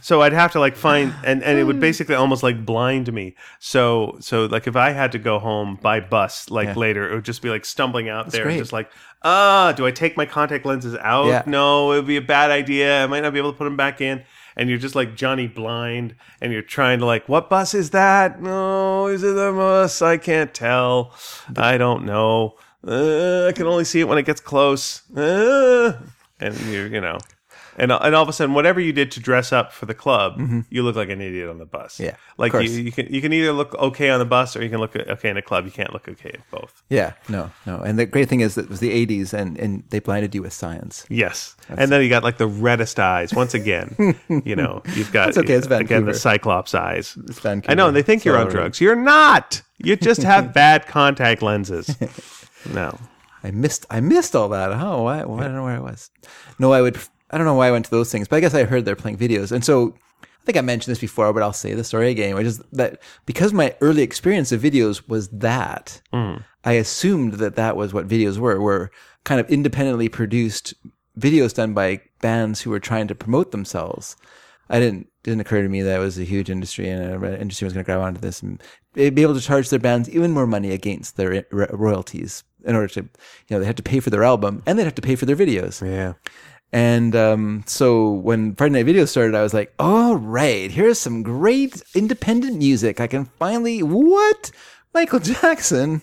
[SPEAKER 1] so I'd have to like find, and and it would basically almost like blind me. So so like if I had to go home by bus, like later, it would just be like stumbling out there, and
[SPEAKER 2] great.
[SPEAKER 1] just like, ah, do I take my contact lenses out?
[SPEAKER 2] Yeah.
[SPEAKER 1] No, it would be a bad idea. I might not be able to put them back in. And you're just like Johnny Blind, and you're trying to like, what bus is that? No, is it the bus? I can't tell. I don't know. Uh, I can only see it when it gets close. Uh, and you, you know, and and all of a sudden, whatever you did to dress up for the club, you look like an idiot on the bus.
[SPEAKER 2] Mm-hmm. Yeah, of
[SPEAKER 1] like you,
[SPEAKER 2] course.
[SPEAKER 1] you can you can either look okay on the bus or you can look okay in a club. You can't look okay at both.
[SPEAKER 2] Yeah, no, no. And the great thing is that it was the '80s, and and they blinded you with science.
[SPEAKER 1] Yes, and then you got like the reddest eyes once again. you know, you've got
[SPEAKER 2] That's okay, it's
[SPEAKER 1] again the
[SPEAKER 2] Vancouver.
[SPEAKER 1] cyclops eyes.
[SPEAKER 2] Vancouver.
[SPEAKER 1] I know, and they think
[SPEAKER 2] It's
[SPEAKER 1] you're
[SPEAKER 2] all
[SPEAKER 1] on
[SPEAKER 2] right.
[SPEAKER 1] drugs. You're not. You just have bad contact lenses. No.
[SPEAKER 2] I missed I missed all that. Oh, why, why I don't know where I was. No, I would I don't know why I went to those things, but I guess I heard they're playing videos. And so I think I mentioned this before, but I'll say the story again, which is that because my early experience of videos was that, I assumed that that was what videos were, were kind of independently produced videos done by bands who were trying to promote themselves. I didn't didn't occur to me that it was a huge industry and an industry was going to grab onto this and they'd be able to charge their bands even more money against their i- ro- royalties in order to you know they had to pay for their album and they'd have to pay for their videos
[SPEAKER 1] Yeah.
[SPEAKER 2] and um, so when Friday Night Video started I was like all right here's some great independent music I can finally what Michael Jackson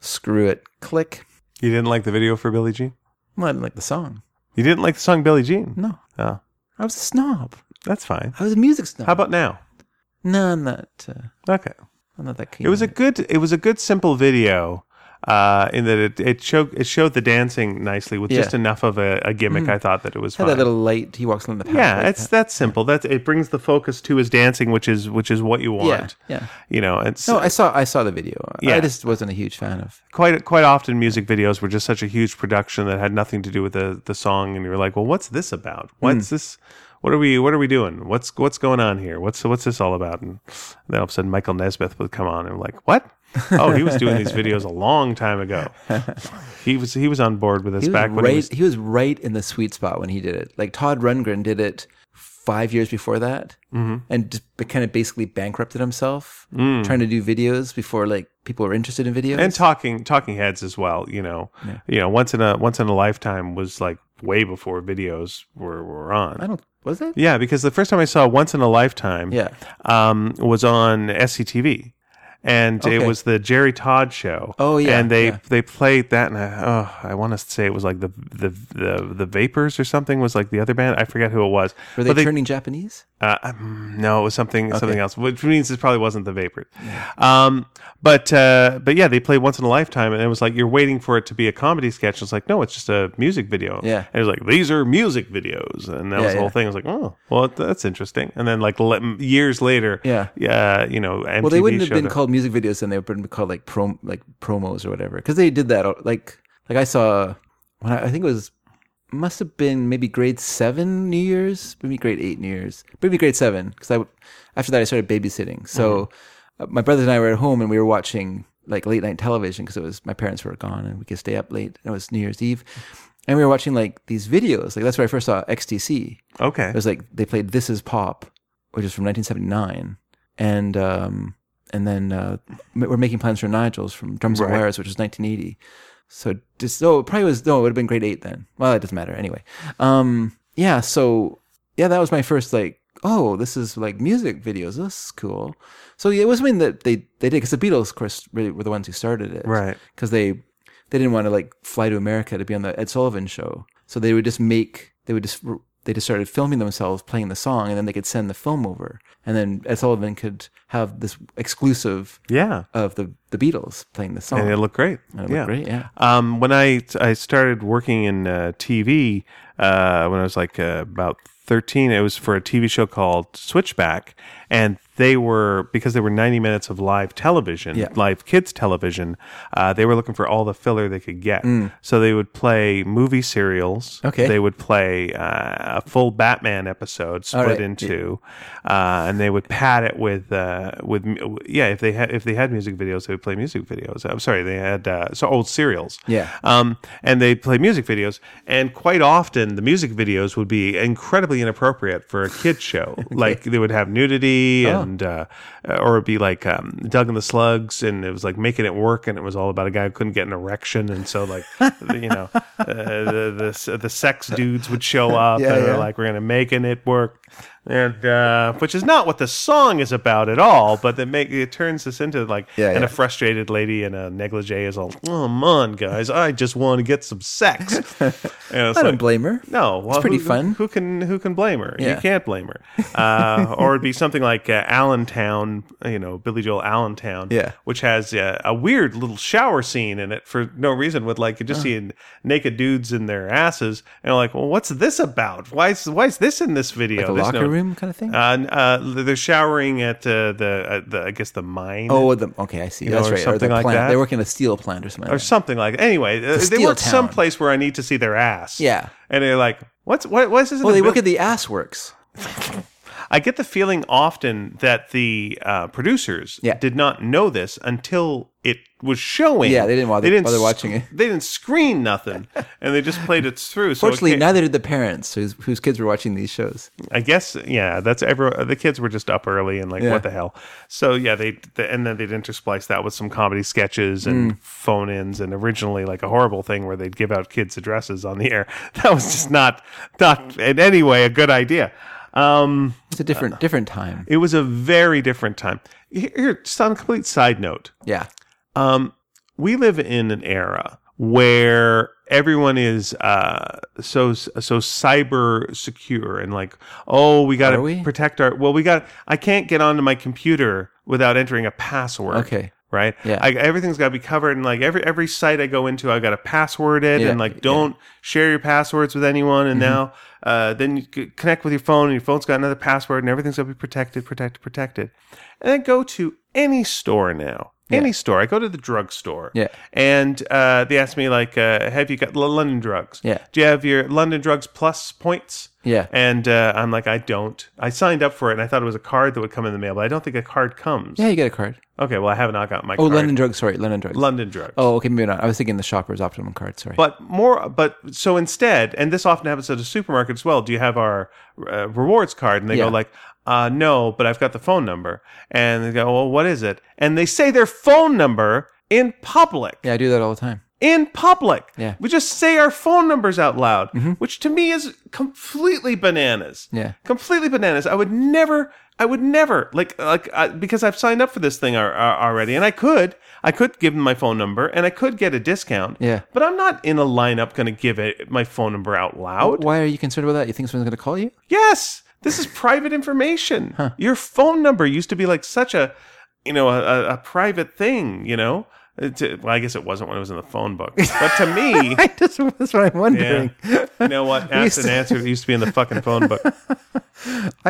[SPEAKER 2] screw it click
[SPEAKER 1] You didn't like the video for Billie Jean.
[SPEAKER 2] well, I didn't like the song
[SPEAKER 1] You didn't like the song Billie Jean.
[SPEAKER 2] no
[SPEAKER 1] Oh,
[SPEAKER 2] I was a snob
[SPEAKER 1] that's fine.
[SPEAKER 2] I was a music snob
[SPEAKER 1] How about now?
[SPEAKER 2] no I'm not uh,
[SPEAKER 1] Okay.
[SPEAKER 2] I'm not that keen
[SPEAKER 1] It was
[SPEAKER 2] on
[SPEAKER 1] a good. It was a good simple video. Uh, in that it, it showed it showed the dancing nicely with just
[SPEAKER 2] Yeah. Mm-hmm.
[SPEAKER 1] enough of a, a gimmick. I thought that it was
[SPEAKER 2] Had
[SPEAKER 1] fine.
[SPEAKER 2] that little light. He walks along the path.
[SPEAKER 1] yeah,
[SPEAKER 2] like
[SPEAKER 1] it's that's simple. That's it brings the focus to his dancing, which is which is what you
[SPEAKER 2] that. yeah,
[SPEAKER 1] want.
[SPEAKER 2] yeah.
[SPEAKER 1] You know, it's
[SPEAKER 2] No, I saw I saw the video.
[SPEAKER 1] Yeah.
[SPEAKER 2] I just wasn't a huge fan of.
[SPEAKER 1] quite quite often music videos were just such a huge production that had nothing to do with the the song, and you're like, well, what's this about?
[SPEAKER 2] Hmm.
[SPEAKER 1] What's this? What are we What are we doing? What's What's going on here? What's What's this all about? And then all of a sudden, Michael Nesmith would come on, and we're like, what? Oh, he was doing these videos a long time ago. He was he was on board with us
[SPEAKER 2] He was
[SPEAKER 1] back
[SPEAKER 2] right.
[SPEAKER 1] when he
[SPEAKER 2] He
[SPEAKER 1] was.
[SPEAKER 2] was, right in the sweet spot when he did it. Like Todd Rundgren did it five years before that,
[SPEAKER 1] Mm-hmm.
[SPEAKER 2] and just kind of basically bankrupted himself trying to do videos before like people were interested in videos.
[SPEAKER 1] Mm. And talking talking heads as well, you know, you know, once in a once in a lifetime was like way before videos were, were on.
[SPEAKER 2] I don't was it?
[SPEAKER 1] Yeah, because the first time I saw Once in a Lifetime
[SPEAKER 2] Yeah.
[SPEAKER 1] um, was on SCTV. And it
[SPEAKER 2] Okay.
[SPEAKER 1] was the Jerry Todd show.
[SPEAKER 2] Oh, yeah,
[SPEAKER 1] and they
[SPEAKER 2] yeah.
[SPEAKER 1] they played that, and I, oh, I want to say it was like the the the the Vapors or something was like the other band. I forget who it was.
[SPEAKER 2] Were they,
[SPEAKER 1] But they-
[SPEAKER 2] turning Japanese?
[SPEAKER 1] Uh, um, no, it was something something else, which means it probably wasn't the vapor. Um, but uh, but yeah, they played once in a lifetime, and it was like you're waiting for it to be a comedy sketch. and It's like no, it's just a music video.
[SPEAKER 2] Yeah.
[SPEAKER 1] and it was like these are music videos, and that was the
[SPEAKER 2] yeah.
[SPEAKER 1] whole thing. I was like, oh, well, that's interesting. And then like le- years later,
[SPEAKER 2] Yeah.
[SPEAKER 1] yeah, you know, MTV
[SPEAKER 2] Well, they wouldn't have
[SPEAKER 1] showed
[SPEAKER 2] been
[SPEAKER 1] up.
[SPEAKER 2] called music videos, then they would have been called like prom like promos or whatever. Because they did that. uh, Like like I saw when I, I think it was must have been maybe grade seven New Year's, maybe grade eight New Year's, maybe grade seven. Because I w- after that I started babysitting. So uh, my brothers and I were at home and we were watching like late night television because it was my parents were gone and we could stay up late. And it was New Year's Eve. And we were watching like these videos. Like that's where I first saw XTC.
[SPEAKER 1] okay.
[SPEAKER 2] It was like they played "This Is Pop," which is from 1979, and um, and then uh, M- we're making plans for Nigel's from Drums and
[SPEAKER 1] Right.
[SPEAKER 2] Wires, which was 1980. So just oh, it probably was no, it would have been grade eight then. Well, it doesn't matter anyway. Um, yeah, so yeah, that was my first like oh, this is like music videos. This is cool. So yeah, it was something that they they did because the Beatles, of course, really were the ones who started it,
[SPEAKER 1] Right.
[SPEAKER 2] Because they they didn't want to like fly to America to be on the Ed Sullivan show. So they would just make they would just they just started filming themselves playing the song, and then they could send the film over, and then Ed Sullivan could have this exclusive
[SPEAKER 1] Yeah,
[SPEAKER 2] of the the Beatles playing the song.
[SPEAKER 1] and it looked great.
[SPEAKER 2] And it looked
[SPEAKER 1] yeah.
[SPEAKER 2] great, yeah.
[SPEAKER 1] Um, when I I started working in uh, TV uh, when I was like uh, about thirteen, it was for a TV show called Switchback, and they were because they were ninety minutes of live television,
[SPEAKER 2] Yeah.
[SPEAKER 1] live kids television. Uh, they were looking for all the filler they could get, so they would play movie serials.
[SPEAKER 2] Mm. Okay.
[SPEAKER 1] they would play uh, a full Batman episode split
[SPEAKER 2] right.
[SPEAKER 1] in two, uh, and they would pad it with uh, with mu- yeah. If they had if they had music videos, they would play music videos. I'm sorry, they had uh, so old serials.
[SPEAKER 2] Yeah.
[SPEAKER 1] um, and they play music videos, and quite often the music videos would be incredibly inappropriate for a kid show. Like they would have nudity
[SPEAKER 2] Oh.
[SPEAKER 1] and uh, or it'd be like um, Doug and the Slugs, and it was like making it work, and it was all about a guy who couldn't get an erection, and so like you know uh, the, the the sex dudes would show up,
[SPEAKER 2] Yeah,
[SPEAKER 1] and they're
[SPEAKER 2] yeah.
[SPEAKER 1] like we're gonna make an it work, and uh, which is not what the song is about at all, but it make it turns this into like
[SPEAKER 2] Yeah,
[SPEAKER 1] and
[SPEAKER 2] yeah.
[SPEAKER 1] a frustrated lady in a negligee is all, oh man, guys, I just want to get some sex. And it's
[SPEAKER 2] I
[SPEAKER 1] like,
[SPEAKER 2] don't blame her.
[SPEAKER 1] no, well,
[SPEAKER 2] pretty
[SPEAKER 1] who,
[SPEAKER 2] fun.
[SPEAKER 1] Who can who can blame her? You
[SPEAKER 2] Yeah.
[SPEAKER 1] can't blame her. Uh, or it'd be something like uh, Allentown, you know, Billy Joel Allentown,
[SPEAKER 2] Yeah.
[SPEAKER 1] which has uh, a weird little shower scene in it for no reason. With like you
[SPEAKER 2] Uh-huh.
[SPEAKER 1] just seeing naked dudes in their asses, and like, well, what's this about? Why is why is this in this video?
[SPEAKER 2] The
[SPEAKER 1] There's
[SPEAKER 2] locker
[SPEAKER 1] no-
[SPEAKER 2] room kind of thing.
[SPEAKER 1] Uh, n- uh, they're showering at uh, the, uh, the I guess the mine.
[SPEAKER 2] oh, the, okay, I see.
[SPEAKER 1] know,
[SPEAKER 2] That's
[SPEAKER 1] or
[SPEAKER 2] right. or the
[SPEAKER 1] something like
[SPEAKER 2] plant.
[SPEAKER 1] that.
[SPEAKER 2] They work in a steel plant or something.
[SPEAKER 1] or something like anyway uh, they
[SPEAKER 2] Steel
[SPEAKER 1] work
[SPEAKER 2] Town.
[SPEAKER 1] someplace where i need to see their ass
[SPEAKER 2] Yeah.
[SPEAKER 1] and they're like what's what, what's this in
[SPEAKER 2] well,
[SPEAKER 1] the
[SPEAKER 2] they work
[SPEAKER 1] buil-
[SPEAKER 2] at the ass works.
[SPEAKER 1] i get the feeling often that the uh, producers
[SPEAKER 2] Yeah.
[SPEAKER 1] did not know this until it was showing
[SPEAKER 2] Yeah, they didn't bother- bother watching it.
[SPEAKER 1] they didn't screen nothing and they just played it through so it
[SPEAKER 2] Fortunately,
[SPEAKER 1] came-
[SPEAKER 2] neither did the parents whose, whose kids were watching these shows.
[SPEAKER 1] I guess yeah, that's every the kids were just up early and like
[SPEAKER 2] Yeah.
[SPEAKER 1] what the hell. So yeah, they, they and then they'd intersplice that with some comedy sketches
[SPEAKER 2] Mm.
[SPEAKER 1] and phone ins and originally like a horrible thing where they'd give out kids' addresses on the air. That was just not not in any way a good idea. Um,
[SPEAKER 2] It's a different different time.
[SPEAKER 1] it was a very different time. Here, here just on a complete side note,
[SPEAKER 2] Yeah.
[SPEAKER 1] um, we live in an era where everyone is uh, so so cyber secure and like, oh, we got
[SPEAKER 2] Are
[SPEAKER 1] to
[SPEAKER 2] we?
[SPEAKER 1] protect our. Well, we got. I can't get onto my computer without entering a password.
[SPEAKER 2] Okay.
[SPEAKER 1] Right.
[SPEAKER 2] Yeah.
[SPEAKER 1] I, everything's got to be covered, and like every every site I go into, I've got to password it,
[SPEAKER 2] Yeah, Mm-hmm.
[SPEAKER 1] and like don't share your passwords with anyone. And now, uh, then you c- connect with your phone, and your phone's got another password, and everything's got to be protected, protected, protected. And I go to any store now, any store. I go to the drugstore,
[SPEAKER 2] Yeah.
[SPEAKER 1] and uh, they ask me like, uh, "Have you got L- London drugs?
[SPEAKER 2] Yeah.
[SPEAKER 1] Do you have your London drugs plus points?
[SPEAKER 2] Yeah.
[SPEAKER 1] And uh, I'm like, I don't. I signed up for it, and I thought it was a card that would come in the mail, but I don't think a card comes.
[SPEAKER 2] Yeah, you get a card.
[SPEAKER 1] Okay, well, I have not got my
[SPEAKER 2] Oh,
[SPEAKER 1] card.
[SPEAKER 2] London Drugs. Sorry, London Drugs.
[SPEAKER 1] London drugs.
[SPEAKER 2] oh, okay, maybe not. I was thinking the Shoppers Optimum card. Sorry.
[SPEAKER 1] But more, but so instead, and this often happens at a supermarket as well. Do you have our uh, rewards card? And they go
[SPEAKER 2] Yeah.
[SPEAKER 1] like, uh, "No, but I've got the phone number." And they go, "Well, what is it?" And they say their phone number in public.
[SPEAKER 2] yeah, I do that all the time.
[SPEAKER 1] In public,
[SPEAKER 2] Yeah. Mm-hmm.
[SPEAKER 1] we just say our phone numbers out loud, which to me is completely bananas.
[SPEAKER 2] Yeah.
[SPEAKER 1] completely bananas. I would never, I would never like like I, because I've signed up for this thing ar- ar- already, and I could, I could give them my phone number, and I could get a discount.
[SPEAKER 2] Yeah.
[SPEAKER 1] but I'm not in a lineup going to give it my phone number out loud.
[SPEAKER 2] Why are you concerned about that? You think someone's going to call you?
[SPEAKER 1] Yes. This is private information. Your phone number used to be like such a, you know, a, a, a private thing. You know, It's- it- well, I guess it wasn't when it was in the phone book, but to me,
[SPEAKER 2] I just that's what I'm
[SPEAKER 1] yeah,
[SPEAKER 2] wondering.
[SPEAKER 1] you know what? Asked
[SPEAKER 2] used
[SPEAKER 1] and
[SPEAKER 2] to-
[SPEAKER 1] answered. It used to be in the fucking phone book.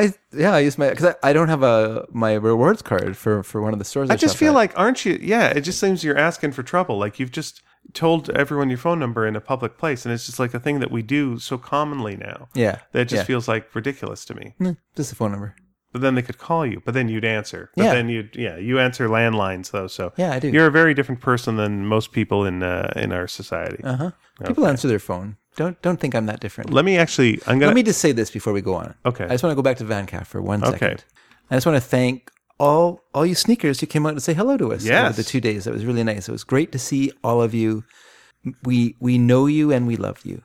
[SPEAKER 2] I yeah, I use my because I, I don't have a my rewards card for for one of the stores. I,
[SPEAKER 1] I just
[SPEAKER 2] shop
[SPEAKER 1] feel
[SPEAKER 2] at.
[SPEAKER 1] like, aren't you? Yeah, it just seems you're asking for trouble. Like you've just told everyone your phone number in a public place, and it's just like a thing that we do so commonly now.
[SPEAKER 2] yeah,
[SPEAKER 1] That just
[SPEAKER 2] yeah.
[SPEAKER 1] feels like ridiculous to me.
[SPEAKER 2] Mm, just the phone number.
[SPEAKER 1] But then they could call you, but then you'd answer. But
[SPEAKER 2] Yeah.
[SPEAKER 1] then you'd, yeah, you answer landlines though. So
[SPEAKER 2] Yeah, I do.
[SPEAKER 1] You're a very different person than most people in uh, in our society.
[SPEAKER 2] Uh huh. People answer their phone. Don't don't think I'm that different.
[SPEAKER 1] Let me actually. I'm gonna.
[SPEAKER 2] Let me just say this before we go on.
[SPEAKER 1] Okay.
[SPEAKER 2] I just want to go back to Van Calf for one second.
[SPEAKER 1] Okay.
[SPEAKER 2] I just want to thank all all you sneakers who came out to say hello to us
[SPEAKER 1] Yes.
[SPEAKER 2] over the two days. That was really nice. It was great to see all of you. We we know you and we love you.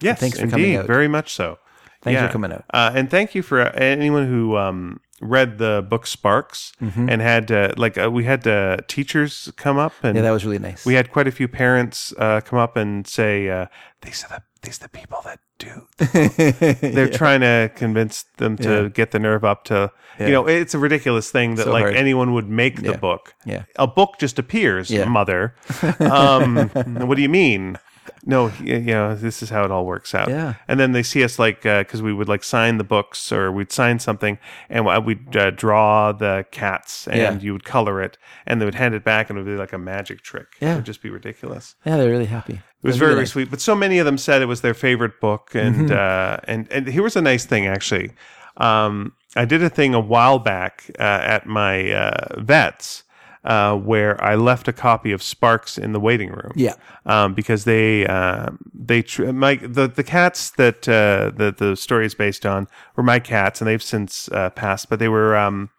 [SPEAKER 1] Yes,
[SPEAKER 2] Thanks for
[SPEAKER 1] indeed,
[SPEAKER 2] coming out.
[SPEAKER 1] very much so.
[SPEAKER 2] Thanks for coming out.
[SPEAKER 1] Uh, and thank you for uh, anyone who um, read the book Sparks
[SPEAKER 2] Mm-hmm.
[SPEAKER 1] and had uh, like uh, we had uh, teachers come up and
[SPEAKER 2] Yeah, that was really nice.
[SPEAKER 1] we had quite a few parents uh, come up and say uh, these are the these are the people that do. They're trying to convince them to get the nerve up to you know it's a ridiculous thing that like
[SPEAKER 2] hard.
[SPEAKER 1] anyone would make the book.
[SPEAKER 2] Yeah.
[SPEAKER 1] a book just appears, mother. Um, what do you mean? No, he- you know this is how it all works out.
[SPEAKER 2] Yeah.
[SPEAKER 1] and then they see us like because we would like sign the books or we'd sign something and I- we'd uh, draw the cats and
[SPEAKER 2] Yeah.
[SPEAKER 1] you would color it and they would hand it back and it would be like a magic trick. It
[SPEAKER 2] Yeah.
[SPEAKER 1] would just be ridiculous.
[SPEAKER 2] yeah, they're really happy.
[SPEAKER 1] It was very, very sweet. But so many of them said it was their favorite book. And uh, and and here was a nice thing actually. Um, I did a thing a while back uh, at my uh, vet's uh, where I left a copy of Sparks in the waiting room.
[SPEAKER 2] Yeah.
[SPEAKER 1] Um, because they um they tr- my the the cats that uh, that the story is based on were my cats, and they've since uh, passed. But they were um,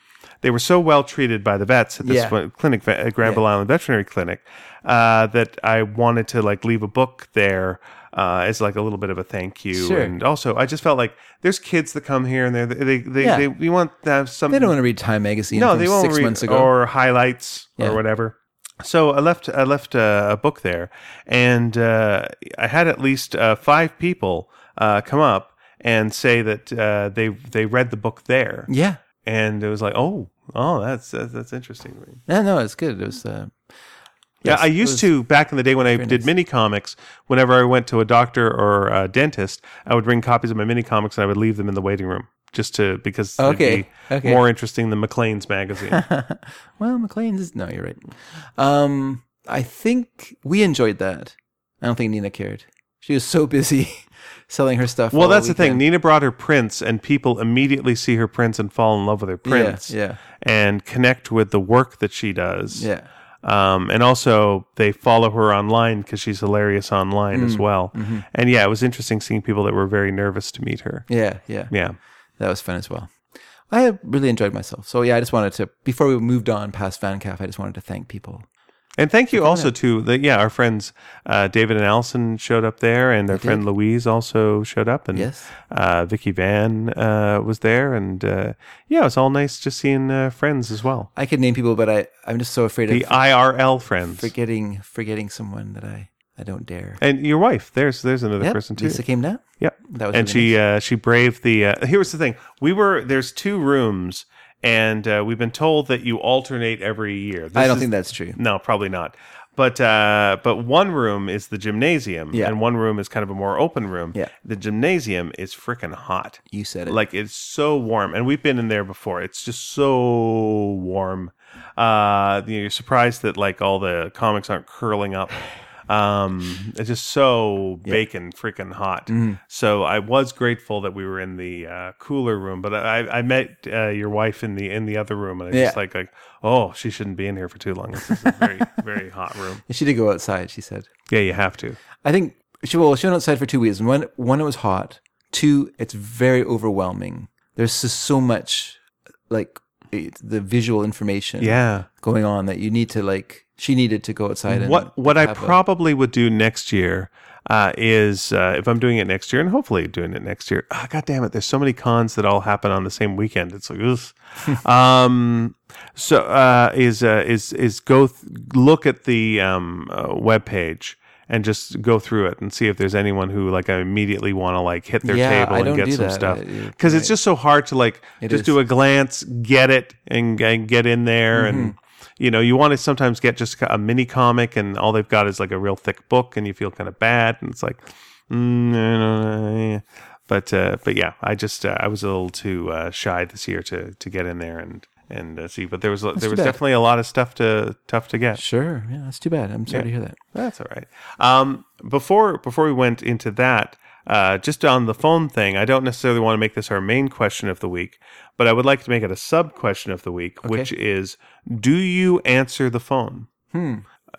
[SPEAKER 1] they were so well treated by the vets at this
[SPEAKER 2] Yeah.
[SPEAKER 1] one clinic, ve- uh, at Granville Island Veterinary Clinic, uh, that I wanted to like leave a book there. Uh, as like a little bit of a thank you,
[SPEAKER 2] Sure.
[SPEAKER 1] and also I just felt like there's kids that come here and they're, they they
[SPEAKER 2] Yeah.
[SPEAKER 1] they we want to have some
[SPEAKER 2] They don't want to read Time magazine.
[SPEAKER 1] no,
[SPEAKER 2] from
[SPEAKER 1] they won't
[SPEAKER 2] six
[SPEAKER 1] read
[SPEAKER 2] months ago.
[SPEAKER 1] or highlights
[SPEAKER 2] Yeah.
[SPEAKER 1] or whatever. So I left I left uh, a book there, and uh, I had at least uh, five people uh, come up and say that uh, they they read the book there,
[SPEAKER 2] yeah.
[SPEAKER 1] and it was like, oh, oh, that's that's, that's interesting.
[SPEAKER 2] No, no, it's good. It was. Uh,
[SPEAKER 1] Yeah, I used to back in the day when I did mini comics. Whenever I went to a doctor or a dentist, I would bring copies of my mini comics and I would leave them in the waiting room just to because they'd
[SPEAKER 2] Okay,
[SPEAKER 1] be
[SPEAKER 2] okay.
[SPEAKER 1] more interesting than McLean's magazine.
[SPEAKER 2] well, McLean's is no. You're right. Um, I think we enjoyed that. I don't think Nina cared. She was so busy selling her stuff.
[SPEAKER 1] Well,
[SPEAKER 2] all
[SPEAKER 1] that's the thing.
[SPEAKER 2] weekend.
[SPEAKER 1] Nina brought her prints, and people immediately see her prints and fall in love with her prints
[SPEAKER 2] yeah.
[SPEAKER 1] and connect with the work that she does.
[SPEAKER 2] Yeah.
[SPEAKER 1] Um, and also, they follow her online because she's hilarious online
[SPEAKER 2] Mm,
[SPEAKER 1] as well.
[SPEAKER 2] mm-hmm.
[SPEAKER 1] And yeah, it was interesting seeing people that were very nervous to meet her.
[SPEAKER 2] Yeah. Yeah.
[SPEAKER 1] Yeah.
[SPEAKER 2] That was fun as well. I really enjoyed myself. So yeah, I just wanted to before we moved on past Van Calf, I just wanted to thank people.
[SPEAKER 1] And thank you also to the yeah our friends uh, David and Allison showed up there, and their friend Louise also showed up, and
[SPEAKER 2] Yes.
[SPEAKER 1] uh, Vicky Van uh, was there, and uh, yeah, it was all nice just seeing uh, friends as well,
[SPEAKER 2] I could name people, but I I'm just so afraid
[SPEAKER 1] the
[SPEAKER 2] of
[SPEAKER 1] IRL friends.
[SPEAKER 2] forgetting forgetting someone that I I don't dare.
[SPEAKER 1] And your wife, there's there's another person too.
[SPEAKER 2] Lisa came down.
[SPEAKER 1] Yep.
[SPEAKER 2] That was
[SPEAKER 1] and
[SPEAKER 2] really
[SPEAKER 1] she uh, she braved the. Uh, here was the thing: we were there's two rooms, and uh, we've been told that you alternate every year. This
[SPEAKER 2] I don't
[SPEAKER 1] is-
[SPEAKER 2] think that's true.
[SPEAKER 1] No, probably not. But uh, but one room is the gymnasium,
[SPEAKER 2] Yeah.
[SPEAKER 1] and one room is kind of a more open room.
[SPEAKER 2] Yeah.
[SPEAKER 1] The gymnasium is freaking hot.
[SPEAKER 2] You said it.
[SPEAKER 1] Like it's so warm, and we've been in there before. It's just so warm. Uh, you know, you're surprised that like all the comics aren't curling up. Um, it's just so bacon freaking hot. So I was grateful that we were in the uh, cooler room, but I, I met uh, your wife in the in the other room, and I
[SPEAKER 2] Yeah.
[SPEAKER 1] just like like oh she shouldn't be in here for too long. This is a very very hot room.
[SPEAKER 2] she did go outside. She said.
[SPEAKER 1] Yeah, you have to.
[SPEAKER 2] I think she well, she went outside for two reasons. One, one, it was hot. Two, it's very overwhelming. There's just so much, like it, the visual information
[SPEAKER 1] Yeah.
[SPEAKER 2] going on that you need to like. She needed to go outside and
[SPEAKER 1] what what I
[SPEAKER 2] have a-
[SPEAKER 1] probably would do next year uh, is uh, if I'm doing it next year, and hopefully doing it next year. Ah, God damn it! There's so many cons that all happen on the same weekend. It's like, ugh. um, so uh, is uh, is is go th- look at the um, uh, web page and just go through it and see if there's anyone who like I immediately want to like hit their
[SPEAKER 2] Yeah,
[SPEAKER 1] table
[SPEAKER 2] I
[SPEAKER 1] and
[SPEAKER 2] don't
[SPEAKER 1] get
[SPEAKER 2] do
[SPEAKER 1] some
[SPEAKER 2] that.
[SPEAKER 1] stuff
[SPEAKER 2] Uh, you're
[SPEAKER 1] because it's just so hard to like just
[SPEAKER 2] is.
[SPEAKER 1] do a glance, get it, and, and get in there and.
[SPEAKER 2] Mm-hmm.
[SPEAKER 1] You know, you want to sometimes get just a mini comic, and all they've got is like a real thick book, and you feel kind of bad, and it's like, mm, no, no, no, yeah. but uh, but yeah, I just uh, I was a little too uh, shy this year to to get in there and and uh, see, but there was there was
[SPEAKER 2] bad.
[SPEAKER 1] definitely a lot of stuff to tough to get.
[SPEAKER 2] Sure. Yeah, that's too bad. I'm sorry to hear that.
[SPEAKER 1] That's all right. Um, before before we went into that, uh, just on the phone thing, I don't necessarily want to make this our main question of the week, but I would like to make it a sub question of the week, which is: Do you answer the phone?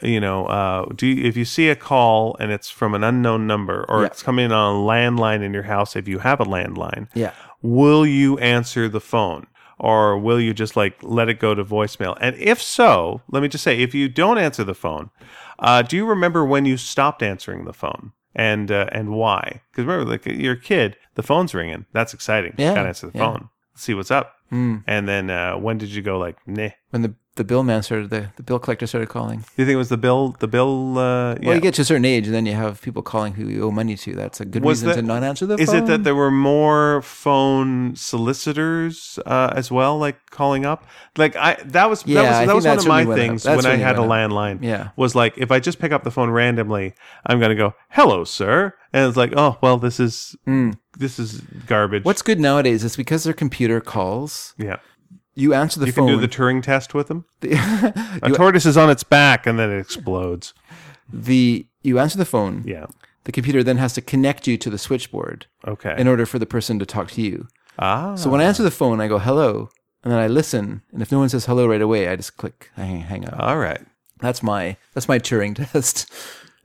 [SPEAKER 1] You know, uh, do you, if you see a call and it's from an unknown number or
[SPEAKER 2] Yeah.
[SPEAKER 1] it's coming on a landline in your house, if you have a landline,
[SPEAKER 2] Yeah.
[SPEAKER 1] will you answer the phone or will you just like let it go to voicemail? And if so, let me just say, if you don't answer the phone, uh, do you remember when you stopped answering the phone and uh, and why? Because remember, like you're a kid, the phone's ringing. That's exciting.
[SPEAKER 2] Yeah,
[SPEAKER 1] gotta answer the
[SPEAKER 2] yeah.
[SPEAKER 1] phone, see what's up. And then uh, when did you go like, nah?
[SPEAKER 2] When the the bill man started the, the bill collector started calling.
[SPEAKER 1] Do you think it was the bill? The bill? Uh, yeah.
[SPEAKER 2] Well, you get to a certain age, and then you have people calling who you owe money to. That's a good
[SPEAKER 1] Was
[SPEAKER 2] reason
[SPEAKER 1] that-
[SPEAKER 2] to not answer the
[SPEAKER 1] is
[SPEAKER 2] phone.
[SPEAKER 1] it that there were more phone solicitors uh, as well, like calling up? Like I, that was
[SPEAKER 2] Yeah, I
[SPEAKER 1] that
[SPEAKER 2] think
[SPEAKER 1] was, that was
[SPEAKER 2] that's
[SPEAKER 1] one
[SPEAKER 2] when
[SPEAKER 1] of
[SPEAKER 2] we
[SPEAKER 1] my
[SPEAKER 2] went up.
[SPEAKER 1] things
[SPEAKER 2] That's
[SPEAKER 1] when I
[SPEAKER 2] when we
[SPEAKER 1] had a
[SPEAKER 2] went up.
[SPEAKER 1] landline.
[SPEAKER 2] Yeah.
[SPEAKER 1] was like if I just pick up the phone randomly, I'm gonna go, "Hello, sir," and it's like, "Oh, well, this is this is garbage."
[SPEAKER 2] Hmm. What's good nowadays is because they're computer calls.
[SPEAKER 1] yeah?
[SPEAKER 2] You answer the
[SPEAKER 1] You
[SPEAKER 2] phone.
[SPEAKER 1] can do the Turing test with them. a tortoise is on its back and then it explodes.
[SPEAKER 2] the you answer the phone.
[SPEAKER 1] Yeah.
[SPEAKER 2] The computer then has to connect you to the switchboard
[SPEAKER 1] Okay.
[SPEAKER 2] in order for the person to talk to you.
[SPEAKER 1] ah.
[SPEAKER 2] So when I answer the phone, I go hello, and then I listen. And if no one says hello right away, I just click hang, hang up.
[SPEAKER 1] all right.
[SPEAKER 2] That's my that's my Turing test.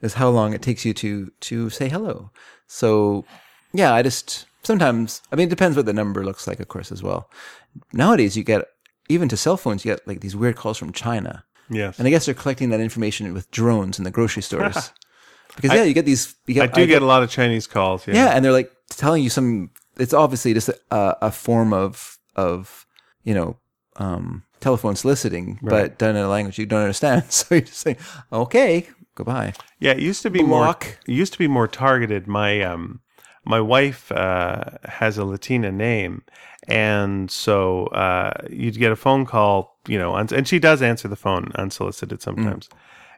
[SPEAKER 2] Is how long it takes you to to say hello. So yeah, I just sometimes I mean it depends what the number looks like, of course, as well. Nowadays you get even to cell phones you get like these weird calls from China.
[SPEAKER 1] Yes.
[SPEAKER 2] And I guess they're collecting that information with drones in the grocery stores. because yeah, you get these you
[SPEAKER 1] I
[SPEAKER 2] get,
[SPEAKER 1] do get a lot of Chinese calls. Yeah.
[SPEAKER 2] yeah, and they're like telling you some. It's obviously just a, a form of of you know um, telephone soliciting, but done in a language you don't understand. So you're just saying, okay, goodbye.
[SPEAKER 1] Yeah, it used to be more
[SPEAKER 2] Block.
[SPEAKER 1] it used to be more targeted. My um my wife uh, has a Latina name, and so uh, you'd get a phone call, you know, uns- and she does answer the phone
[SPEAKER 2] Mm.
[SPEAKER 1] unsolicited sometimes.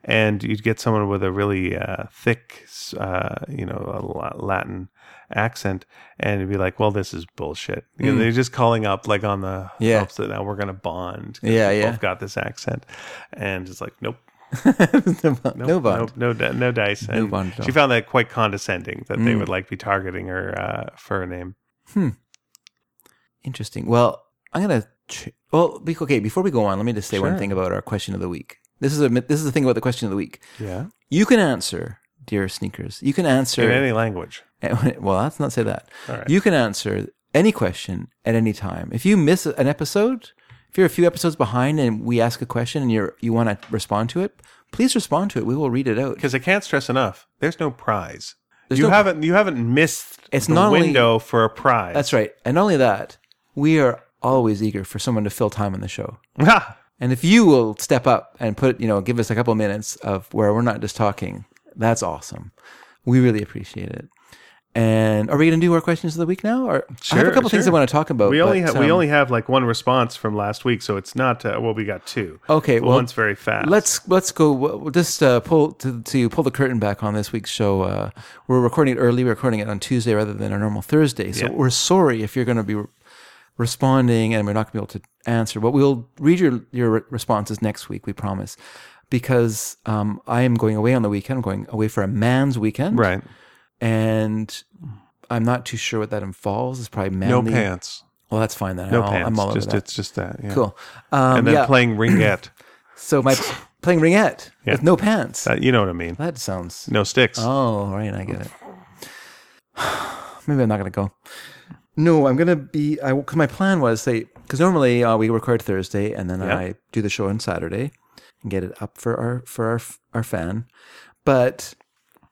[SPEAKER 1] And you'd get someone with a really uh, thick, s- uh, you know, a La- Latin accent, and it'd be like, "Well, this is bullshit." You know, they're just calling up like on the
[SPEAKER 2] Mm. Yeah.
[SPEAKER 1] hopes that now we're gonna bond.
[SPEAKER 2] Yeah,
[SPEAKER 1] we
[SPEAKER 2] yeah.
[SPEAKER 1] Both got this accent, and it's like, nope.
[SPEAKER 2] no, no bond.
[SPEAKER 1] No, no, di- no dice. And
[SPEAKER 2] bond at
[SPEAKER 1] she found that quite condescending that they would
[SPEAKER 2] Mm.
[SPEAKER 1] like be targeting her uh, for her name.
[SPEAKER 2] Interesting. Well, I'm gonna. Ch- well, be- okay. Before we go on, let me just say one thing about our question of the week. This is a this is the thing about the question of the week.
[SPEAKER 1] Yeah.
[SPEAKER 2] You can answer, dear sneakers. You can answer.
[SPEAKER 1] In any language.
[SPEAKER 2] well, let's not say that.
[SPEAKER 1] right.
[SPEAKER 2] You can answer any question at any time. If you miss an episode, if you're a few episodes behind and we ask a question and you're you want to respond to it, please respond to it. We will read it out.
[SPEAKER 1] Because I can't stress enough, there's no prize.
[SPEAKER 2] There's
[SPEAKER 1] you
[SPEAKER 2] no-
[SPEAKER 1] haven't you haven't missed
[SPEAKER 2] It's
[SPEAKER 1] the
[SPEAKER 2] not only-
[SPEAKER 1] window for a prize.
[SPEAKER 2] That's right. And not only that, we are always eager for someone to fill time on the show.
[SPEAKER 1] Ha!
[SPEAKER 2] And if you will step up and put, you know, give us a couple minutes of where we're not just talking, that's awesome. We really appreciate it. And are we going to do our questions of the week now? Or I have
[SPEAKER 1] Sure,
[SPEAKER 2] a couple things I
[SPEAKER 1] sure.
[SPEAKER 2] want to talk about.
[SPEAKER 1] we only
[SPEAKER 2] but,
[SPEAKER 1] ha- we
[SPEAKER 2] um,
[SPEAKER 1] only have like one response from last week, so it's not uh, well. We got two.
[SPEAKER 2] Okay,
[SPEAKER 1] But
[SPEAKER 2] well,
[SPEAKER 1] one's very fast.
[SPEAKER 2] Let's let's go. We'll just uh, pull to, to pull the curtain back on this week's show. Uh, we're recording it early. We're recording it on Tuesday rather than our normal Thursday. So
[SPEAKER 1] Yeah.
[SPEAKER 2] we're sorry if you're going to be re- responding and we're not going to be able to answer. But we'll read your your re- responses next week. We promise. Because um, I am going away on the weekend. I'm going away for a man's weekend,
[SPEAKER 1] right.
[SPEAKER 2] And I'm not too sure what that involves. It's probably
[SPEAKER 1] No
[SPEAKER 2] manly.
[SPEAKER 1] pants.
[SPEAKER 2] Well, that's fine then.
[SPEAKER 1] No
[SPEAKER 2] I'll,
[SPEAKER 1] pants.
[SPEAKER 2] I'm all over
[SPEAKER 1] just
[SPEAKER 2] that.
[SPEAKER 1] it's just that. Yeah.
[SPEAKER 2] cool. Um,
[SPEAKER 1] And then
[SPEAKER 2] yeah.
[SPEAKER 1] playing ringette.
[SPEAKER 2] so my playing ringette with no pants.
[SPEAKER 1] Uh, you know what I mean?
[SPEAKER 2] That sounds.
[SPEAKER 1] No sticks.
[SPEAKER 2] Oh, right. I get it. Maybe I'm not going to go. No, I'm going to be. I Because my plan was say, because normally uh, we record Thursday and then
[SPEAKER 1] Yeah.
[SPEAKER 2] I do the show on Saturday and get it up for our for our our fan. But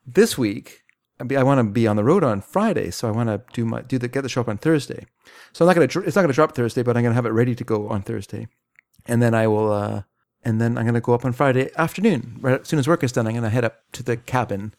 [SPEAKER 2] this week, I, be, I want to be on the road on Friday, so I want to do my do the get the show up on Thursday. So I'm not going to. It's not going to drop Thursday, but I'm going to have it ready to go on Thursday, and then I will. uh and then I'm going to go up on Friday afternoon. Right as soon as work is done, I'm going to head up to the cabin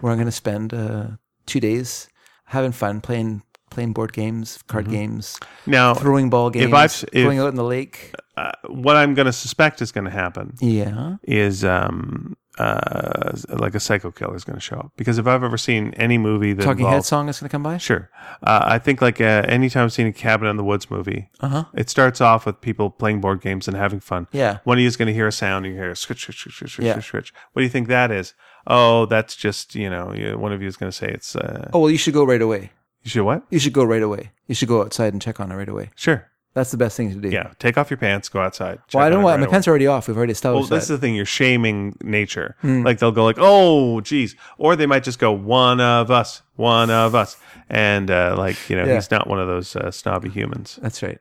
[SPEAKER 2] where I'm going to spend uh, two days having fun, playing playing board games, card games,
[SPEAKER 1] Now,
[SPEAKER 2] throwing ball games,
[SPEAKER 1] I've- Mm-hmm. Oh, if-
[SPEAKER 2] going out in the lake.
[SPEAKER 1] uh, what I'm going to suspect is going to happen
[SPEAKER 2] Yeah,
[SPEAKER 1] is um, uh, like a psycho killer is going to show up because if I've ever seen any movie that
[SPEAKER 2] Talking Head
[SPEAKER 1] involves
[SPEAKER 2] song is going to come by.
[SPEAKER 1] Sure. Uh, I think like uh, anytime I've seen a Cabin in the Woods movie, uh-huh. it starts off with people playing board games and having fun.
[SPEAKER 2] Yeah.
[SPEAKER 1] One of you is going to hear a sound. You hear a switch, switch, switch, switch,
[SPEAKER 2] Yeah.
[SPEAKER 1] switch, switch. What do you think that is? Oh, that's just you know you- one of you is going to say it's uh,
[SPEAKER 2] Oh well, you should go right away.
[SPEAKER 1] you should what?
[SPEAKER 2] You should go right away. You should go outside and check on it right away.
[SPEAKER 1] Sure.
[SPEAKER 2] That's the best thing to do.
[SPEAKER 1] Yeah. Take off your pants. Go outside.
[SPEAKER 2] Well,
[SPEAKER 1] check
[SPEAKER 2] I don't
[SPEAKER 1] on it
[SPEAKER 2] want
[SPEAKER 1] right
[SPEAKER 2] my
[SPEAKER 1] away.
[SPEAKER 2] pants are already off. We've already
[SPEAKER 1] Well,
[SPEAKER 2] established
[SPEAKER 1] this is
[SPEAKER 2] that.
[SPEAKER 1] Oh,
[SPEAKER 2] Hmm.
[SPEAKER 1] the thing. You're shaming nature. Like they'll go like, "Oh, geez," or they might just go, "One of us, one of us," and uh, like you know,
[SPEAKER 2] Yeah.
[SPEAKER 1] he's not one of those uh, snobby humans.
[SPEAKER 2] That's right.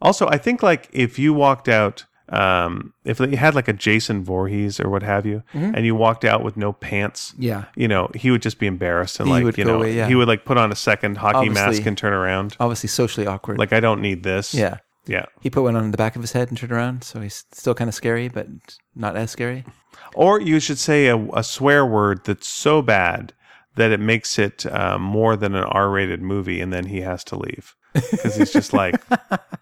[SPEAKER 1] Also, I think like if you walked out, um, if you had like a Jason Voorhees or what have you, and you walked out with no pants,
[SPEAKER 2] Mm-hmm. Yeah.
[SPEAKER 1] you know, he would just be embarrassed and
[SPEAKER 2] He
[SPEAKER 1] like
[SPEAKER 2] would
[SPEAKER 1] you
[SPEAKER 2] go
[SPEAKER 1] know,
[SPEAKER 2] away, yeah.
[SPEAKER 1] he would like put on a second hockey mask
[SPEAKER 2] Obviously.
[SPEAKER 1] and turn around.
[SPEAKER 2] Obviously, socially awkward.
[SPEAKER 1] Like I don't need this.
[SPEAKER 2] yeah.
[SPEAKER 1] yeah.
[SPEAKER 2] He put one on the back of his head and turned around, so he's still kind of scary, but not as scary.
[SPEAKER 1] Or you should say a, a swear word that's so bad that it makes it uh, more than an R-rated movie, and then he has to leave because he's just like,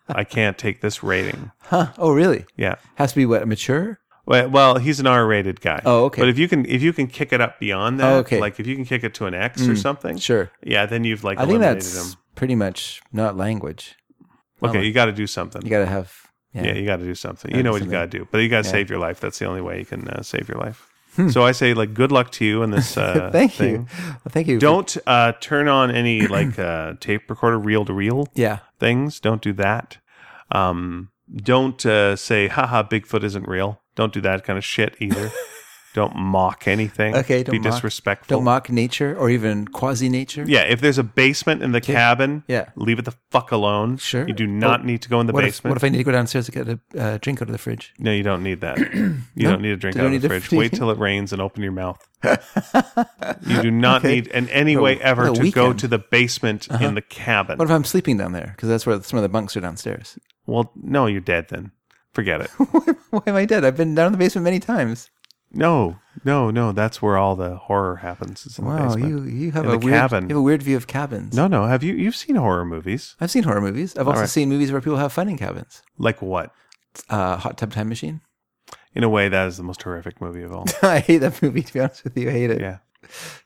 [SPEAKER 1] I can't take this rating.
[SPEAKER 2] Huh? Oh, really?
[SPEAKER 1] Yeah.
[SPEAKER 2] Has to be what mature?
[SPEAKER 1] Well, well, he's an R-rated guy.
[SPEAKER 2] Oh, okay.
[SPEAKER 1] But if you can, if you can kick it up beyond that,
[SPEAKER 2] Oh, okay. Hmm.
[SPEAKER 1] like if you can kick it to an X or something,
[SPEAKER 2] Sure.
[SPEAKER 1] yeah, then you've like
[SPEAKER 2] I think
[SPEAKER 1] eliminated
[SPEAKER 2] that's
[SPEAKER 1] him.
[SPEAKER 2] pretty much not language.
[SPEAKER 1] Okay, you got to do something.
[SPEAKER 2] You got to have. Yeah.
[SPEAKER 1] yeah, you got to do something. You know what you got to do, but you got to save your life. That's the only way you can uh, save your life. So I say, like, good luck to you in this. Uh,
[SPEAKER 2] Hmm. Thank
[SPEAKER 1] thing.
[SPEAKER 2] you. Well, thank you. for-
[SPEAKER 1] Don't uh, turn on any like uh, tape recorder, reel to reel
[SPEAKER 2] Yeah.
[SPEAKER 1] things. Don't do that. Um, don't uh, say, haha, Bigfoot isn't real. Don't do that kind of shit either. don't mock anything.
[SPEAKER 2] Okay, don't
[SPEAKER 1] Be
[SPEAKER 2] mock-
[SPEAKER 1] disrespectful.
[SPEAKER 2] Don't mock nature or even quasi nature.
[SPEAKER 1] Oh. Yeah, if there's a basement in the cabin,
[SPEAKER 2] Yeah.
[SPEAKER 1] leave it the fuck alone.
[SPEAKER 2] Sure.
[SPEAKER 1] You do not
[SPEAKER 2] Well,
[SPEAKER 1] need to go in the
[SPEAKER 2] What if,
[SPEAKER 1] basement.
[SPEAKER 2] what if I need to go downstairs to get a uh, drink out of the fridge?
[SPEAKER 1] no, you don't need that. You don't need a drink
[SPEAKER 2] you
[SPEAKER 1] out
[SPEAKER 2] don't
[SPEAKER 1] of the
[SPEAKER 2] need to-
[SPEAKER 1] fridge. Wait till it rains and open your mouth. you do not need in any
[SPEAKER 2] What a-
[SPEAKER 1] way ever
[SPEAKER 2] what a
[SPEAKER 1] to go
[SPEAKER 2] weekend.
[SPEAKER 1] to the basement
[SPEAKER 2] Uh-huh.
[SPEAKER 1] in the cabin.
[SPEAKER 2] What if I'm sleeping down there? Because that's where some of the bunks are downstairs.
[SPEAKER 1] Well, no, you're dead then. Forget it.
[SPEAKER 2] Why am I dead? I've been down in the basement many times.
[SPEAKER 1] No, no, no. That's where all the horror happens. Is in the
[SPEAKER 2] Wow,
[SPEAKER 1] basement.
[SPEAKER 2] you, you have
[SPEAKER 1] In
[SPEAKER 2] a
[SPEAKER 1] the
[SPEAKER 2] weird,
[SPEAKER 1] cabin.
[SPEAKER 2] You have a weird view of cabins.
[SPEAKER 1] No, no. Have you you've seen horror movies?
[SPEAKER 2] I've seen horror movies. I've also
[SPEAKER 1] right.
[SPEAKER 2] seen movies where people have fun in cabins.
[SPEAKER 1] Like what?
[SPEAKER 2] Uh, Hot Tub Time Machine.
[SPEAKER 1] In a way, that is the most horrific movie of all.
[SPEAKER 2] I hate that movie. To be honest with you, I hate it.
[SPEAKER 1] Yeah.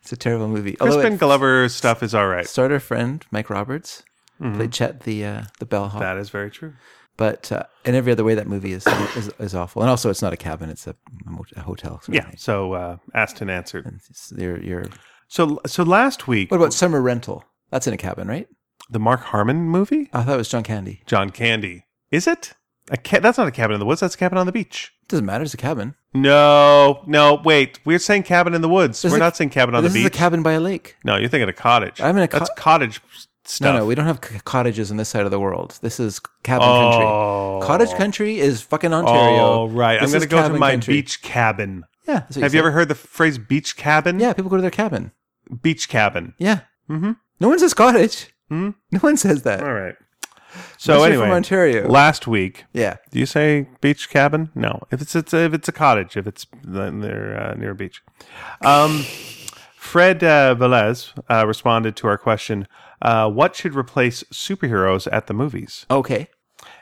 [SPEAKER 2] It's a terrible movie. Although
[SPEAKER 1] Crispin
[SPEAKER 2] it
[SPEAKER 1] Glover stuff is all right. Mm-hmm.
[SPEAKER 2] started a friend, Mike Roberts, played Chet the uh, the bellhop.
[SPEAKER 1] That is very true.
[SPEAKER 2] But uh, in every other way, that movie is, is is awful. And also, it's not a cabin; it's a, mot- a hotel. sort of
[SPEAKER 1] Yeah.
[SPEAKER 2] thing.
[SPEAKER 1] So uh, asked and answered.
[SPEAKER 2] It's- you're- you're-
[SPEAKER 1] So so last week,
[SPEAKER 2] What about Summer Rental? That's in a cabin, right?
[SPEAKER 1] the Mark Harmon movie,
[SPEAKER 2] I thought it was John Candy.
[SPEAKER 1] John Candy. Is it? A ca- that's not a cabin in the woods. That's a cabin on the beach.
[SPEAKER 2] doesn't matter. It's a cabin.
[SPEAKER 1] No, no. Wait, we're saying cabin in the woods.
[SPEAKER 2] This
[SPEAKER 1] we're
[SPEAKER 2] is a-
[SPEAKER 1] not saying cabin on the
[SPEAKER 2] this
[SPEAKER 1] beach.
[SPEAKER 2] is a cabin by a lake.
[SPEAKER 1] no, you're thinking of cottage.
[SPEAKER 2] I'm in a
[SPEAKER 1] that's
[SPEAKER 2] cot-
[SPEAKER 1] cottage stuff.
[SPEAKER 2] No, no, we don't have c- cottages on this side of the world. This is cabin
[SPEAKER 1] Oh.
[SPEAKER 2] country. Cottage country is fucking Ontario.
[SPEAKER 1] Oh, right. I'm
[SPEAKER 2] This
[SPEAKER 1] going
[SPEAKER 2] is
[SPEAKER 1] to go to
[SPEAKER 2] cabin
[SPEAKER 1] my
[SPEAKER 2] country.
[SPEAKER 1] beach cabin.
[SPEAKER 2] Yeah. that's what
[SPEAKER 1] Have you
[SPEAKER 2] said.
[SPEAKER 1] ever heard the phrase beach cabin?
[SPEAKER 2] Yeah, people go to their cabin.
[SPEAKER 1] Beach cabin.
[SPEAKER 2] Yeah.
[SPEAKER 1] Mhm.
[SPEAKER 2] No one says cottage. No one says that.
[SPEAKER 1] All right. Hmm? So
[SPEAKER 2] Unless you're
[SPEAKER 1] anyway,
[SPEAKER 2] from Ontario.
[SPEAKER 1] last week,
[SPEAKER 2] Yeah.
[SPEAKER 1] do you say beach cabin? No. If it's, it's a, if it's a cottage, if it's then they're uh, near a beach. Um, Fred uh, Velez uh, responded to our question, uh, what should replace superheroes at the movies?
[SPEAKER 2] Okay.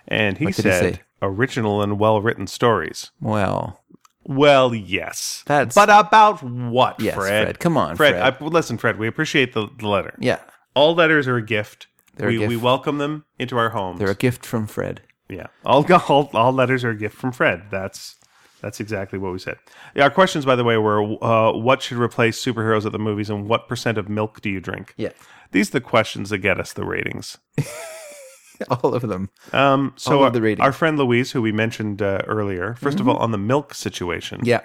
[SPEAKER 1] And he
[SPEAKER 2] What did he
[SPEAKER 1] said
[SPEAKER 2] say?
[SPEAKER 1] original and well-written stories.
[SPEAKER 2] Well,
[SPEAKER 1] Well, yes.
[SPEAKER 2] That's-
[SPEAKER 1] but about what,
[SPEAKER 2] yes,
[SPEAKER 1] Fred?
[SPEAKER 2] Fred. Come on,
[SPEAKER 1] Fred,
[SPEAKER 2] Fred.
[SPEAKER 1] I, listen, Fred, we appreciate the, the letter.
[SPEAKER 2] yeah.
[SPEAKER 1] All letters are a gift.
[SPEAKER 2] They're a
[SPEAKER 1] we,
[SPEAKER 2] gift.
[SPEAKER 1] we welcome them into our homes.
[SPEAKER 2] They're a gift from Fred.
[SPEAKER 1] yeah. All, all, all letters are a gift from Fred. That's that's exactly what we said. Yeah, our questions, by the way, were uh, what should replace superheroes at the movies and what percent of milk do you drink?
[SPEAKER 2] Yeah.
[SPEAKER 1] These are the questions that get us the ratings.
[SPEAKER 2] All of them.
[SPEAKER 1] Um, so,
[SPEAKER 2] All of
[SPEAKER 1] our,
[SPEAKER 2] the ratings. Mm-hmm.
[SPEAKER 1] our friend Louise, who we mentioned uh, earlier, 1st of all, on the milk situation,
[SPEAKER 2] Yeah.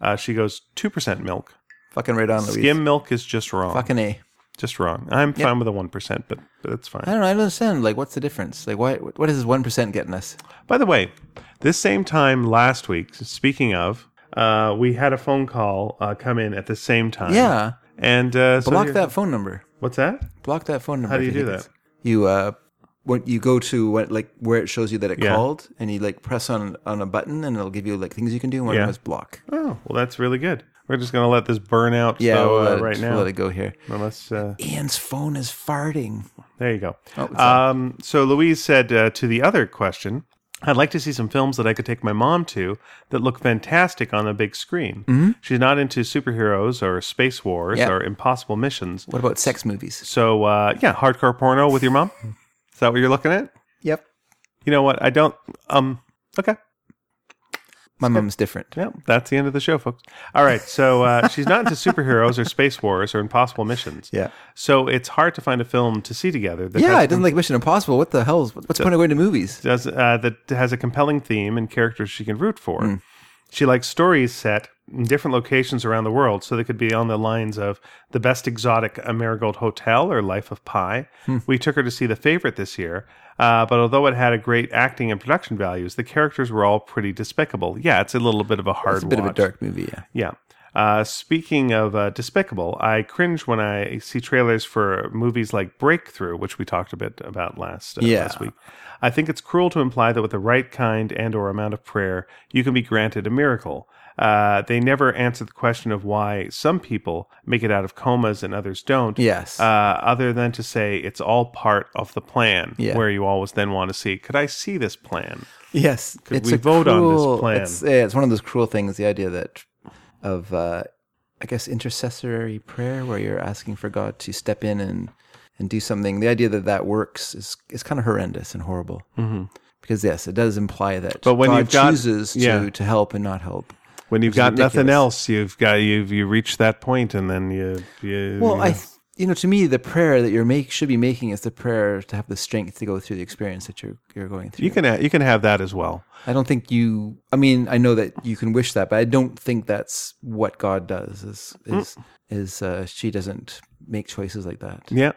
[SPEAKER 1] uh, she goes 2% milk.
[SPEAKER 2] Fucking right on, Louise.
[SPEAKER 1] Skim milk is just wrong.
[SPEAKER 2] Fucking A.
[SPEAKER 1] Just wrong. I'm fine with a 1%, but, but that's fine.
[SPEAKER 2] I don't know. I don't understand. Like, what's the difference? Like, why? What is this one percent getting us?
[SPEAKER 1] By the way, this same time last week, speaking of, uh, we had a phone call uh, come in at the same time.
[SPEAKER 2] Yeah.
[SPEAKER 1] And uh, so
[SPEAKER 2] Block
[SPEAKER 1] here-
[SPEAKER 2] that phone number.
[SPEAKER 1] What's that?
[SPEAKER 2] Block that phone number.
[SPEAKER 1] How do
[SPEAKER 2] if
[SPEAKER 1] you do
[SPEAKER 2] think
[SPEAKER 1] that?
[SPEAKER 2] it's- You uh, what you go to what like where it shows you that it
[SPEAKER 1] Yeah.
[SPEAKER 2] called and you like press on on a button and it'll give you like things you can do and one
[SPEAKER 1] Yeah.
[SPEAKER 2] of them is block.
[SPEAKER 1] Oh, well, that's really good. We're just going to let this burn out
[SPEAKER 2] Yeah,
[SPEAKER 1] so,
[SPEAKER 2] we'll
[SPEAKER 1] uh,
[SPEAKER 2] let it-
[SPEAKER 1] right
[SPEAKER 2] we'll
[SPEAKER 1] now.
[SPEAKER 2] let it go here.
[SPEAKER 1] Unless, uh,
[SPEAKER 2] Ian's phone is farting.
[SPEAKER 1] there you go.
[SPEAKER 2] Oh, it's
[SPEAKER 1] um, so Louise said uh, to the other question, I'd like to see some films that I could take my mom to that look fantastic on a big screen.
[SPEAKER 2] Mm-hmm.
[SPEAKER 1] She's not into superheroes or space wars
[SPEAKER 2] Yeah.
[SPEAKER 1] or impossible missions.
[SPEAKER 2] What about sex movies?
[SPEAKER 1] So, uh, yeah, hardcore porno with your mom. Is that what you're looking at?
[SPEAKER 2] Yep.
[SPEAKER 1] You know what? I don't. Um. Okay.
[SPEAKER 2] My mom's different.
[SPEAKER 1] Yeah, that's the end of the show, folks. All right. So uh, she's not into superheroes or space wars or impossible missions.
[SPEAKER 2] Yeah.
[SPEAKER 1] So it's hard to find a film to see together that
[SPEAKER 2] Yeah, it
[SPEAKER 1] has,
[SPEAKER 2] doesn't like Mission Impossible. What the hell? Is, what's the point of going to movies?
[SPEAKER 1] does, uh, that has a compelling theme and characters she can root for.
[SPEAKER 2] Hmm.
[SPEAKER 1] She likes stories set in different locations around the world, so they could be on the lines of The Best Exotic, A Marigold Hotel, or Life of Pi.
[SPEAKER 2] Hmm.
[SPEAKER 1] We took her to see The Favorite this year, uh, but although it had a great acting and production values, the characters were all pretty despicable. Yeah, it's a little bit of a hard
[SPEAKER 2] It's a bit of a
[SPEAKER 1] watch.
[SPEAKER 2] dark movie. Yeah.
[SPEAKER 1] Yeah. Uh, speaking of uh, despicable, I cringe when I see trailers for movies like Breakthrough, which we talked a bit about last uh,
[SPEAKER 2] Yeah.
[SPEAKER 1] last week. I think it's cruel to imply that with the right kind and or amount of prayer, you can be granted a miracle. Uh, they never answer the question of why some people make it out of comas and others don't.
[SPEAKER 2] Yes.
[SPEAKER 1] Uh, other than to say it's all part of the plan,
[SPEAKER 2] Yeah.
[SPEAKER 1] where you always then want to see, could I see this plan?
[SPEAKER 2] Yes,
[SPEAKER 1] we vote on this plan?
[SPEAKER 2] It's, yeah, it's one of those cruel things. The idea that of uh, I guess intercessory prayer, where you're asking for God to step in and and do something. The idea that that works is is kind of horrendous and horrible. Mm-hmm. Because yes, it does imply that
[SPEAKER 1] But when
[SPEAKER 2] God
[SPEAKER 1] you've got-
[SPEAKER 2] chooses
[SPEAKER 1] yeah.
[SPEAKER 2] to to help and not help.
[SPEAKER 1] When you've
[SPEAKER 2] Which is
[SPEAKER 1] got nothing
[SPEAKER 2] ridiculous.
[SPEAKER 1] else, you've got you've you reached that point, and then you you
[SPEAKER 2] Well,
[SPEAKER 1] you
[SPEAKER 2] I. Th- you know, to me, the prayer that you're make should be making is the prayer to have the strength to go through the experience that you're you're going through.
[SPEAKER 1] You can ha- you can have that as well.
[SPEAKER 2] I don't think you. I mean, I know that you can wish that, but I don't think that's what God does. Is
[SPEAKER 1] Mm.
[SPEAKER 2] is is uh, she doesn't make choices like that?
[SPEAKER 1] Yeah.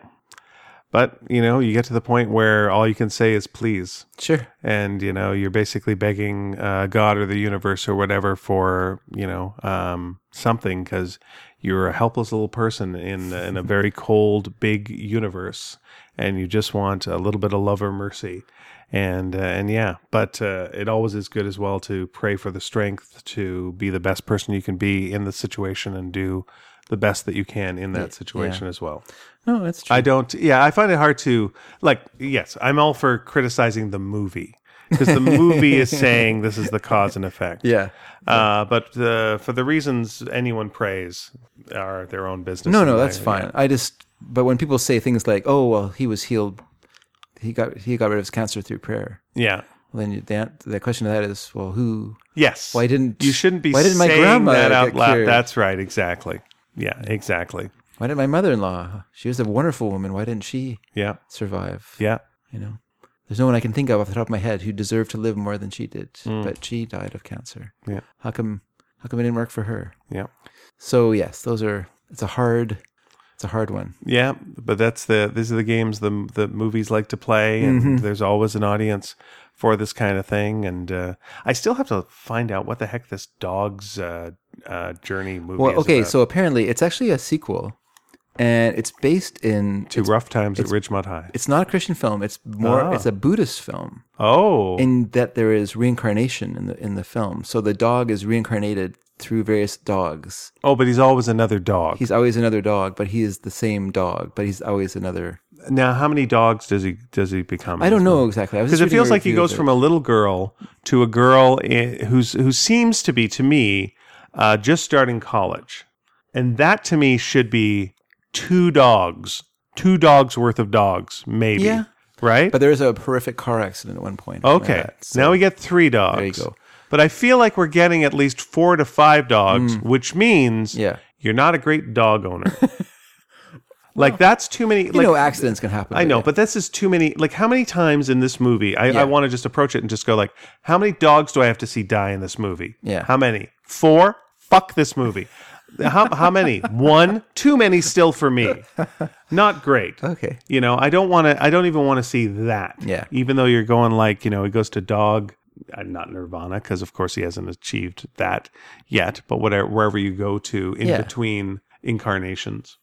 [SPEAKER 1] But, you know, you get to the point where all you can say is please.
[SPEAKER 2] Sure.
[SPEAKER 1] And, you know, you're basically begging uh, God or the universe or whatever for, you know, um, something because you're a helpless little person in, in a very cold, big universe. And you just want a little bit of love or mercy. And, uh, and yeah, but uh, it always is good as well to pray for the strength to be the best person you can be in the situation and do the best that you can in that situation as well.
[SPEAKER 2] No, that's true.
[SPEAKER 1] I don't. Yeah, I find it hard to like. Yes, I'm all for criticizing the movie because the movie is saying this is the cause and effect.
[SPEAKER 2] yeah.
[SPEAKER 1] Uh, but uh, for the reasons anyone prays are their own business.
[SPEAKER 2] No,
[SPEAKER 1] and
[SPEAKER 2] no,
[SPEAKER 1] I-
[SPEAKER 2] that's fine. I just. But when people say things like, "Oh, well, he was healed. He got he got rid of his cancer through prayer,"
[SPEAKER 1] Yeah.
[SPEAKER 2] well, then you, the an- the question to that is, well, who?
[SPEAKER 1] Yes.
[SPEAKER 2] Why didn't
[SPEAKER 1] you shouldn't be?
[SPEAKER 2] Why didn't my
[SPEAKER 1] saying
[SPEAKER 2] grandma
[SPEAKER 1] that out
[SPEAKER 2] get
[SPEAKER 1] loud?
[SPEAKER 2] cured?
[SPEAKER 1] That's right. Exactly. Yeah. Exactly.
[SPEAKER 2] Why did my mother-in-law? She was a wonderful woman. Why didn't she
[SPEAKER 1] Yeah.
[SPEAKER 2] survive?
[SPEAKER 1] Yeah.
[SPEAKER 2] You know, there's no one I can think of off the top of my head who deserved to live more than she did, but she died of cancer.
[SPEAKER 1] Yeah.
[SPEAKER 2] How come? How come it didn't work for her?
[SPEAKER 1] Yeah.
[SPEAKER 2] So yes, those are. It's a hard. It's a hard one.
[SPEAKER 1] Yeah, but that's the these are the games the the movies like to play, and
[SPEAKER 2] Mm-hmm.
[SPEAKER 1] there's always an audience for this kind of thing. And uh, I still have to find out what the heck this dog's uh, uh, journey movie.
[SPEAKER 2] Well,
[SPEAKER 1] is
[SPEAKER 2] okay.
[SPEAKER 1] about.
[SPEAKER 2] So apparently, it's actually a sequel, and it's based in.
[SPEAKER 1] to
[SPEAKER 2] it's,
[SPEAKER 1] rough times at Ridgemont High.
[SPEAKER 2] it's not a Christian film. It's more.
[SPEAKER 1] Ah.
[SPEAKER 2] It's a Buddhist film
[SPEAKER 1] Oh,
[SPEAKER 2] in that there is reincarnation in the in the film. So the dog is reincarnated through various dogs.
[SPEAKER 1] oh, but he's always another dog.
[SPEAKER 2] He's always another dog, but he is the same dog. But he's always another.
[SPEAKER 1] Now, how many dogs does he does he become?
[SPEAKER 2] I don't know exactly.
[SPEAKER 1] because it feels like he goes from a little girl to a girl i who's who seems to be to me uh, just starting college, and that to me should be two dogs, two dogs worth of dogs, maybe.
[SPEAKER 2] Yeah.
[SPEAKER 1] Right.
[SPEAKER 2] But there is a horrific car accident at one point.
[SPEAKER 1] okay.
[SPEAKER 2] Remember that? So-
[SPEAKER 1] now we get three dogs.
[SPEAKER 2] you go.
[SPEAKER 1] But I feel like we're getting at least four to five dogs, which means
[SPEAKER 2] Mm. Yeah.
[SPEAKER 1] you're not a great dog owner. like that's too many.
[SPEAKER 2] you
[SPEAKER 1] like
[SPEAKER 2] know, accidents can happen.
[SPEAKER 1] I know,
[SPEAKER 2] yeah.
[SPEAKER 1] but this is too many. Like, how many times in this movie? I,
[SPEAKER 2] Yeah.
[SPEAKER 1] I want to just approach it and just go like, how many dogs do I have to see die in this movie?
[SPEAKER 2] Yeah.
[SPEAKER 1] How many? Four? Fuck this movie. how how many? One? Too many still for me. Not great.
[SPEAKER 2] okay.
[SPEAKER 1] You know, I don't want to. I don't even want to see that.
[SPEAKER 2] Yeah.
[SPEAKER 1] Even though you're going like, you know, he goes to dog, uh, not Nirvana, because of course he hasn't achieved that yet. But whatever, wherever you go to in
[SPEAKER 2] Yeah.
[SPEAKER 1] between incarnations.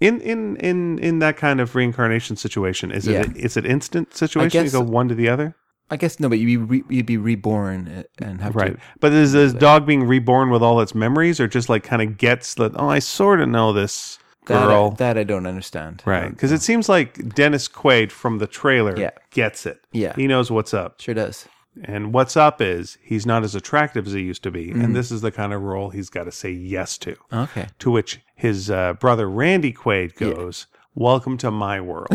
[SPEAKER 1] in in in in that kind of reincarnation situation, is it is it instant situation?
[SPEAKER 2] guess-
[SPEAKER 1] you go one to the other,
[SPEAKER 2] I guess no, but you'd be re- you'd be reborn and have
[SPEAKER 1] right?
[SPEAKER 2] to.
[SPEAKER 1] But is this dog being reborn with all its memories, or just like kind of gets that? Oh, I sort of know this
[SPEAKER 2] That,
[SPEAKER 1] girl,
[SPEAKER 2] I, that I don't understand. Um,
[SPEAKER 1] right? Because Um, it seems like Dennis Quaid from the trailer
[SPEAKER 2] Yeah.
[SPEAKER 1] gets it.
[SPEAKER 2] Yeah.
[SPEAKER 1] he knows what's up.
[SPEAKER 2] Sure does.
[SPEAKER 1] And what's up is he's not as attractive as he used to be,
[SPEAKER 2] Mm-hmm.
[SPEAKER 1] and this is the kind of role he's got to say yes to.
[SPEAKER 2] Okay.
[SPEAKER 1] To which his uh, brother Randy Quaid goes, "Welcome to my world."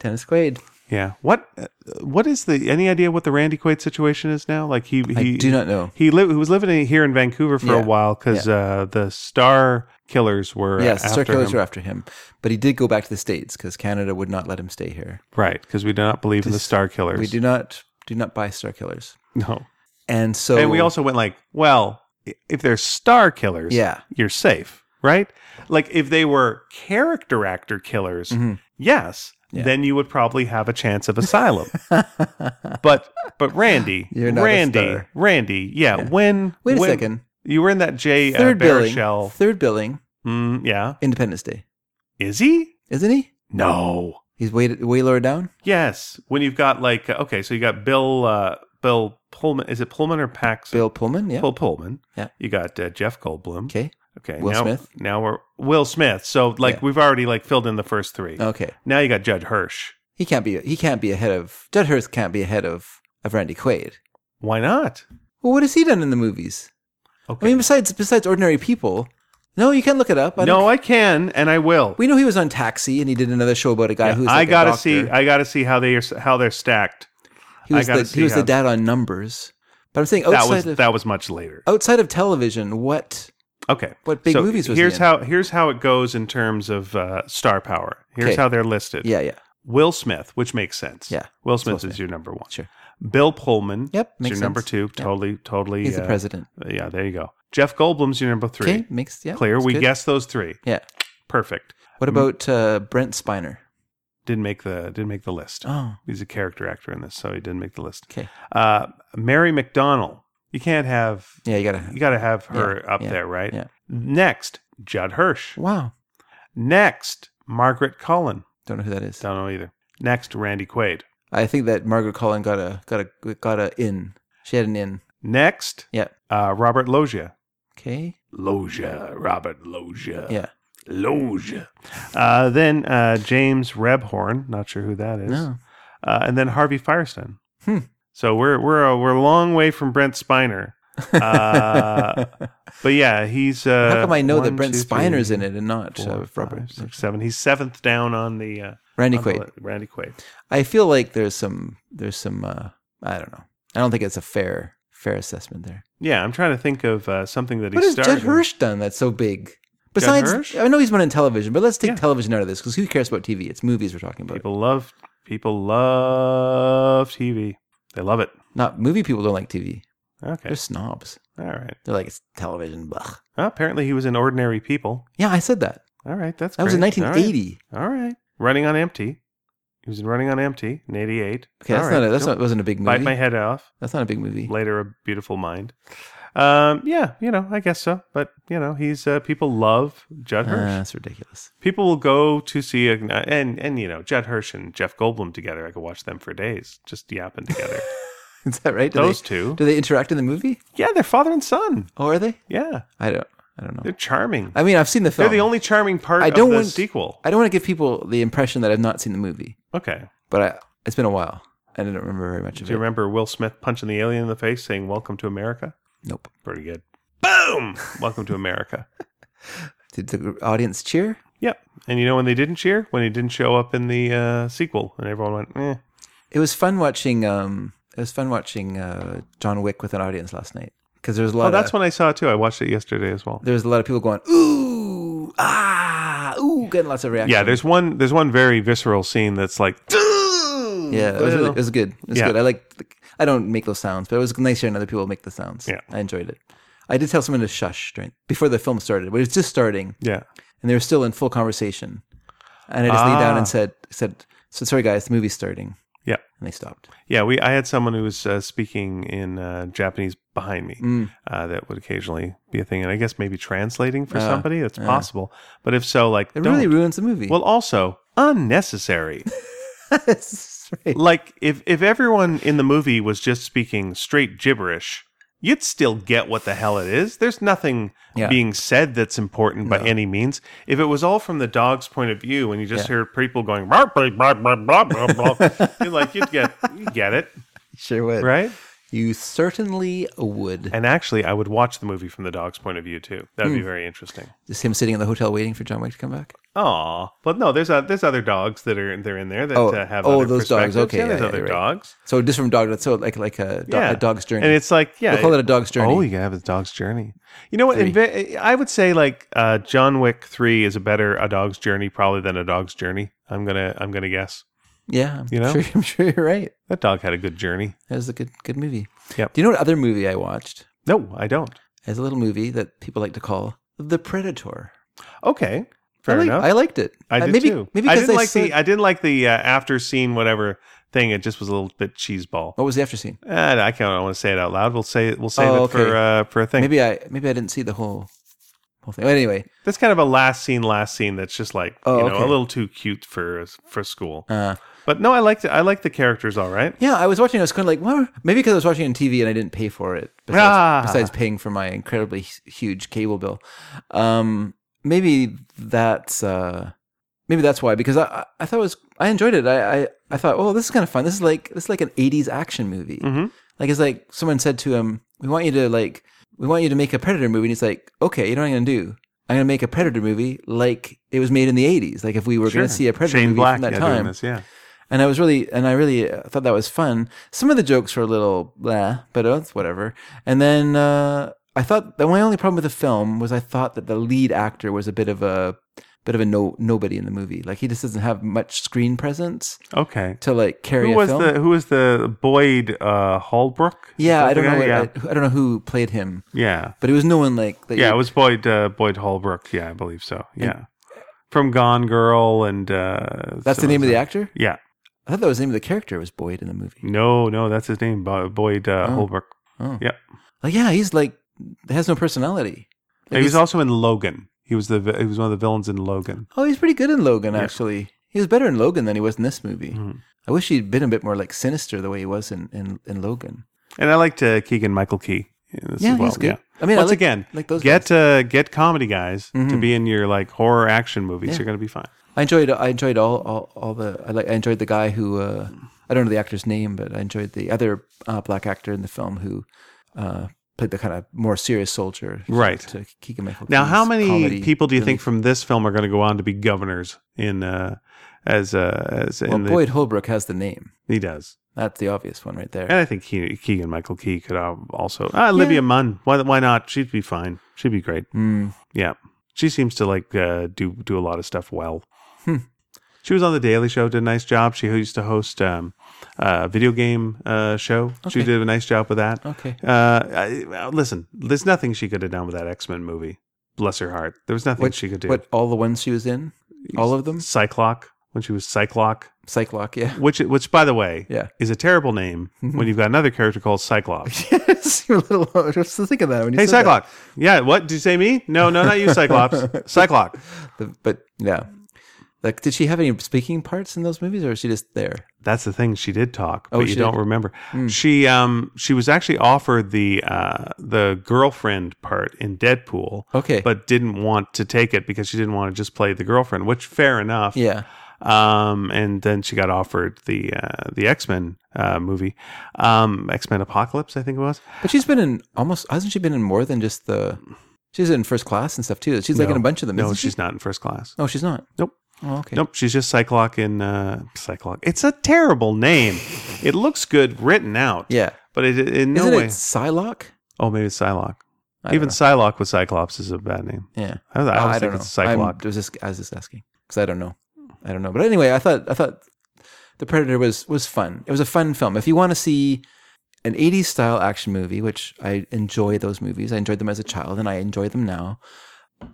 [SPEAKER 2] Dennis Quaid.
[SPEAKER 1] yeah. What? uh, What is the? Any idea what the Randy Quaid situation is now? Like he, he
[SPEAKER 2] do not know.
[SPEAKER 1] He, li- he was living in- here in Vancouver for a
[SPEAKER 2] Yeah.
[SPEAKER 1] while because uh, the Star Killers were
[SPEAKER 2] Yes,
[SPEAKER 1] after
[SPEAKER 2] circulars
[SPEAKER 1] him.
[SPEAKER 2] are after him, but he did go back to the states because Canada would not let him stay here.
[SPEAKER 1] right because we do not believe in the Star Killers.
[SPEAKER 2] We do not do not buy star killers,
[SPEAKER 1] no,
[SPEAKER 2] and so
[SPEAKER 1] and we also went like, well, i- if they're Star Killers,
[SPEAKER 2] yeah
[SPEAKER 1] you're safe, right? Like if they were character actor killers,
[SPEAKER 2] Mm-hmm.
[SPEAKER 1] yes, then you would probably have a chance of asylum. but but Randy,
[SPEAKER 2] You're not a
[SPEAKER 1] Randy,
[SPEAKER 2] star.
[SPEAKER 1] Randy, yeah. When
[SPEAKER 2] Wait a
[SPEAKER 1] when-
[SPEAKER 2] second.
[SPEAKER 1] you were in that J uh,
[SPEAKER 2] third
[SPEAKER 1] Bear
[SPEAKER 2] billing
[SPEAKER 1] shell.
[SPEAKER 2] third billing
[SPEAKER 1] Mm, yeah,
[SPEAKER 2] Independence Day
[SPEAKER 1] is he?
[SPEAKER 2] isn't he?
[SPEAKER 1] No.
[SPEAKER 2] He's way way lower down.
[SPEAKER 1] Yes, when you've got like okay, so you got Bill uh, Bill Pullman. Is it Pullman or Pax?
[SPEAKER 2] Bill Pullman, yeah.
[SPEAKER 1] Bill Pullman.
[SPEAKER 2] Yeah.
[SPEAKER 1] You got uh, Jeff Goldblum.
[SPEAKER 2] Okay,
[SPEAKER 1] Okay.
[SPEAKER 2] Will
[SPEAKER 1] now,
[SPEAKER 2] Smith.
[SPEAKER 1] Now we're Will Smith. So like
[SPEAKER 2] Yeah. Oh.
[SPEAKER 1] we've already like filled in the first three.
[SPEAKER 2] okay.
[SPEAKER 1] Now you got Judge Hirsch.
[SPEAKER 2] He can't be he can't be ahead of Judd Hirst can't be ahead of of Randy Quaid.
[SPEAKER 1] Why not?
[SPEAKER 2] Well, what has he done in the movies?
[SPEAKER 1] Okay.
[SPEAKER 2] I mean, besides besides Ordinary People, no, you can look it up. I don't-
[SPEAKER 1] no, I can and I will.
[SPEAKER 2] we know he was on Taxi, and he did another show about a guy who's like
[SPEAKER 1] I
[SPEAKER 2] a
[SPEAKER 1] gotta
[SPEAKER 2] doctor.
[SPEAKER 1] see. I gotta see how they are how they're stacked.
[SPEAKER 2] He was
[SPEAKER 1] I gotta
[SPEAKER 2] the
[SPEAKER 1] see
[SPEAKER 2] he was
[SPEAKER 1] how-
[SPEAKER 2] the dad on Numbers. But I'm saying
[SPEAKER 1] That
[SPEAKER 2] outside
[SPEAKER 1] was
[SPEAKER 2] of
[SPEAKER 1] that was much later.
[SPEAKER 2] outside of television, what
[SPEAKER 1] Okay.
[SPEAKER 2] what big
[SPEAKER 1] so
[SPEAKER 2] movies was he
[SPEAKER 1] here's
[SPEAKER 2] in?
[SPEAKER 1] how here's how it goes in terms of uh, star power. Here's
[SPEAKER 2] Okay.
[SPEAKER 1] how they're listed.
[SPEAKER 2] Yeah, yeah.
[SPEAKER 1] Will Smith, which makes sense.
[SPEAKER 2] Yeah.
[SPEAKER 1] Will Smith,
[SPEAKER 2] Will
[SPEAKER 1] is your number one.
[SPEAKER 2] Sure.
[SPEAKER 1] Bill Pullman.
[SPEAKER 2] Yep,
[SPEAKER 1] Is
[SPEAKER 2] makes
[SPEAKER 1] your number
[SPEAKER 2] sense.
[SPEAKER 1] two. Totally. Totally.
[SPEAKER 2] He's
[SPEAKER 1] uh,
[SPEAKER 2] the president.
[SPEAKER 1] Yeah. There you go. Jeff Goldblum's your number three.
[SPEAKER 2] Okay, makes yeah.
[SPEAKER 1] Clear.
[SPEAKER 2] it's
[SPEAKER 1] We Mm-hmm.
[SPEAKER 2] good.
[SPEAKER 1] guessed those three.
[SPEAKER 2] Yeah.
[SPEAKER 1] Perfect.
[SPEAKER 2] What about uh, Brent Spiner?
[SPEAKER 1] Didn't make the didn't make the list.
[SPEAKER 2] Oh,
[SPEAKER 1] He's a character actor in this, so he didn't make the list.
[SPEAKER 2] okay.
[SPEAKER 1] Uh, Mary McDonnell. You can't have
[SPEAKER 2] Yeah, you gotta.
[SPEAKER 1] you got to have her up
[SPEAKER 2] yeah,
[SPEAKER 1] there, right?
[SPEAKER 2] yeah.
[SPEAKER 1] Next, Judd Hirsch.
[SPEAKER 2] Wow,
[SPEAKER 1] Next, Margaret Cullen.
[SPEAKER 2] don't know who that is.
[SPEAKER 1] Don't know either. Next, Randy Quaid.
[SPEAKER 2] I think that Margaret Collin got a got a got a in. She had an in.
[SPEAKER 1] Next,
[SPEAKER 2] Yeah.
[SPEAKER 1] uh, Robert Loggia.
[SPEAKER 2] Okay.
[SPEAKER 1] Loggia, Robert Loggia.
[SPEAKER 2] Yeah.
[SPEAKER 1] Loggia. Uh, then uh, James Rebhorn. Not sure who that is.
[SPEAKER 2] No.
[SPEAKER 1] uh, and then Harvey Firestein.
[SPEAKER 2] Hmm.
[SPEAKER 1] So we're we're a, we're a long way from Brent Spiner, uh, but yeah, he's. Uh,
[SPEAKER 2] How come I know
[SPEAKER 1] one,
[SPEAKER 2] that Brent
[SPEAKER 1] two, three,
[SPEAKER 2] Spiner's in it and not
[SPEAKER 1] four,
[SPEAKER 2] uh, Robert
[SPEAKER 1] five, six, seven. He's seventh down on the uh,
[SPEAKER 2] Randy
[SPEAKER 1] on the
[SPEAKER 2] Quaid?
[SPEAKER 1] li- Randy Quaid.
[SPEAKER 2] I feel like there's some there's some uh, I don't know. I don't think it's a fair fair assessment there.
[SPEAKER 1] Yeah, I'm trying to think of uh, something that he
[SPEAKER 2] What has
[SPEAKER 1] starred.
[SPEAKER 2] Judd
[SPEAKER 1] in.
[SPEAKER 2] Hirsch done that's so big? Besides,
[SPEAKER 1] Hirsch?
[SPEAKER 2] I know he's been on television, but let's take
[SPEAKER 1] Yeah.
[SPEAKER 2] television out of this because who cares about TV? It's movies we're talking about.
[SPEAKER 1] People love people love TV. They love it.
[SPEAKER 2] Not movie people don't like TV.
[SPEAKER 1] Okay,
[SPEAKER 2] They're snobs.
[SPEAKER 1] all right.
[SPEAKER 2] They're like it's television. Blah.
[SPEAKER 1] Well, apparently, he was in Ordinary People.
[SPEAKER 2] Yeah, I said that.
[SPEAKER 1] All right, that's
[SPEAKER 2] That was in
[SPEAKER 1] great. All right.
[SPEAKER 2] 1980.
[SPEAKER 1] All right, Running on Empty. He was in Running on Empty in '88.
[SPEAKER 2] Okay, that's not a, that's not wasn't a big
[SPEAKER 1] bite
[SPEAKER 2] movie.
[SPEAKER 1] my head off.
[SPEAKER 2] that's not a big movie.
[SPEAKER 1] Later, a beautiful mind. Um, yeah, you know, I guess so. But you know, he's uh, people love Judd
[SPEAKER 2] Uh,
[SPEAKER 1] Hirsch.
[SPEAKER 2] that's ridiculous.
[SPEAKER 1] people will go to see a, and and you know Judd Hirsch and Jeff Goldblum together. I could watch them for days, just yapping together.
[SPEAKER 2] Is that right? Do
[SPEAKER 1] Those
[SPEAKER 2] they,
[SPEAKER 1] two,
[SPEAKER 2] do they interact in the movie?
[SPEAKER 1] yeah, they're father and son.
[SPEAKER 2] Oh, are they?
[SPEAKER 1] Yeah,
[SPEAKER 2] I don't. I don't know.
[SPEAKER 1] they're charming.
[SPEAKER 2] I mean, I've seen the film.
[SPEAKER 1] They're the only charming part
[SPEAKER 2] I don't
[SPEAKER 1] of the
[SPEAKER 2] want-
[SPEAKER 1] sequel.
[SPEAKER 2] I don't want to give people the impression that I've not seen the movie,
[SPEAKER 1] Okay.
[SPEAKER 2] but I, it's been a while. I don't remember very much of
[SPEAKER 1] Do you
[SPEAKER 2] it.
[SPEAKER 1] remember Will Smith punching the alien in the face, saying "Welcome to America"?
[SPEAKER 2] Nope.
[SPEAKER 1] Pretty good. Boom! Welcome to America.
[SPEAKER 2] Did the audience cheer?
[SPEAKER 1] Yep. And you know when they didn't cheer? When he didn't show up in the uh, sequel, and everyone went, eh.
[SPEAKER 2] It was fun watching. Um, it was fun watching uh, John Wick with an audience last night because there was a lot.
[SPEAKER 1] Oh, that's
[SPEAKER 2] of,
[SPEAKER 1] when I saw it too. I watched it yesterday as well.
[SPEAKER 2] there was a lot of people going ooh ah ooh, getting lots of reactions.
[SPEAKER 1] Yeah, there's one. There's one very visceral scene that's like,
[SPEAKER 2] yeah, it was, really, it was good. It was
[SPEAKER 1] Yeah.
[SPEAKER 2] good. I like. I don't make those sounds, but it was nice hearing other people make the sounds.
[SPEAKER 1] Yeah.
[SPEAKER 2] I enjoyed it. I did tell someone to shush during before the film started, but it was just starting,
[SPEAKER 1] yeah,
[SPEAKER 2] and they were still in full conversation. And I just leaned down
[SPEAKER 1] Ah.
[SPEAKER 2] and said, "said So sorry, guys, the movie's starting."
[SPEAKER 1] Yeah.
[SPEAKER 2] and they stopped.
[SPEAKER 1] Yeah, we. I had someone who was uh, speaking in uh, Japanese behind me.
[SPEAKER 2] Mm.
[SPEAKER 1] Uh, that would occasionally be a thing, and I guess maybe translating for somebody. That's possible. But if so, like,
[SPEAKER 2] Uh, It
[SPEAKER 1] don't.
[SPEAKER 2] really ruins the movie.
[SPEAKER 1] well, also unnecessary.
[SPEAKER 2] That's right.
[SPEAKER 1] like, if if everyone in the movie was just speaking straight gibberish, you'd still get what the hell it is. There's nothing
[SPEAKER 2] Yeah.
[SPEAKER 1] being said that's important by any means. If it was all from the dog's point of view, and you just hear people going, "Blah, blah, blah, blah, blah, blah," you're like, you'd get, you get it,
[SPEAKER 2] sure would.
[SPEAKER 1] right?
[SPEAKER 2] You certainly would.
[SPEAKER 1] And actually, I would watch the movie from the dog's point of view too. That would
[SPEAKER 2] Hmm.
[SPEAKER 1] be very interesting.
[SPEAKER 2] Just him sitting in the hotel waiting for John Wick to come back.
[SPEAKER 1] Aw, but no, there's uh there's other dogs that are they're in there that
[SPEAKER 2] Oh,
[SPEAKER 1] uh, have
[SPEAKER 2] oh,
[SPEAKER 1] other
[SPEAKER 2] those dogs.
[SPEAKER 1] perspectives.
[SPEAKER 2] Okay,
[SPEAKER 1] yeah,
[SPEAKER 2] yeah,
[SPEAKER 1] there's
[SPEAKER 2] yeah,
[SPEAKER 1] other
[SPEAKER 2] you're right.
[SPEAKER 1] dogs.
[SPEAKER 2] So just from dog. So like like a, do-
[SPEAKER 1] Yeah,
[SPEAKER 2] a dog's journey.
[SPEAKER 1] and it's like yeah,
[SPEAKER 2] We'll call it a dog's journey.
[SPEAKER 1] Oh, you gotta have a dog's journey. You know what? In ve- I would say like uh, John Wick three is a better a dog's journey probably than a dog's journey. I'm gonna I'm gonna guess
[SPEAKER 2] yeah, I'm
[SPEAKER 1] You know?
[SPEAKER 2] sure, I'm sure you're right.
[SPEAKER 1] that dog had a good journey.
[SPEAKER 2] That was a good good movie.
[SPEAKER 1] Yep.
[SPEAKER 2] Do you know what other movie I watched?
[SPEAKER 1] No, I don't.
[SPEAKER 2] As a little movie that people like to call The Predator.
[SPEAKER 1] Okay, fair
[SPEAKER 2] I, like-
[SPEAKER 1] enough.
[SPEAKER 2] I liked it.
[SPEAKER 1] I
[SPEAKER 2] Uh,
[SPEAKER 1] did
[SPEAKER 2] maybe,
[SPEAKER 1] too.
[SPEAKER 2] Maybe
[SPEAKER 1] I
[SPEAKER 2] because
[SPEAKER 1] didn't like
[SPEAKER 2] saw-
[SPEAKER 1] the I didn't like the uh, after scene whatever thing. It just was a little bit cheeseball.
[SPEAKER 2] What was the after scene?
[SPEAKER 1] Uh, I can't. I don't want to say it out loud. We'll say it. We'll save
[SPEAKER 2] Oh,
[SPEAKER 1] it for uh, for a thing.
[SPEAKER 2] Maybe I maybe I didn't see the whole whole thing. But anyway,
[SPEAKER 1] That's kind of a last scene, last scene. That's just like
[SPEAKER 2] Oh,
[SPEAKER 1] you know
[SPEAKER 2] okay.
[SPEAKER 1] a little too cute for for school.
[SPEAKER 2] Uh.
[SPEAKER 1] but no, I liked it. I liked the characters. All right.
[SPEAKER 2] yeah, I was watching. I was kind of like, well, maybe because I was watching on TV and I didn't pay for it. Besides,
[SPEAKER 1] Ah.
[SPEAKER 2] besides paying for my incredibly hu- huge cable bill, um, maybe that's uh, maybe that's why. Because I- I, I thought it was I enjoyed it. I, I, I thought, oh, this is kind of fun. This is like this is like an '80s action movie.
[SPEAKER 1] Mhm.
[SPEAKER 2] Like it's like someone said to him, "We want you to like, we want you to make a Predator movie." And he's like, "Okay, you know what I'm gonna do? I'm gonna make a Predator movie like it was made in the '80s. Like if we were gonna see a Predator
[SPEAKER 1] Shane
[SPEAKER 2] movie
[SPEAKER 1] Black
[SPEAKER 2] from that
[SPEAKER 1] yeah, doing
[SPEAKER 2] time."
[SPEAKER 1] this, yeah.
[SPEAKER 2] And I was really, and I really uh, thought that was fun. Some of the jokes were a little blah, but uh, it's whatever. And then uh, I thought that my only problem with the film was I thought that the lead actor was a bit of a bit of a no nobody in the movie. Like he just doesn't have much screen presence
[SPEAKER 1] Okay.
[SPEAKER 2] to like carry
[SPEAKER 1] Who
[SPEAKER 2] a
[SPEAKER 1] was
[SPEAKER 2] film.
[SPEAKER 1] the Who was the Boyd uh, Holbrook? Is
[SPEAKER 2] yeah,
[SPEAKER 1] that
[SPEAKER 2] I
[SPEAKER 1] the
[SPEAKER 2] don't know.
[SPEAKER 1] guy?
[SPEAKER 2] What,
[SPEAKER 1] yeah.
[SPEAKER 2] I, I don't know who played him,
[SPEAKER 1] yeah.
[SPEAKER 2] but it was no one like that.
[SPEAKER 1] Yeah,
[SPEAKER 2] you-
[SPEAKER 1] it was Boyd uh, Boyd Holbrook. Yeah, I believe so. Yeah, from Gone Girl and uh,
[SPEAKER 2] that's the name of the actor.
[SPEAKER 1] Yeah,
[SPEAKER 2] I thought that was the name of the character was Boyd in the movie.
[SPEAKER 1] no, no, that's his name, Bo- Boyd uh, Holbrook.
[SPEAKER 2] Oh.
[SPEAKER 1] Yeah,
[SPEAKER 2] Like yeah, he's like has no personality. Like,
[SPEAKER 1] he was
[SPEAKER 2] he's-
[SPEAKER 1] also in Logan. He was the vi- he was one of the villains in Logan.
[SPEAKER 2] Oh, he's pretty good in Logan, actually. He was better in Logan than he was in this movie.
[SPEAKER 1] Mm-hmm.
[SPEAKER 2] I wish he'd been a bit more like sinister the way he was in, in, in Logan.
[SPEAKER 1] And I liked uh, Keegan Michael Key. in this
[SPEAKER 2] Yeah,
[SPEAKER 1] as well.
[SPEAKER 2] he's good.
[SPEAKER 1] Yeah.
[SPEAKER 2] I mean, I
[SPEAKER 1] once
[SPEAKER 2] like-
[SPEAKER 1] again,
[SPEAKER 2] like those Mm-hmm.
[SPEAKER 1] get uh, get comedy guys to be in your like horror action movies. You're gonna be fine.
[SPEAKER 2] I enjoyed I enjoyed all, all, all the I like I enjoyed the guy who uh, I don't know the actor's name, but I enjoyed the other uh, black actor in the film who uh, played the kind of more serious soldier,
[SPEAKER 1] Right.
[SPEAKER 2] To Keegan Michael.
[SPEAKER 1] Now, how many people do you think from this film are going to go on to be governors in uh, as uh, as
[SPEAKER 2] Well,
[SPEAKER 1] in the,
[SPEAKER 2] Boyd Holbrook has the name.
[SPEAKER 1] he does? That's
[SPEAKER 2] That's the obvious one right there.
[SPEAKER 1] And I think Ke- Keegan Michael Key could al- also. Ah, Olivia Munn. Why, why not? She'd be fine. She'd be great.
[SPEAKER 2] Hmm.
[SPEAKER 1] Yeah. She seems to like uh, do do a lot of stuff well.
[SPEAKER 2] Hmm.
[SPEAKER 1] She was on The Daily Show, did a nice job. She used to host um, a video game uh, show. She did a nice job with that.
[SPEAKER 2] Okay.
[SPEAKER 1] Uh, I, uh, listen, there's nothing she could have done with that X Men movie. Bless her heart. There was nothing she could do.
[SPEAKER 2] What all the ones she was in, all of them,
[SPEAKER 1] Cyclock, when she was Cyclock,
[SPEAKER 2] Psychlock, yeah.
[SPEAKER 1] which, which by the way,
[SPEAKER 2] Yeah. Mm-hmm.
[SPEAKER 1] is a terrible name when you've got another character called Cyclops.
[SPEAKER 2] Yes, you're a little. I was just thinking that when you
[SPEAKER 1] Hey,
[SPEAKER 2] said that.
[SPEAKER 1] Cyclops. Yeah, what? Did you say me? No, no, not you, Cyclops. Cyclops.
[SPEAKER 2] The- but yeah, like, did she have any speaking parts in those movies, or is she just there?
[SPEAKER 1] That's the thing. She did talk, but you
[SPEAKER 2] Oh, she
[SPEAKER 1] don't
[SPEAKER 2] did? Hmm.
[SPEAKER 1] remember. She um she was actually offered the uh the girlfriend part in Deadpool.
[SPEAKER 2] Okay.
[SPEAKER 1] But didn't want to take it because she didn't want to just play the girlfriend, which fair enough.
[SPEAKER 2] Yeah,
[SPEAKER 1] Um, and then she got offered the uh, the X Men uh, movie, um, X Men Apocalypse, I think it was.
[SPEAKER 2] but she's been in almost. Hasn't she been in more than just the? She's in first class and stuff too. She's like in a bunch of them.
[SPEAKER 1] No,
[SPEAKER 2] isn't
[SPEAKER 1] she's not in first class.
[SPEAKER 2] She? No, she's not.
[SPEAKER 1] Nope.
[SPEAKER 2] Oh, okay.
[SPEAKER 1] Nope, she's just Cyclock in uh, Cyclock. It's a terrible name. It looks good written out.
[SPEAKER 2] Yeah.
[SPEAKER 1] But it, it- in no
[SPEAKER 2] Isn't
[SPEAKER 1] way.
[SPEAKER 2] it Psylocke?
[SPEAKER 1] Oh, maybe it's Psylocke.
[SPEAKER 2] I don't
[SPEAKER 1] Even
[SPEAKER 2] know.
[SPEAKER 1] Psylocke with Cyclops is a bad name.
[SPEAKER 2] Yeah.
[SPEAKER 1] I, was- I
[SPEAKER 2] Oh,
[SPEAKER 1] always
[SPEAKER 2] don't
[SPEAKER 1] think it's
[SPEAKER 2] know. I'm-
[SPEAKER 1] Cyclope.
[SPEAKER 2] I was just, I was just asking because I don't know. I don't know. But anyway, I thought I thought the Predator was was fun. It was a fun film. If you want to see an 80s style action movie, which I enjoy those movies. I enjoyed them as a child and I enjoy them now.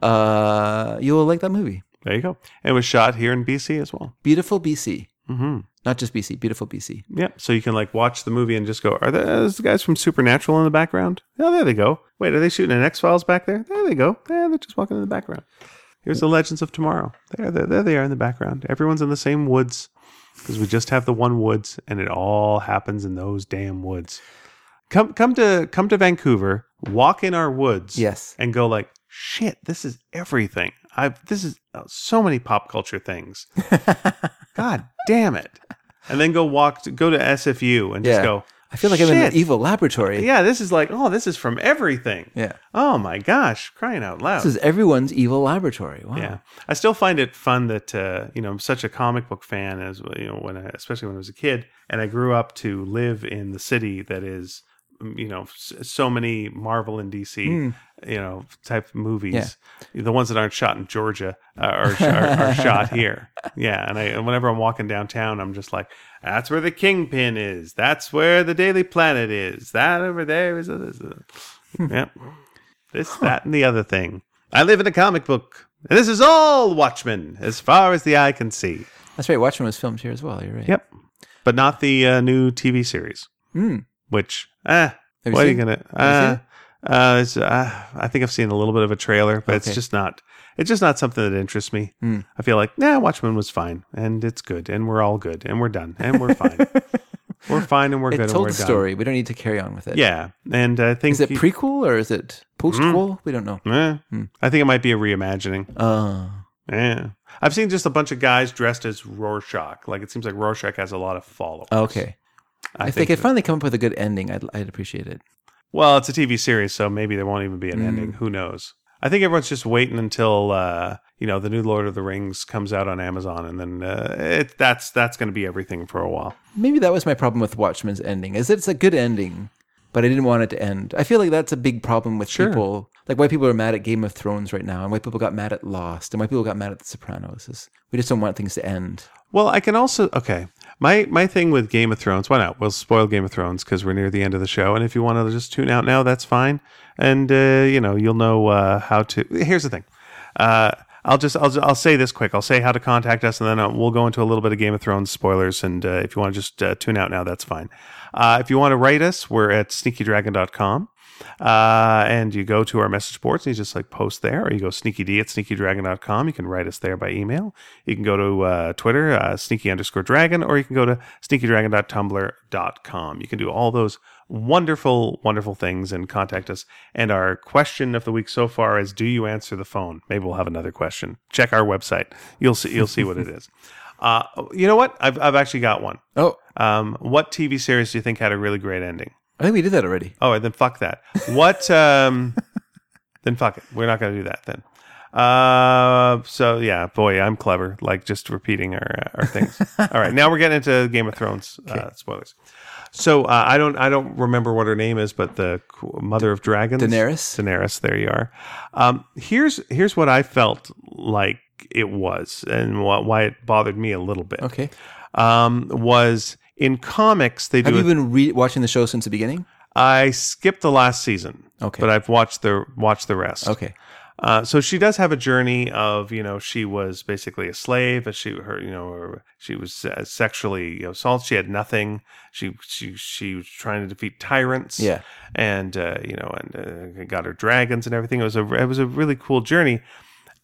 [SPEAKER 2] Uh, you'll like that movie.
[SPEAKER 1] There you go. And it was shot here in BC as well. Mm-hmm.
[SPEAKER 2] Beautiful BC. Not just BC, beautiful BC.
[SPEAKER 1] Yeah, so you can like watch the movie and just go, are there, those the guys from Supernatural in the background? Oh, there they go. Wait, are they shooting an X Files back there? There they go. Yeah, they're just walking in the background. Here's the Legends of Tomorrow. There, there, there they are in the background. Everyone's in the same woods because we just have the one woods, and it all happens in those damn woods. Come, come to come to Vancouver. Walk in our woods.
[SPEAKER 2] Yes.
[SPEAKER 1] and go like, shit. This is everything. I've this is uh, so many pop culture things. God damn it. And then go walk to, go to SFU and just
[SPEAKER 2] Yeah.
[SPEAKER 1] go.
[SPEAKER 2] I feel like I'm in
[SPEAKER 1] "Shit."
[SPEAKER 2] an evil laboratory.
[SPEAKER 1] Yeah, this is like, oh, this is from everything.
[SPEAKER 2] Yeah.
[SPEAKER 1] Oh my gosh, crying out loud.
[SPEAKER 2] This is everyone's evil laboratory. Wow.
[SPEAKER 1] Oh. yeah, I still find it fun that uh, you know I'm such a comic book fan as you know when I, especially when I was a kid and I grew up to live in the city that is mm, you know s- so many Marvel and DC you know type movies the ones that aren't shot in Georgia uh, are, are, are shot here yeah and I and whenever I'm walking downtown I'm just like that's where the Kingpin is that's where the Daily Planet is that over there is a, is a. yep this, that, and the other thing. I live in a comic book. And this is all Watchmen, as far as the eye can see.
[SPEAKER 2] That's right. Watchmen was filmed here as well. You're right.
[SPEAKER 1] Yep. But not the uh, new TV series,
[SPEAKER 2] Mm.
[SPEAKER 1] which, eh,
[SPEAKER 2] you
[SPEAKER 1] what are you
[SPEAKER 2] seen it?
[SPEAKER 1] going to.
[SPEAKER 2] Have you
[SPEAKER 1] Uh,
[SPEAKER 2] seen
[SPEAKER 1] uh, it's, uh, I think I've seen a little bit of a trailer, but it's
[SPEAKER 2] Okay. Hmm.
[SPEAKER 1] just not. It's just not something that interests me. I feel like, nah, Watchmen was fine, and it's good, and we're all good, and we're done, and we're fine. we're fine, and we're
[SPEAKER 2] It
[SPEAKER 1] good, and
[SPEAKER 2] told
[SPEAKER 1] we're
[SPEAKER 2] the story. We don't need to carry on with it.
[SPEAKER 1] done. Yeah, and I think
[SPEAKER 2] Is it Hmm.
[SPEAKER 1] he-
[SPEAKER 2] prequel or is it postquel? We don't know.
[SPEAKER 1] eh, I think it might be a reimagining.
[SPEAKER 2] Uh,
[SPEAKER 1] Yeah. I've seen just a bunch of guys dressed as Rorschach. Like it seems like Rorschach has a lot of followers.
[SPEAKER 2] Oh, okay.
[SPEAKER 1] I
[SPEAKER 2] if they could
[SPEAKER 1] that-
[SPEAKER 2] finally come up with a good ending, I'd, I'd appreciate it.
[SPEAKER 1] well, it's a TV series, so maybe there won't even be an
[SPEAKER 2] Mm.
[SPEAKER 1] ending. Who knows? I think everyone's just waiting until uh, you know the new Lord of the Rings comes out on Amazon, and then uh, it, that's that's going to be everything for a while.
[SPEAKER 2] Maybe that was my problem with Watchmen's ending. Is that it's a good ending, but I didn't want it to end. I feel like that's a big problem with people. Like why people are mad at Game of Thrones right now, and why people got mad at Lost, and why people got mad at The Sopranos. Is we just don't want things to end.
[SPEAKER 1] Well, I can also okay. My my thing with Game of Thrones. Why not? We'll spoil Game of Thrones because we're near the end of the show, and if you want to just tune out now, that's fine. And uh, you know you'll know uh, how to. Here's the thing. Uh, I'll just I'll I'll say this quick. I'll say how to contact us, and then uh we'll go into a little bit of Game of Thrones spoilers. And uh, if you want to just uh, tune out now, that's fine. Uh, if you want to write us, we're at sneakydragon.com. Uh, and you go to our message boards and you just like post there, or you go sneakyd at sneakydragon.com. You can write us there by email. You can go to uh, Twitter, uh, sneaky underscore dragon, or you can go to sneakydragon.tumblr.com. You can do all those wonderful, wonderful things and contact us. And our question of the week so far is Do you answer the phone? Maybe we'll have another question. Check our website. You'll see, you'll see what it is. Uh, you know what? I've, I've actually got one.
[SPEAKER 2] Oh,
[SPEAKER 1] Um, what TV series do you think had a really great ending?
[SPEAKER 2] I think we did that already.
[SPEAKER 1] Oh, then fuck that. What? Um, then fuck it. We're not going to do that then. Uh, so yeah, boy, I'm clever. Like just repeating our uh, our things. All right, now we're getting into Game of Thrones uh, spoilers. So uh, I don't I don't remember what her name is, but the qu- mother of dragons,
[SPEAKER 2] Daenerys?
[SPEAKER 1] Daenerys. There you are. Um, here's here's what I felt like it was, and wh- why it bothered me a little bit.
[SPEAKER 2] Okay.
[SPEAKER 1] Um, was in comics they
[SPEAKER 2] Have
[SPEAKER 1] do a
[SPEAKER 2] you been re- watching the show since the beginning?
[SPEAKER 1] I skipped the last season.
[SPEAKER 2] Okay.
[SPEAKER 1] But I've watched the watched the rest.
[SPEAKER 2] Okay.
[SPEAKER 1] Uh, so she does have a journey of you know she was basically a slave. She her you know her, she was uh, sexually assaulted. She had nothing. She she she was trying to defeat tyrants.
[SPEAKER 2] Yeah.
[SPEAKER 1] And uh, you know and uh, got her dragons and everything. It was a it was a really cool journey.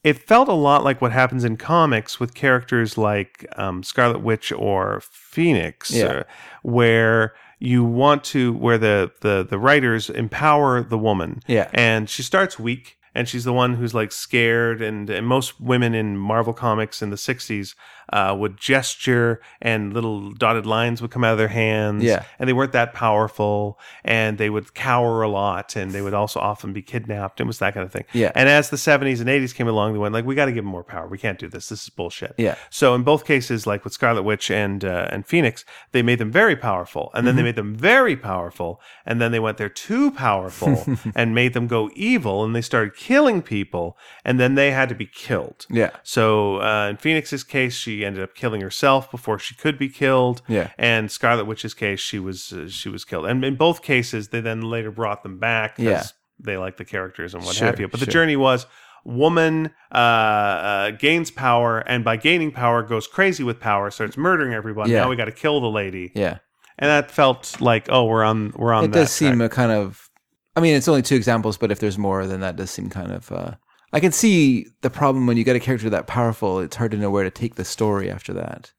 [SPEAKER 1] It felt a lot like what happens in comics with characters like um, Scarlet Witch or Phoenix,
[SPEAKER 2] Yeah.
[SPEAKER 1] uh, where you want to where the, the the writers empower the woman
[SPEAKER 2] Yeah.
[SPEAKER 1] and she starts weak and she's the one who's like scared and, and most women in marvel comics in the 60s uh, would gesture and little dotted lines would come out of their hands
[SPEAKER 2] Yeah.
[SPEAKER 1] and they weren't that powerful and they would cower a lot and they would also often be kidnapped and was that kind of thing
[SPEAKER 2] Yeah.
[SPEAKER 1] and as the 70s and 80s came along they went like we got to give them more power we can't do this this is bullshit
[SPEAKER 2] Yeah.
[SPEAKER 1] so in both cases, like with Scarlet Witch and uh, and Phoenix, they made them very powerful, and then they made them very powerful, and then they went they're too powerful and made them go evil, and they started killing people, and then they had to be killed.
[SPEAKER 2] Yeah.
[SPEAKER 1] So uh, in Phoenix's case, she ended up killing herself before she could be killed.
[SPEAKER 2] Yeah.
[SPEAKER 1] And Scarlet Witch's case, she was uh, she was killed, and in both cases, they then later brought them back. 'cause
[SPEAKER 2] Yeah.
[SPEAKER 1] They like the characters and what
[SPEAKER 2] Sure,
[SPEAKER 1] have you, but the
[SPEAKER 2] sure.
[SPEAKER 1] journey was woman uh, uh, gains power, and by gaining power, goes crazy with power, starts murdering everyone.
[SPEAKER 2] Yeah.
[SPEAKER 1] Now we got to kill the lady,
[SPEAKER 2] Yeah.
[SPEAKER 1] and that felt like oh, we're on we're on.
[SPEAKER 2] It
[SPEAKER 1] that
[SPEAKER 2] does seem
[SPEAKER 1] track.
[SPEAKER 2] a kind of. I mean, it's only two examples, but if there's more, then that does seem kind of. Uh, I can see the problem when you get a character that powerful. It's hard to know where to take the story after that.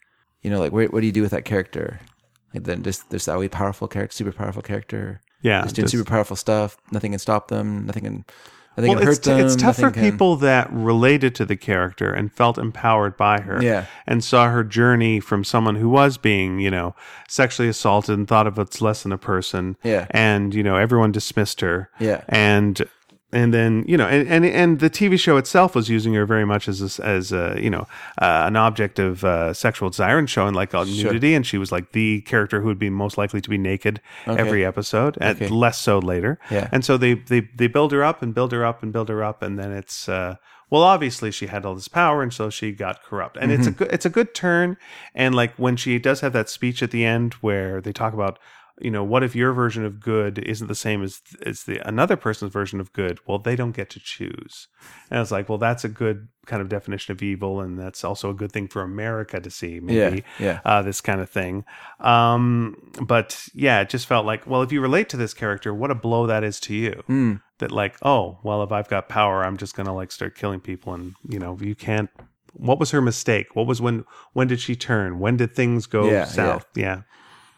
[SPEAKER 2] You know, like where, what do you do with that character? Like then just there's that way powerful character, super powerful character,
[SPEAKER 1] yeah.
[SPEAKER 2] just doing
[SPEAKER 1] just-
[SPEAKER 2] super powerful stuff. Nothing can stop them. Nothing can. Nothing
[SPEAKER 1] well,
[SPEAKER 2] can hurt
[SPEAKER 1] it's,
[SPEAKER 2] them.
[SPEAKER 1] it's tough for
[SPEAKER 2] nothing can-
[SPEAKER 1] people that related to the character and felt empowered by her.
[SPEAKER 2] Yeah.
[SPEAKER 1] and saw her journey from someone who was being, you know, sexually assaulted and thought of it's less than a person.
[SPEAKER 2] Yeah.
[SPEAKER 1] And, you know, everyone dismissed her.
[SPEAKER 2] Yeah.
[SPEAKER 1] And and then you know, and, and and the TV show itself was using her very much as a, as a, you know uh, an object of uh, sexual desire and showing like uh, nudity, and she was like the character who would be most likely to be naked every episode, and less so later.
[SPEAKER 2] Yeah.
[SPEAKER 1] And so they they they build her up and build her up and build her up, and then it's uh, well, obviously she had all this power, and so she got corrupt. And
[SPEAKER 2] Mm-hmm.
[SPEAKER 1] it's a good it's a good turn. And like when she does have that speech at the end where they talk about you know what if your version of good isn't the same as as the another person's version of good well they don't get to choose and i was like well that's a good kind of definition of evil and that's also a good thing for america to see maybe
[SPEAKER 2] yeah.
[SPEAKER 1] Uh, this kind of thing um but yeah it just felt like well if you relate to this character what a blow that is to you
[SPEAKER 2] Hmm.
[SPEAKER 1] that like oh well if i've got power i'm just gonna like start killing people and you know you can't what was her mistake what was when when did she turn when did things go
[SPEAKER 2] Yeah, yeah.
[SPEAKER 1] south yeah.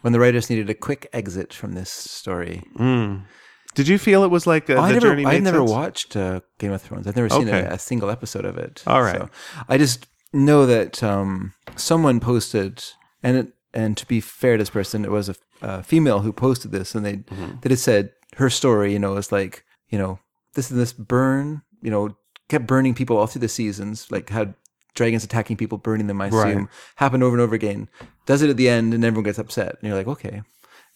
[SPEAKER 2] When the writers needed a quick exit from this story,
[SPEAKER 1] Hmm. Did you feel it was like uh,
[SPEAKER 2] Oh, I
[SPEAKER 1] the
[SPEAKER 2] never,
[SPEAKER 1] journey?
[SPEAKER 2] I
[SPEAKER 1] made
[SPEAKER 2] never
[SPEAKER 1] sense?
[SPEAKER 2] watched uh, Game of Thrones. I've never seen
[SPEAKER 1] Okay.
[SPEAKER 2] a, a single episode of it.
[SPEAKER 1] All right.
[SPEAKER 2] So I just know that um, someone posted, and it, and to be fair to this person, it was a, a female who posted this, and they
[SPEAKER 1] Mm-hmm.
[SPEAKER 2] that it said her story. You know, is like you know this and this burn. You know, kept burning people all through the seasons. Like had dragons attacking people, burning them. I assume
[SPEAKER 1] Right.
[SPEAKER 2] happened over and over again. Does it at the end, and everyone gets upset, and you're like, okay.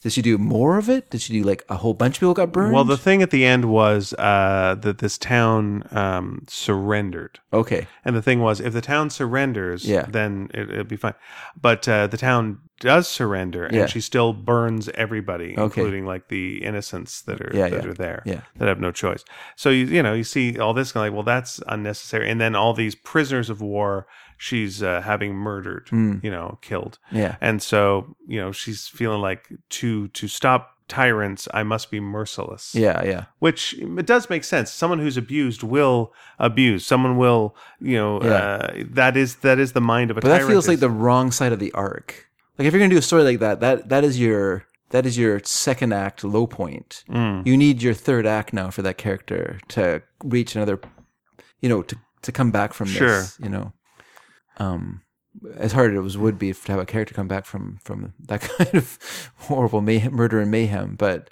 [SPEAKER 2] Did she do more of it? Did she do like a whole bunch of people got burned?
[SPEAKER 1] Well, the thing at the end was uh, that this town um, surrendered,
[SPEAKER 2] okay,
[SPEAKER 1] and the thing was, if the town surrenders,
[SPEAKER 2] Yeah.
[SPEAKER 1] then it, it'd be fine. But uh, the town does surrender, and
[SPEAKER 2] Yeah.
[SPEAKER 1] she still burns everybody,
[SPEAKER 2] Okay.
[SPEAKER 1] including like the innocents that are
[SPEAKER 2] Yeah,
[SPEAKER 1] that
[SPEAKER 2] yeah.
[SPEAKER 1] are there,
[SPEAKER 2] Yeah.
[SPEAKER 1] that have no choice. So you you know you see all this, and like, well, that's unnecessary, and then all these prisoners of war she's uh, having murdered,
[SPEAKER 2] Hmm.
[SPEAKER 1] you know, killed.
[SPEAKER 2] Yeah.
[SPEAKER 1] And so, you know, she's feeling like to to stop tyrants, I must be merciless.
[SPEAKER 2] Yeah, yeah.
[SPEAKER 1] Which it does make sense. Someone who's abused will abuse. Someone will, you know, uh, that is that is the mind of a
[SPEAKER 2] But
[SPEAKER 1] tyrant.
[SPEAKER 2] that feels like
[SPEAKER 1] is-
[SPEAKER 2] the wrong side of the arc. Like if you're gonna do a story like that, that that is your that is your second act low point.
[SPEAKER 1] mm,
[SPEAKER 2] You need your third act now for that character to reach another, you know, to to come back from
[SPEAKER 1] Sure.
[SPEAKER 2] this. You know, um, as hard as it was would be to have a character come back from from that kind of horrible mayhem, murder and mayhem, but.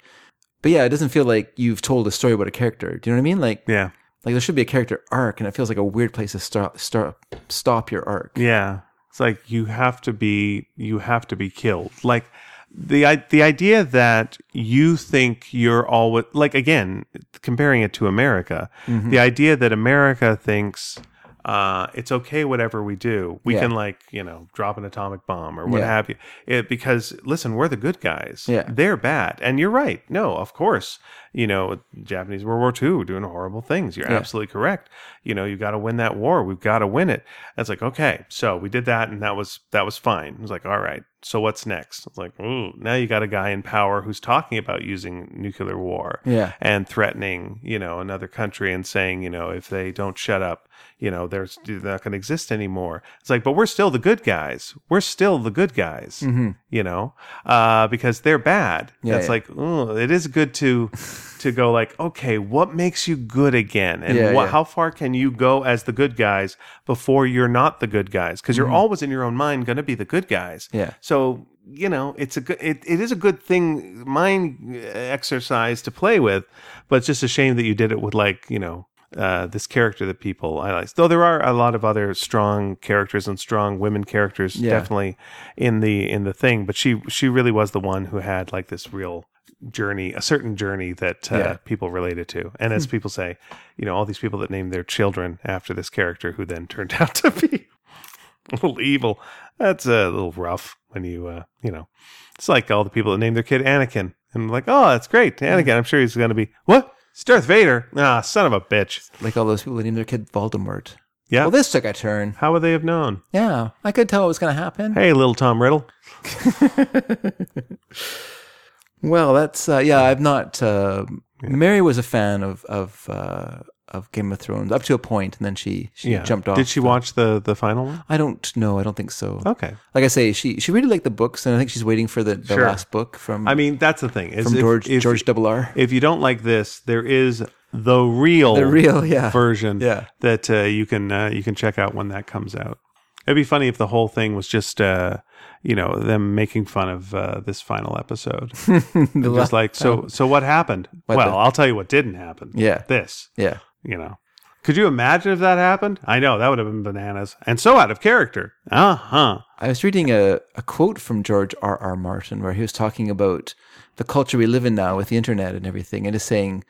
[SPEAKER 2] But yeah, it doesn't feel like you've told a story about a character. Do you know what I mean? Like,
[SPEAKER 1] yeah,
[SPEAKER 2] like there should be a character arc, and it feels like a weird place to start, start, stop your arc.
[SPEAKER 1] yeah. It's like you have to be you have to be killed. Like the i- the idea that you think you're always like again comparing it to America,
[SPEAKER 2] Mm-hmm.
[SPEAKER 1] the idea that America thinks uh, it's okay whatever we do. We
[SPEAKER 2] Yeah.
[SPEAKER 1] can like you know drop an atomic bomb or what
[SPEAKER 2] Yeah.
[SPEAKER 1] have you. It, because listen, we're the good guys.
[SPEAKER 2] Yeah.
[SPEAKER 1] they're bad, and you're right. No, of course, you know Japanese World War II doing horrible things. You're absolutely correct. You know you got to win that war. We've got to win it. It's like okay, so we did that, and that was that was fine. It was like all right. So what's next? It's like ooh, now you got a guy in power who's talking about using nuclear war
[SPEAKER 2] Yeah.
[SPEAKER 1] and threatening you know another country and saying you know if they don't shut up you know there's they're not going to exist anymore it's like but we're still the good guys we're still the good
[SPEAKER 2] Mm-hmm.
[SPEAKER 1] guys you know uh, because they're bad
[SPEAKER 2] Yeah,
[SPEAKER 1] it's
[SPEAKER 2] yeah.
[SPEAKER 1] like oh, it is good to to go like okay what makes you good again and
[SPEAKER 2] Yeah,
[SPEAKER 1] what,
[SPEAKER 2] yeah.
[SPEAKER 1] how far can you go as the good guys before you're not the good guys because
[SPEAKER 2] Mm-hmm.
[SPEAKER 1] you're always in your own mind going to be the good guys
[SPEAKER 2] Yeah.
[SPEAKER 1] so you know, it's a good. It, it is a good thing, mind uh, exercise to play with, but it's just a shame that you did it with like you know uh, this character that people I like. Though there are a lot of other strong characters and strong women characters,
[SPEAKER 2] Yeah.
[SPEAKER 1] definitely in the in the thing. But she she really was the one who had like this real journey, a certain journey that uh,
[SPEAKER 2] Yeah. Hmm.
[SPEAKER 1] people related to. And as people say, you know, all these people that named their children after this character, who then turned out to be a little evil. That's a little rough when you, uh, you know,
[SPEAKER 2] Hmm.
[SPEAKER 1] it's like all the people that named their kid Anakin. And like, oh, that's great, Anakin. I'm sure he's going to be what? It's Darth Vader. Ah, son of a bitch.
[SPEAKER 2] Like all those people that named their kid Voldemort.
[SPEAKER 1] Yeah.
[SPEAKER 2] Well, this took a turn.
[SPEAKER 1] How would they have known?
[SPEAKER 2] Yeah, I could tell it was going to happen.
[SPEAKER 1] Hey, little Tom Riddle.
[SPEAKER 2] Well, that's uh, yeah. I've not. Uh, Mary was a fan of of uh, of Game of Thrones up to a point, and then she she jumped off.
[SPEAKER 1] Did she Oh. watch the the final one?
[SPEAKER 2] I don't know. I don't think so.
[SPEAKER 1] Okay.
[SPEAKER 2] Like I say, she she really liked the books, and I think she's waiting for the, the
[SPEAKER 1] Sure.
[SPEAKER 2] last book from
[SPEAKER 1] I mean, that's the thing. Is
[SPEAKER 2] from
[SPEAKER 1] if-
[SPEAKER 2] George
[SPEAKER 1] if-
[SPEAKER 2] George Double R.
[SPEAKER 1] if you don't like this, there is the real
[SPEAKER 2] The real, yeah.
[SPEAKER 1] version
[SPEAKER 2] Yeah.
[SPEAKER 1] that uh, you can uh, you can check out when that comes out. It'd be funny if the whole thing was just uh, you know them making fun of uh, this final episode.
[SPEAKER 2] The
[SPEAKER 1] just
[SPEAKER 2] last-
[SPEAKER 1] like so so what happened? well, I'll tell you what didn't happen.
[SPEAKER 2] Yeah.
[SPEAKER 1] This,
[SPEAKER 2] yeah.
[SPEAKER 1] you know. Could you imagine if that happened? I know that would have been bananas and so out of character. Uh-huh.
[SPEAKER 2] I was reading a, a quote from George R. R. Martin where he was talking about the culture we live in now with the internet and everything, and is saying,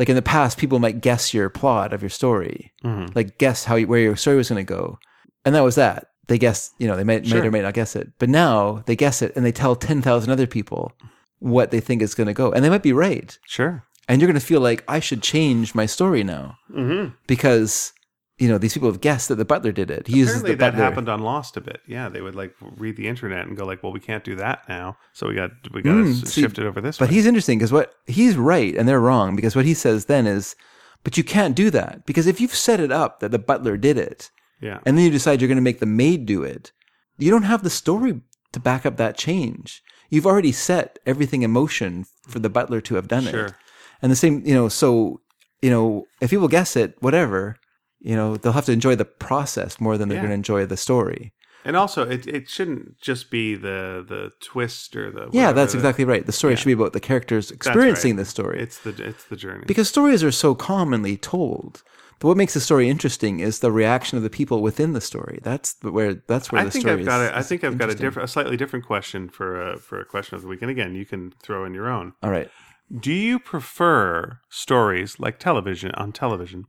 [SPEAKER 2] like in the past, people might guess your plot of your story,
[SPEAKER 1] Mm-hmm.
[SPEAKER 2] like guess how you, where your story was going to go, and that was that. They guessed, you know, they might, might or might not guess it, but now they guess it and they tell ten thousand other people what they think is going to go, and they might be right,
[SPEAKER 1] Sure.
[SPEAKER 2] and you're going to feel like I should change my story now
[SPEAKER 1] Mm-hmm.
[SPEAKER 2] because you know these people have guessed that the butler did it. He uses
[SPEAKER 1] Apparently
[SPEAKER 2] the
[SPEAKER 1] that
[SPEAKER 2] butler.
[SPEAKER 1] happened on Lost a bit. Yeah, they would like read the internet and go like, "Well, we can't do that now, so we got we got to
[SPEAKER 2] Hmm, see,
[SPEAKER 1] shift it over this
[SPEAKER 2] But
[SPEAKER 1] way."
[SPEAKER 2] he's interesting because what he's right and they're wrong because what he says then is, but you can't do that because if you've set it up that the butler did it
[SPEAKER 1] yeah,
[SPEAKER 2] and then you decide you're going to make the maid do it, you don't have the story to back up that change. You've already set everything in motion for the butler to have done
[SPEAKER 1] Sure.
[SPEAKER 2] it. And the same, you know, so, you know, if people guess it, whatever, you know, they'll have to enjoy the process more than they're
[SPEAKER 1] Yeah.
[SPEAKER 2] going to enjoy the story.
[SPEAKER 1] and also it, it shouldn't just be the the twist or the
[SPEAKER 2] Yeah,
[SPEAKER 1] whatever
[SPEAKER 2] that's
[SPEAKER 1] the-
[SPEAKER 2] exactly right. The story should be about the characters experiencing the story.
[SPEAKER 1] It's the it's the journey.
[SPEAKER 2] because stories are so commonly told. But what makes a story interesting is the reaction of the people within the story. That's the- where that's where
[SPEAKER 1] I
[SPEAKER 2] the
[SPEAKER 1] think
[SPEAKER 2] story
[SPEAKER 1] I've got
[SPEAKER 2] is.
[SPEAKER 1] a, I think I've got a different a slightly different question for a, for a question of the week. And again, you can throw in your own.
[SPEAKER 2] All right.
[SPEAKER 1] Do you prefer stories like television on television,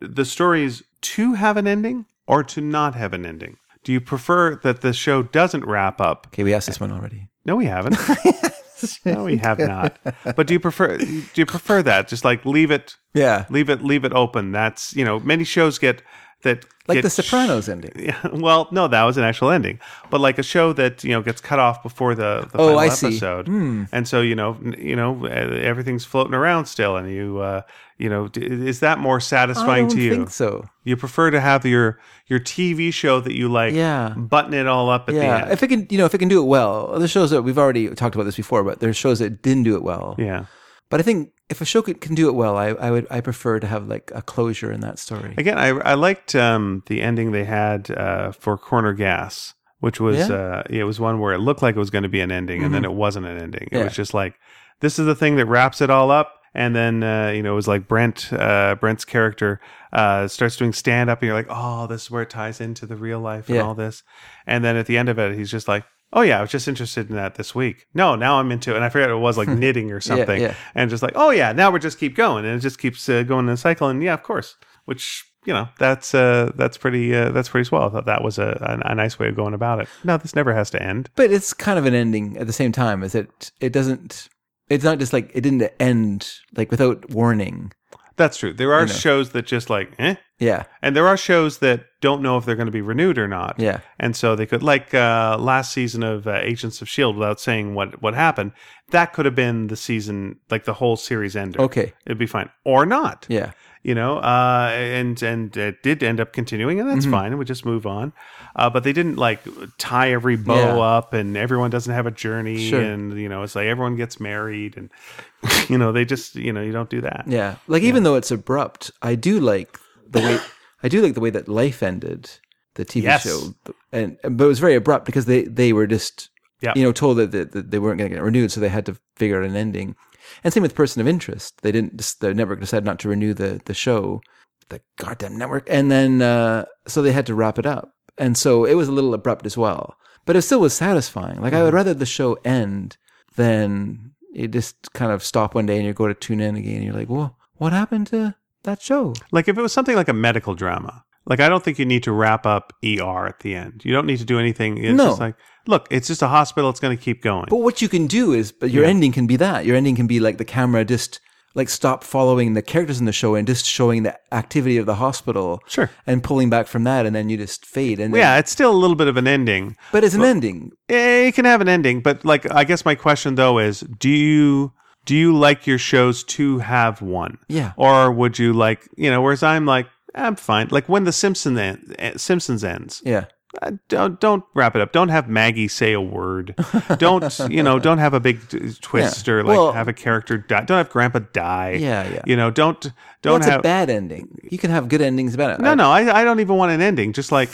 [SPEAKER 1] the stories to have an ending or to not have an ending? Do you prefer that the show doesn't wrap up?
[SPEAKER 2] Okay, we asked this one already.
[SPEAKER 1] No, we haven't. no, we have not. But do you prefer do you prefer that? Just like leave it
[SPEAKER 2] Yeah.
[SPEAKER 1] leave it leave it open. That's you know many shows get that
[SPEAKER 2] Like
[SPEAKER 1] get
[SPEAKER 2] the Sopranos ending.
[SPEAKER 1] yeah, well, no, that was an actual ending, but like a show that you know gets cut off before the, the final
[SPEAKER 2] Oh, I see. Hmm.
[SPEAKER 1] episode, and so you know, n- you know, e- everything's floating around still, and you, uh, you know, d- is that more
[SPEAKER 2] I
[SPEAKER 1] satisfying
[SPEAKER 2] don't
[SPEAKER 1] to you?
[SPEAKER 2] think so.
[SPEAKER 1] You prefer to have your your TV show that you like,
[SPEAKER 2] Yeah.
[SPEAKER 1] button it all up at the
[SPEAKER 2] Yeah.
[SPEAKER 1] end,
[SPEAKER 2] If it can, you know, if it can do it well, there's shows that we've already talked about this before, but there's shows that didn't do it well.
[SPEAKER 1] yeah.
[SPEAKER 2] But I think if a show could, can do it well, I, I would I prefer to have like a closure in that story.
[SPEAKER 1] Again, I I liked um, the ending they had uh, for Corner Gas, which was
[SPEAKER 2] Yeah. Mm-hmm.
[SPEAKER 1] uh, it was one where it looked like it was going to be an ending, and then it wasn't an ending. It
[SPEAKER 2] Yeah.
[SPEAKER 1] was just like this is the thing that wraps it all up, and then uh, you know it was like Brent uh, Brent's character uh, starts doing stand up, and you're like, oh, this is where it ties into the real life and
[SPEAKER 2] Yeah.
[SPEAKER 1] all this, and then at the end of it, he's just like. Oh yeah, I was just interested in that this week. No, now I'm into it, and I forget it was like knitting or something,
[SPEAKER 2] yeah.
[SPEAKER 1] and just like, oh yeah, now we just keep going, and it just keeps uh, going in a cycle, and yeah, of course, which you know that's uh, that's pretty uh, that's pretty swell. I thought that was a, a, a nice way of going about it. No, this never has to end.
[SPEAKER 2] but it's kind of an ending at the same time is it it doesn't it's not just like it didn't end like without warning
[SPEAKER 1] That's true. There are
[SPEAKER 2] know.
[SPEAKER 1] shows that just like, eh,
[SPEAKER 2] yeah
[SPEAKER 1] and there are shows that don't know if they're going to be renewed or not.
[SPEAKER 2] Yeah.
[SPEAKER 1] and so they could like uh, last season of uh, Agents of Shield without saying what what happened. That could have been the season, like the whole series ender.
[SPEAKER 2] okay
[SPEAKER 1] it'd be fine or not.
[SPEAKER 2] yeah
[SPEAKER 1] you know uh and and it did end up continuing and that's
[SPEAKER 2] Mm-hmm.
[SPEAKER 1] fine we just move on uh but they didn't like tie every bow
[SPEAKER 2] Yeah.
[SPEAKER 1] up and everyone doesn't have a journey
[SPEAKER 2] Sure.
[SPEAKER 1] and you know it's like everyone gets married and you know they just you know you don't do that
[SPEAKER 2] yeah like even though it's abrupt i do like the way i do like the way that life ended the tv
[SPEAKER 1] Yes.
[SPEAKER 2] show and but it was very abrupt because they they were just
[SPEAKER 1] Yeah.
[SPEAKER 2] you know told that, that, that they weren't going to get renewed so they had to figure out an ending and same with person of interest they didn't just the network decided not to renew the the show the goddamn network. And then uh, so they had to wrap it up. And so it was a little abrupt as well. But it still was satisfying. Like I
[SPEAKER 1] Mm-hmm.
[SPEAKER 2] would rather the show end than you just kind of stop one day and you go to tune in again and you're like, Well, what happened to that show?
[SPEAKER 1] like if it was something like a medical drama like i don't think you need to wrap up er at the end you don't need to do anything it's
[SPEAKER 2] No.
[SPEAKER 1] just like look it's just a hospital it's going to keep going
[SPEAKER 2] But what you can do is but your ending can be that. Your ending can be like the camera just like stop following the characters in the show and just showing the activity of the hospital.
[SPEAKER 1] Sure.
[SPEAKER 2] And pulling back from that, and then you just fade. And then-
[SPEAKER 1] Yeah, it's still a little bit of an ending.
[SPEAKER 2] but it's an ending.
[SPEAKER 1] Eh, It can have an ending, but like I guess my question though is, do you do you like your shows to have one?
[SPEAKER 2] Yeah.
[SPEAKER 1] Or would you like, you know, whereas I'm like I'm fine. Like when the Simpson en- eh, Simpsons ends,
[SPEAKER 2] Yeah.
[SPEAKER 1] uh, don't don't wrap it up. Don't have Maggie say a word. Don't you know? Don't have a big t- twist or like
[SPEAKER 2] Well-
[SPEAKER 1] have a character die. Don't have Grandpa die.
[SPEAKER 2] Yeah, yeah.
[SPEAKER 1] You know, don't don't
[SPEAKER 2] That's
[SPEAKER 1] have
[SPEAKER 2] a bad ending. You can have good endings about it.
[SPEAKER 1] no, no, I, I don't even want an ending. Just like,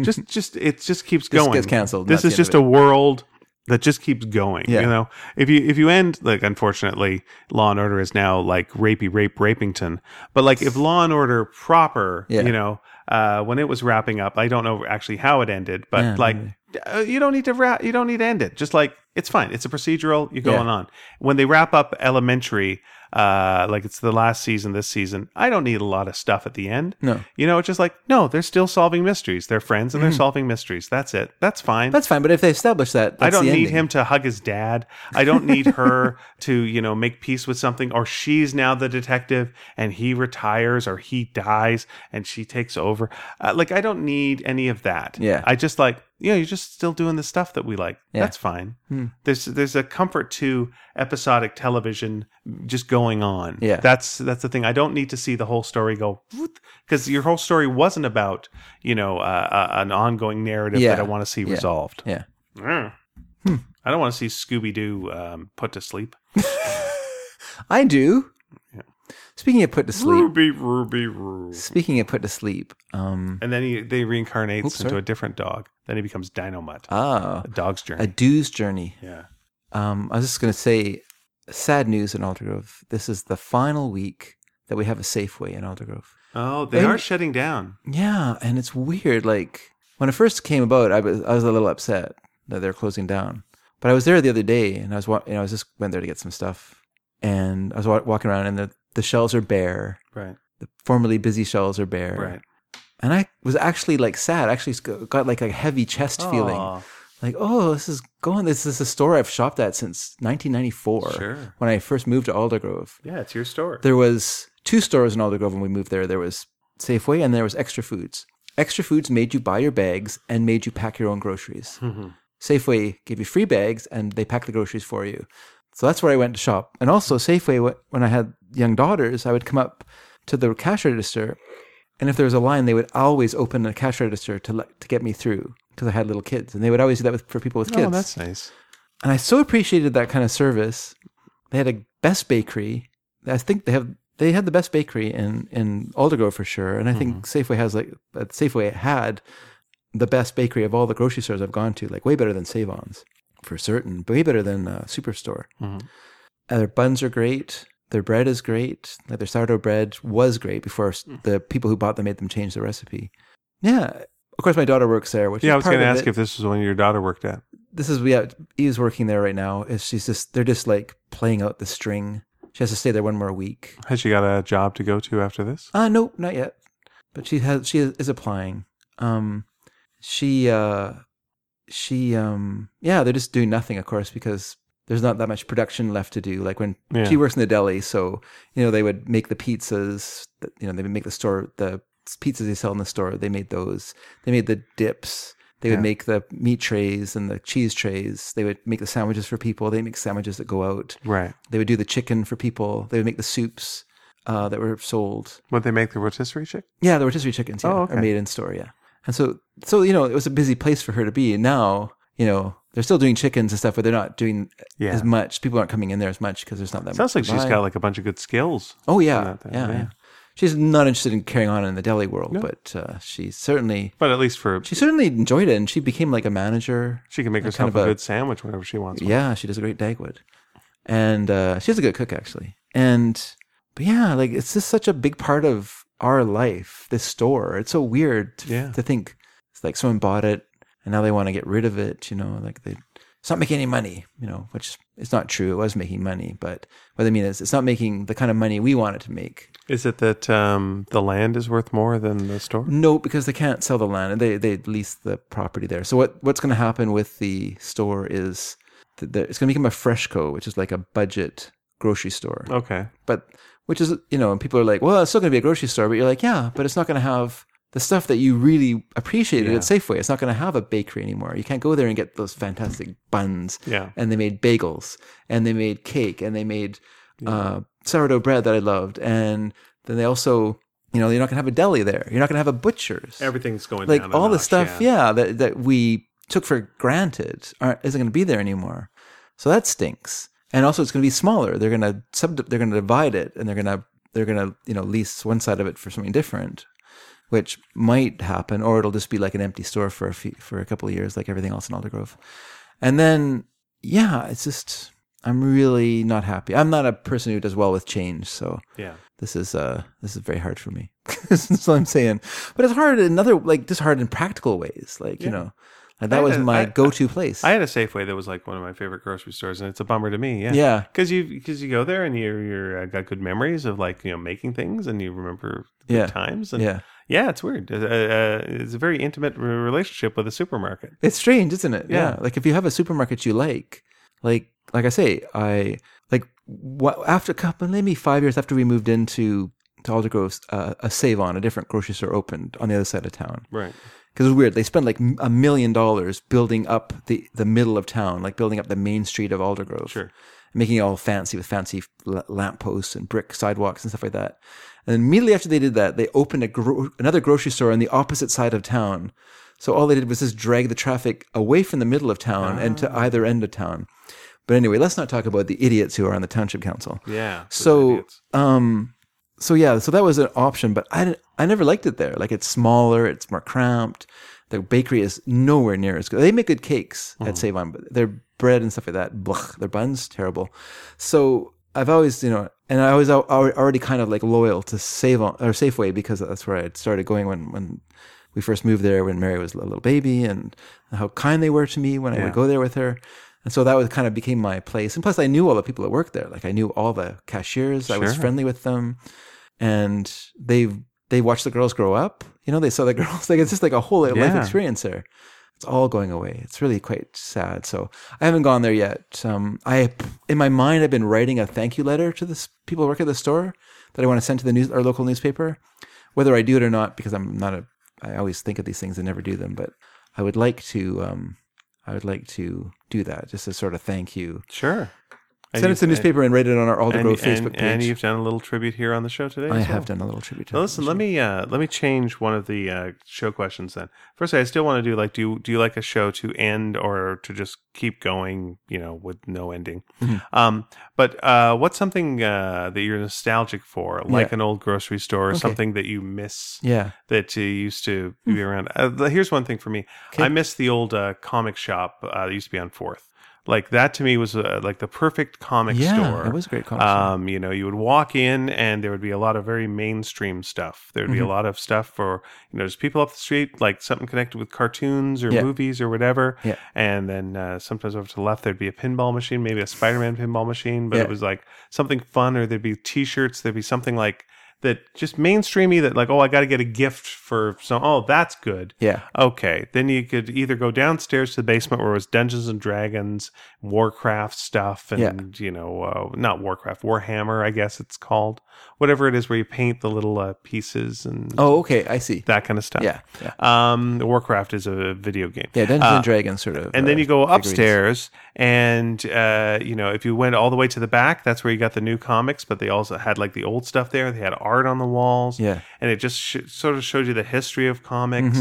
[SPEAKER 1] just, just, it just keeps going.
[SPEAKER 2] gets canceled.
[SPEAKER 1] This
[SPEAKER 2] That's
[SPEAKER 1] is
[SPEAKER 2] the end
[SPEAKER 1] just a
[SPEAKER 2] of
[SPEAKER 1] world that just keeps going.
[SPEAKER 2] Yeah.
[SPEAKER 1] You know, if you if you end like, unfortunately, Law and Order is now like rapey, rape, rapington. But like, if Law and Order proper,
[SPEAKER 2] Yeah.
[SPEAKER 1] you know, uh, when it was wrapping up, I don't know actually how it ended, but
[SPEAKER 2] Yeah,
[SPEAKER 1] like. uh, You don't need to wrap. You don't need to end it. Just like it's fine. It's a procedural. You go
[SPEAKER 2] Yeah.
[SPEAKER 1] on on. When they wrap up Elementary, uh, like it's the last season this season, I don't need a lot of stuff at the end.
[SPEAKER 2] No.
[SPEAKER 1] You know, it's just like, no, they're still solving mysteries. They're friends and they're
[SPEAKER 2] Mm-hmm.
[SPEAKER 1] solving mysteries. That's it. That's fine.
[SPEAKER 2] That's fine. But if they establish that, that's
[SPEAKER 1] I don't
[SPEAKER 2] the
[SPEAKER 1] need
[SPEAKER 2] ending.
[SPEAKER 1] him to hug his dad. I don't need her to, you know, make peace with something or she's now the detective and he retires or he dies and she takes over. Uh, like I don't need any of that.
[SPEAKER 2] Yeah.
[SPEAKER 1] I just like, you know, you're just still doing the stuff that we like.
[SPEAKER 2] Yeah. Hmm.
[SPEAKER 1] That's fine. There's there's a comfort to episodic television just going on.
[SPEAKER 2] Yeah.
[SPEAKER 1] That's that's the thing. I don't need to see the whole story go because your whole story wasn't about, you know, uh, uh, an ongoing narrative
[SPEAKER 2] Yeah.
[SPEAKER 1] that I want to see
[SPEAKER 2] Yeah.
[SPEAKER 1] resolved.
[SPEAKER 2] Yeah. Hmm.
[SPEAKER 1] Mm. I don't want to see Scooby Doo um, put to sleep.
[SPEAKER 2] I do. Speaking of put to sleep.
[SPEAKER 1] Ruby, Ruby, Ruby.
[SPEAKER 2] Speaking of put to sleep. Um.
[SPEAKER 1] And then he, they reincarnates
[SPEAKER 2] Oops,
[SPEAKER 1] into
[SPEAKER 2] sorry.
[SPEAKER 1] a different dog. Then he becomes Dinomutt,
[SPEAKER 2] Ah.
[SPEAKER 1] a dog's
[SPEAKER 2] A
[SPEAKER 1] journey.
[SPEAKER 2] Dew's journey.
[SPEAKER 1] yeah.
[SPEAKER 2] Um, I was just going to say, sad news in Aldergrove. This is the final week that we have a Safeway in Aldergrove.
[SPEAKER 1] Oh, they
[SPEAKER 2] Then-
[SPEAKER 1] are shutting down.
[SPEAKER 2] Yeah, and it's weird. Like when it first came about, I was I was a little upset that they're closing down. But I was there the other day, and I was wa- you know, I was just went there to get some stuff, and I was wa- walking around, and the the shelves are bare.
[SPEAKER 1] Right.
[SPEAKER 2] The formerly busy shelves are bare.
[SPEAKER 1] Right.
[SPEAKER 2] And I was actually like sad. I actually got- got like a heavy chest feeling.
[SPEAKER 1] Aw,
[SPEAKER 2] like oh this is going this is a store i've shopped at since 1994
[SPEAKER 1] Sure.
[SPEAKER 2] when i first moved to aldergrove
[SPEAKER 1] Yeah, it's your store.
[SPEAKER 2] there was two stores in aldergrove when we moved there there was safeway and there was extra foods extra foods made you buy your bags and made you pack your own groceries
[SPEAKER 1] Mm-hmm.
[SPEAKER 2] safeway gave you free bags and they packed the groceries for you so that's where i went to shop and also safeway wh- when i had young daughters i would come up to the cash register and if there was a line, they would always open the cash register to let, to get me through because I had little kids, and they would always do that with, for people with kids.
[SPEAKER 1] oh, that's nice.
[SPEAKER 2] And I so appreciated that kind of service. They had a best bakery. I think they have they had the best bakery in in Aldergrove for sure. And I think
[SPEAKER 1] Mm-hmm.
[SPEAKER 2] Safeway has like uh, Safeway had the best bakery of all the grocery stores I've gone to, like way better than Save-Ons for certain, but way better than uh, Superstore.
[SPEAKER 1] Mm-hmm.
[SPEAKER 2] Uh, their buns are great. Their bread is great. Like their sourdough bread was great before s-
[SPEAKER 1] Mm.
[SPEAKER 2] the people who bought them made them change the recipe. Yeah, of course, my daughter works there. Which
[SPEAKER 1] Yeah,
[SPEAKER 2] is
[SPEAKER 1] I was
[SPEAKER 2] part
[SPEAKER 1] going to
[SPEAKER 2] of
[SPEAKER 1] ask
[SPEAKER 2] it
[SPEAKER 1] if this was when your daughter worked at.
[SPEAKER 2] this is yeah, Eve's working there right now. Is she's just they're just like playing out the string. She has to stay there one more week.
[SPEAKER 1] Has she got a job to go to after this?
[SPEAKER 2] Uh no, not yet. But she has she is applying. Um she uh she um yeah, they're just doing nothing of course because there's not that much production left to do. Like when
[SPEAKER 1] Yeah.
[SPEAKER 2] she works in the deli, so you know they would make the pizzas. that- You know they would make the store the pizzas they sell in the store. They made those. They made the dips. They would
[SPEAKER 1] Yeah.
[SPEAKER 2] make the meat trays and the cheese trays. They would make the sandwiches for people. They make sandwiches that go out.
[SPEAKER 1] Right.
[SPEAKER 2] They would do the chicken for people. They would make the soups uh, that were sold.
[SPEAKER 1] Would they make the rotisserie chick?
[SPEAKER 2] Yeah, the rotisserie chickens. Yeah,
[SPEAKER 1] Oh, okay.
[SPEAKER 2] are made in store. Yeah, and so so you know it was a busy place for her to be. And now you know they're still doing chickens and stuff, but they're not doing
[SPEAKER 1] Yeah.
[SPEAKER 2] as much. People aren't coming in there as much because there's not that.
[SPEAKER 1] Sounds like
[SPEAKER 2] much
[SPEAKER 1] she's
[SPEAKER 2] line.
[SPEAKER 1] got like a bunch of good skills.
[SPEAKER 2] Oh yeah,
[SPEAKER 1] that,
[SPEAKER 2] yeah,
[SPEAKER 1] yeah.
[SPEAKER 2] yeah. She's not interested in carrying on in the deli world, but uh, she certainly
[SPEAKER 1] But at least for
[SPEAKER 2] she certainly enjoyed it, and she became like a manager.
[SPEAKER 1] she can make herself
[SPEAKER 2] of
[SPEAKER 1] a,
[SPEAKER 2] a-
[SPEAKER 1] good sandwich whenever she wants. one.
[SPEAKER 2] Yeah, she does a great Dagwood, and uh, she's a good cook actually. And but yeah, like it's just such a big part of our life. This store, it's so weird to,
[SPEAKER 1] Yeah.
[SPEAKER 2] to think it's like someone bought it and now they want to get rid of it. You know, like they it's not making any money. You know, which it's not true. It was making money, but what I mean is it's not making the kind of money we want it to make.
[SPEAKER 1] Is it that um, the land is worth more than the store?
[SPEAKER 2] No, because they can't sell the land and they they lease the property there. So what what's going to happen with the store is that the, it's going to become a Freshco, which is like a budget grocery store.
[SPEAKER 1] Okay.
[SPEAKER 2] But which is you know, and people are like, well, it's still going to be a grocery store, but you're like, yeah, but it's not going to have the stuff that you really appreciated
[SPEAKER 1] Yeah.
[SPEAKER 2] at Safeway. It's not going to have a bakery anymore. You can't go there and get those fantastic buns.
[SPEAKER 1] Yeah.
[SPEAKER 2] And they made bagels, and they made cake, and they made uh, sourdough bread that I loved, and then they also. You know, you're not gonna have a deli there. You're not gonna have a butcher's
[SPEAKER 1] Everything's going
[SPEAKER 2] like
[SPEAKER 1] down a
[SPEAKER 2] all the
[SPEAKER 1] notch,
[SPEAKER 2] stuff yeah. that that we took for granted aren't, isn't going to be there anymore so that stinks and also it's going to be smaller they're going to sub they're going to divide it and they're going to they're going to you know lease one side of it for something different which might happen or it'll just be like an empty store for a few, for a couple of years like everything else in Aldergrove and then yeah it's just i'm really not happy i'm not a person who does well with change so
[SPEAKER 1] Yeah.
[SPEAKER 2] this is uh this is very hard for me that's what i'm saying but it's hard in another like just hard in practical ways like you know like that
[SPEAKER 1] I-
[SPEAKER 2] was my
[SPEAKER 1] I-
[SPEAKER 2] go-to place
[SPEAKER 1] I had a Safeway that was like one of my favorite grocery stores, and it's a bummer to me. Yeah,
[SPEAKER 2] Yeah.
[SPEAKER 1] because you because you go there and you're you're uh, got good memories of like you know making things, and you remember good
[SPEAKER 2] Yeah.
[SPEAKER 1] times. And
[SPEAKER 2] yeah
[SPEAKER 1] yeah, it's weird. Uh, uh, it's a very intimate re- relationship with a supermarket.
[SPEAKER 2] it's strange isn't it
[SPEAKER 1] Yeah.
[SPEAKER 2] like if you have a supermarket you like like like i say i like what after a couple maybe five years after we moved into to Aldergrove, uh, a save on a different grocery store opened on the other side of town
[SPEAKER 1] Right.
[SPEAKER 2] because it's weird. They spend like a million dollars building up the, the middle of town, like building up the main street of Aldergrove,
[SPEAKER 1] Sure.
[SPEAKER 2] making it all fancy with fancy l- lampposts and brick sidewalks and stuff like that. And immediately after they did that, they opened a gro- another grocery store on the opposite side of town. So all they did was just drag the traffic away from the middle of town and to either end of town. But anyway, let's not talk about the idiots who are on the township council.
[SPEAKER 1] Yeah. those
[SPEAKER 2] So,
[SPEAKER 1] idiots.
[SPEAKER 2] um, so yeah, so that was an option, but I, I never liked it there. Like it's smaller, it's more cramped. The bakery is nowhere near as good. They make good cakes at Save On, but their bread and stuff like that, blech, their buns terrible. So I've always, you know, and I was al- al- already kind of like loyal to Save On or Safeway because that's where I had started going when when we first moved there when Mary was a little baby, and how kind they were to me when I would go there with her. And so that was kind of became my place. And plus, I knew all the people that worked there. Like I knew all the cashiers. I was friendly with them, and they they watched the girls grow up. You know, they saw the girls. Like it's just like a whole life
[SPEAKER 1] Yeah.
[SPEAKER 2] experience there. It's all going away. It's really quite sad. So I haven't gone there yet. Um, I in my mind, I've been writing a thank you letter to this people who work at the store that I want to send to the news our local newspaper. Whether I do it or not, because I'm not a, I always think of these things and never do them. But I would like to. Um, I would like to do that just to sort of thank you.
[SPEAKER 1] sure. And
[SPEAKER 2] Send
[SPEAKER 1] you-
[SPEAKER 2] us a newspaper and rate it on our
[SPEAKER 1] And,
[SPEAKER 2] Aldergrove
[SPEAKER 1] and-
[SPEAKER 2] Facebook page.
[SPEAKER 1] and you've done a little tribute here on the show today.
[SPEAKER 2] I
[SPEAKER 1] as well.
[SPEAKER 2] have done a little tribute to
[SPEAKER 1] Now, listen, let me uh, let me change one of the uh, show questions. Then first, I still want to do like do you, do you like a show to end or to just keep going? You know, with no ending.
[SPEAKER 2] Mm-hmm.
[SPEAKER 1] Um, but uh, what's something uh, that you're nostalgic for, like
[SPEAKER 2] Yeah.
[SPEAKER 1] an old grocery store, or something that you miss
[SPEAKER 2] Yeah.
[SPEAKER 1] that you used to be around? Uh, the- here's one thing for me: I miss the old uh, comic shop uh, that used to be on Fourth. Like that to me was uh, like the perfect comic
[SPEAKER 2] Yeah,
[SPEAKER 1] store.
[SPEAKER 2] it was a great comic store.
[SPEAKER 1] Um, you know, you would walk in and there would be a lot of very mainstream stuff. There'd
[SPEAKER 2] Mm-hmm.
[SPEAKER 1] be a lot of stuff for, you know, just people up the street, like something connected with cartoons or
[SPEAKER 2] Yeah.
[SPEAKER 1] movies or whatever.
[SPEAKER 2] Yeah.
[SPEAKER 1] And then uh, sometimes over to the left, there'd be a pinball machine, maybe a Spider Man pinball machine, but
[SPEAKER 2] Yeah.
[SPEAKER 1] it was like something fun or there'd be t shirts, there'd be something like that just mainstreamy that, like, oh, I got to get a gift for some, oh, that's good.
[SPEAKER 2] Yeah.
[SPEAKER 1] Okay, then you could either go downstairs to the basement where it was Dungeons and Dragons, Warcraft stuff, and you know, uh, not Warcraft, Warhammer, I guess it's called, whatever it is, where you paint the little uh, pieces and
[SPEAKER 2] Oh, okay. I see.
[SPEAKER 1] that kind of stuff.
[SPEAKER 2] Yeah. Yeah.
[SPEAKER 1] um, Warcraft is a video game.
[SPEAKER 2] Yeah. Dungeons and Dragons, sort of.
[SPEAKER 1] uh, And then
[SPEAKER 2] uh,
[SPEAKER 1] you go
[SPEAKER 2] figurines.
[SPEAKER 1] upstairs, and uh, you know if you went all the way to the back, that's where you got the new comics. But they also had like the old stuff there. They had art on the walls,
[SPEAKER 2] Yeah. Mm-hmm.
[SPEAKER 1] and it just sh- sort of showed you the history of comics.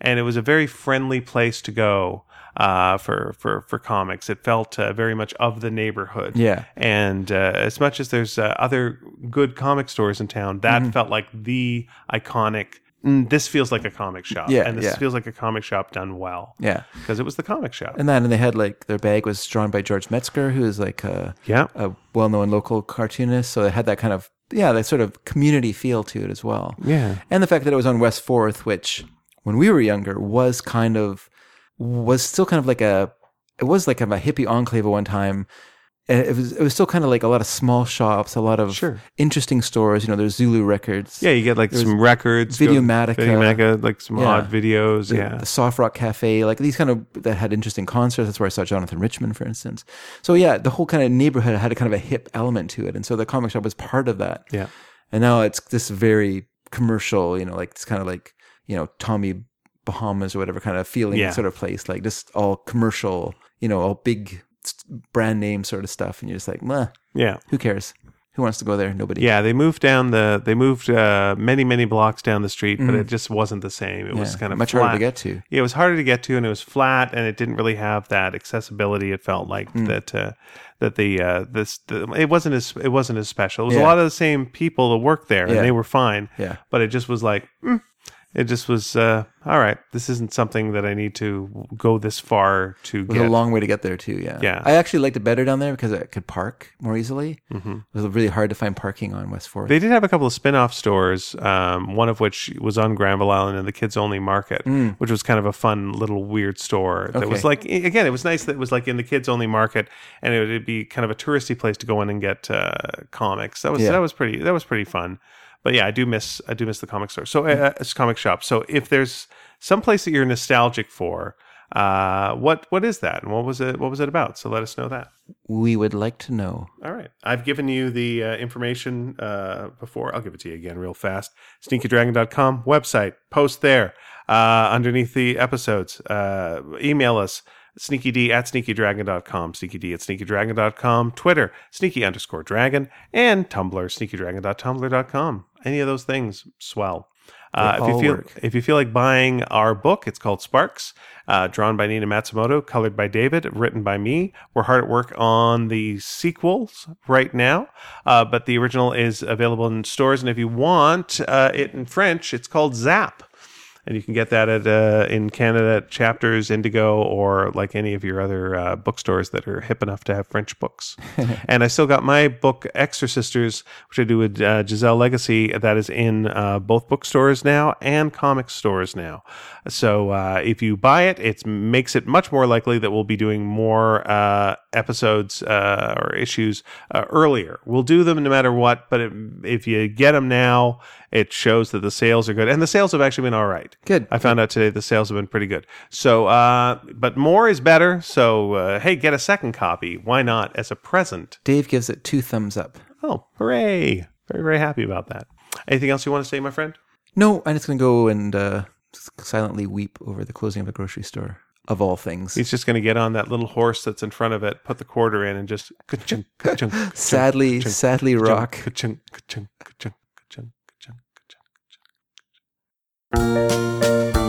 [SPEAKER 1] And it was a very friendly place to go uh, for for for comics. It felt uh, very much of the neighborhood.
[SPEAKER 2] Yeah.
[SPEAKER 1] And uh, as much as there's uh, other good comic stores in town, that
[SPEAKER 2] Mm-hmm.
[SPEAKER 1] felt like the iconic. "Mm, this feels like a comic shop,
[SPEAKER 2] Yeah,
[SPEAKER 1] and this
[SPEAKER 2] yeah.
[SPEAKER 1] feels like a comic shop done well
[SPEAKER 2] Yeah.
[SPEAKER 1] because it was the comic shop.
[SPEAKER 2] And then and they had like their bag was drawn by George Metzger, who is like a,
[SPEAKER 1] yeah,
[SPEAKER 2] a well known local cartoonist. So it had that kind of, yeah, that sort of community feel to it as well.
[SPEAKER 1] yeah,
[SPEAKER 2] and the fact that it was on West Fourth, which when we were younger was kind of was still kind of like a it was like kind of a hippie enclave at one time. and it was it was still kind of like a lot of small shops, a lot of
[SPEAKER 1] Sure.
[SPEAKER 2] interesting stores. You know, there's Zulu Records.
[SPEAKER 1] Yeah, you get like some records, go-
[SPEAKER 2] Videomatica.
[SPEAKER 1] Videomatica, like some
[SPEAKER 2] Yeah.
[SPEAKER 1] odd videos. yeah,
[SPEAKER 2] the Soft Rock Cafe, like these kind of that had interesting concerts. That's where I saw Jonathan Richman, for instance. So yeah, the whole kind of neighborhood had a kind of a hip element to it, and so the comic shop was part of that.
[SPEAKER 1] yeah,
[SPEAKER 2] And now it's this very commercial, you know, like it's kind of like you know Tommy Bahamas or whatever kind of feeling
[SPEAKER 1] Yeah.
[SPEAKER 2] sort of place, like just all commercial, you know, all big s- brand name sort of stuff, and you're just like, meh,
[SPEAKER 1] yeah,
[SPEAKER 2] who cares? Who wants to go there? Nobody.
[SPEAKER 1] yeah. They moved down the. They moved uh, many many blocks down the street, but it just wasn't the same. It was
[SPEAKER 2] Mm. Yeah,
[SPEAKER 1] kind of
[SPEAKER 2] much
[SPEAKER 1] flat.
[SPEAKER 2] harder to get to.
[SPEAKER 1] Yeah, it was harder to get to, and it was flat, and it didn't really have that accessibility. It felt like
[SPEAKER 2] Mm.
[SPEAKER 1] that uh, that the uh, this the, it wasn't as it wasn't as special. It was a
[SPEAKER 2] Yeah.
[SPEAKER 1] lot of the same people that worked there,
[SPEAKER 2] Yeah.
[SPEAKER 1] and they were fine.
[SPEAKER 2] Yeah.
[SPEAKER 1] but it just was like. mm, It just was uh, all right. This isn't something that I need to go this far to
[SPEAKER 2] It was
[SPEAKER 1] get.
[SPEAKER 2] a long way to get there too. Yeah.
[SPEAKER 1] Yeah.
[SPEAKER 2] I actually liked it better down there because I could park more easily. Mm-hmm. It was really hard to find parking on West Fourth.
[SPEAKER 1] They did have a couple of spin-off stores, um, one of which was on Granville Island in the Kids Only Market, which was kind of a fun little weird store that was
[SPEAKER 2] Mm. Okay.
[SPEAKER 1] like i- again, it was nice that it was like in the Kids Only Market, and it would be kind of a touristy place to go in and get uh, comics. That was
[SPEAKER 2] Yeah.
[SPEAKER 1] that was pretty that was pretty fun. But yeah, I do miss I do miss the comic store.
[SPEAKER 2] Mm.
[SPEAKER 1] So uh, it's comic shop. So if there's some place that you're nostalgic for, uh, what what is that, and what was it what was it about? So let us know that.
[SPEAKER 2] we would like to know.
[SPEAKER 1] All right. I've given you the uh, information uh, before. I'll give it to you again real fast. SneakyDragon.com website. Post there uh, underneath the episodes. Uh, email us. SneakyD at sneakydragon.com, sneakyd at sneakydragon.com, Twitter, sneaky underscore dragon, and Tumblr, sneakydragon.tumblr.com. Any of those things, swell. Uh,
[SPEAKER 2] They
[SPEAKER 1] if you
[SPEAKER 2] all
[SPEAKER 1] feel
[SPEAKER 2] work.
[SPEAKER 1] if you feel like buying our book, it's called Sparks, uh, drawn by Nina Matsumoto, colored by David, written by me. We're hard at work on the sequels right now, uh, but the original is available in stores. And if you want uh, it in French, it's called Zap. And you can get that at uh, in Canada at Chapters, Indigo, or like any of your other uh, bookstores that are hip enough to have French books. and I still got my book Exorcisters, which I do with uh, Giselle Legacy, that is in uh, both bookstores now and comic stores now. So uh, if you buy it, it makes it much more likely that we'll be doing more uh, episodes uh, or issues uh, earlier. We'll do them no matter what, but it, if you get them now, it shows that the sales are good. And the sales have actually been all right.
[SPEAKER 2] Good.
[SPEAKER 1] I found out today the sales have been pretty good. So, uh, but more is better. So, uh, hey, get a second copy. Why not as a present?
[SPEAKER 2] Dave gives it two thumbs up.
[SPEAKER 1] Oh, hooray. Very, very happy about that. Anything else you want to say, my friend?
[SPEAKER 2] No, I'm just going to go and uh, s- silently weep over the closing of a grocery store, of all things.
[SPEAKER 1] He's just going to get on that little horse that's in front of it, put the quarter in, and just ka-chunk, ka-chunk, ka-chunk,
[SPEAKER 2] sadly,
[SPEAKER 1] ka-chunk,
[SPEAKER 2] sadly,
[SPEAKER 1] ka-chunk,
[SPEAKER 2] rock.
[SPEAKER 1] ka-chunk, ka-chunk, ka-chunk, ka-chunk, ka-chunk, ka-chunk.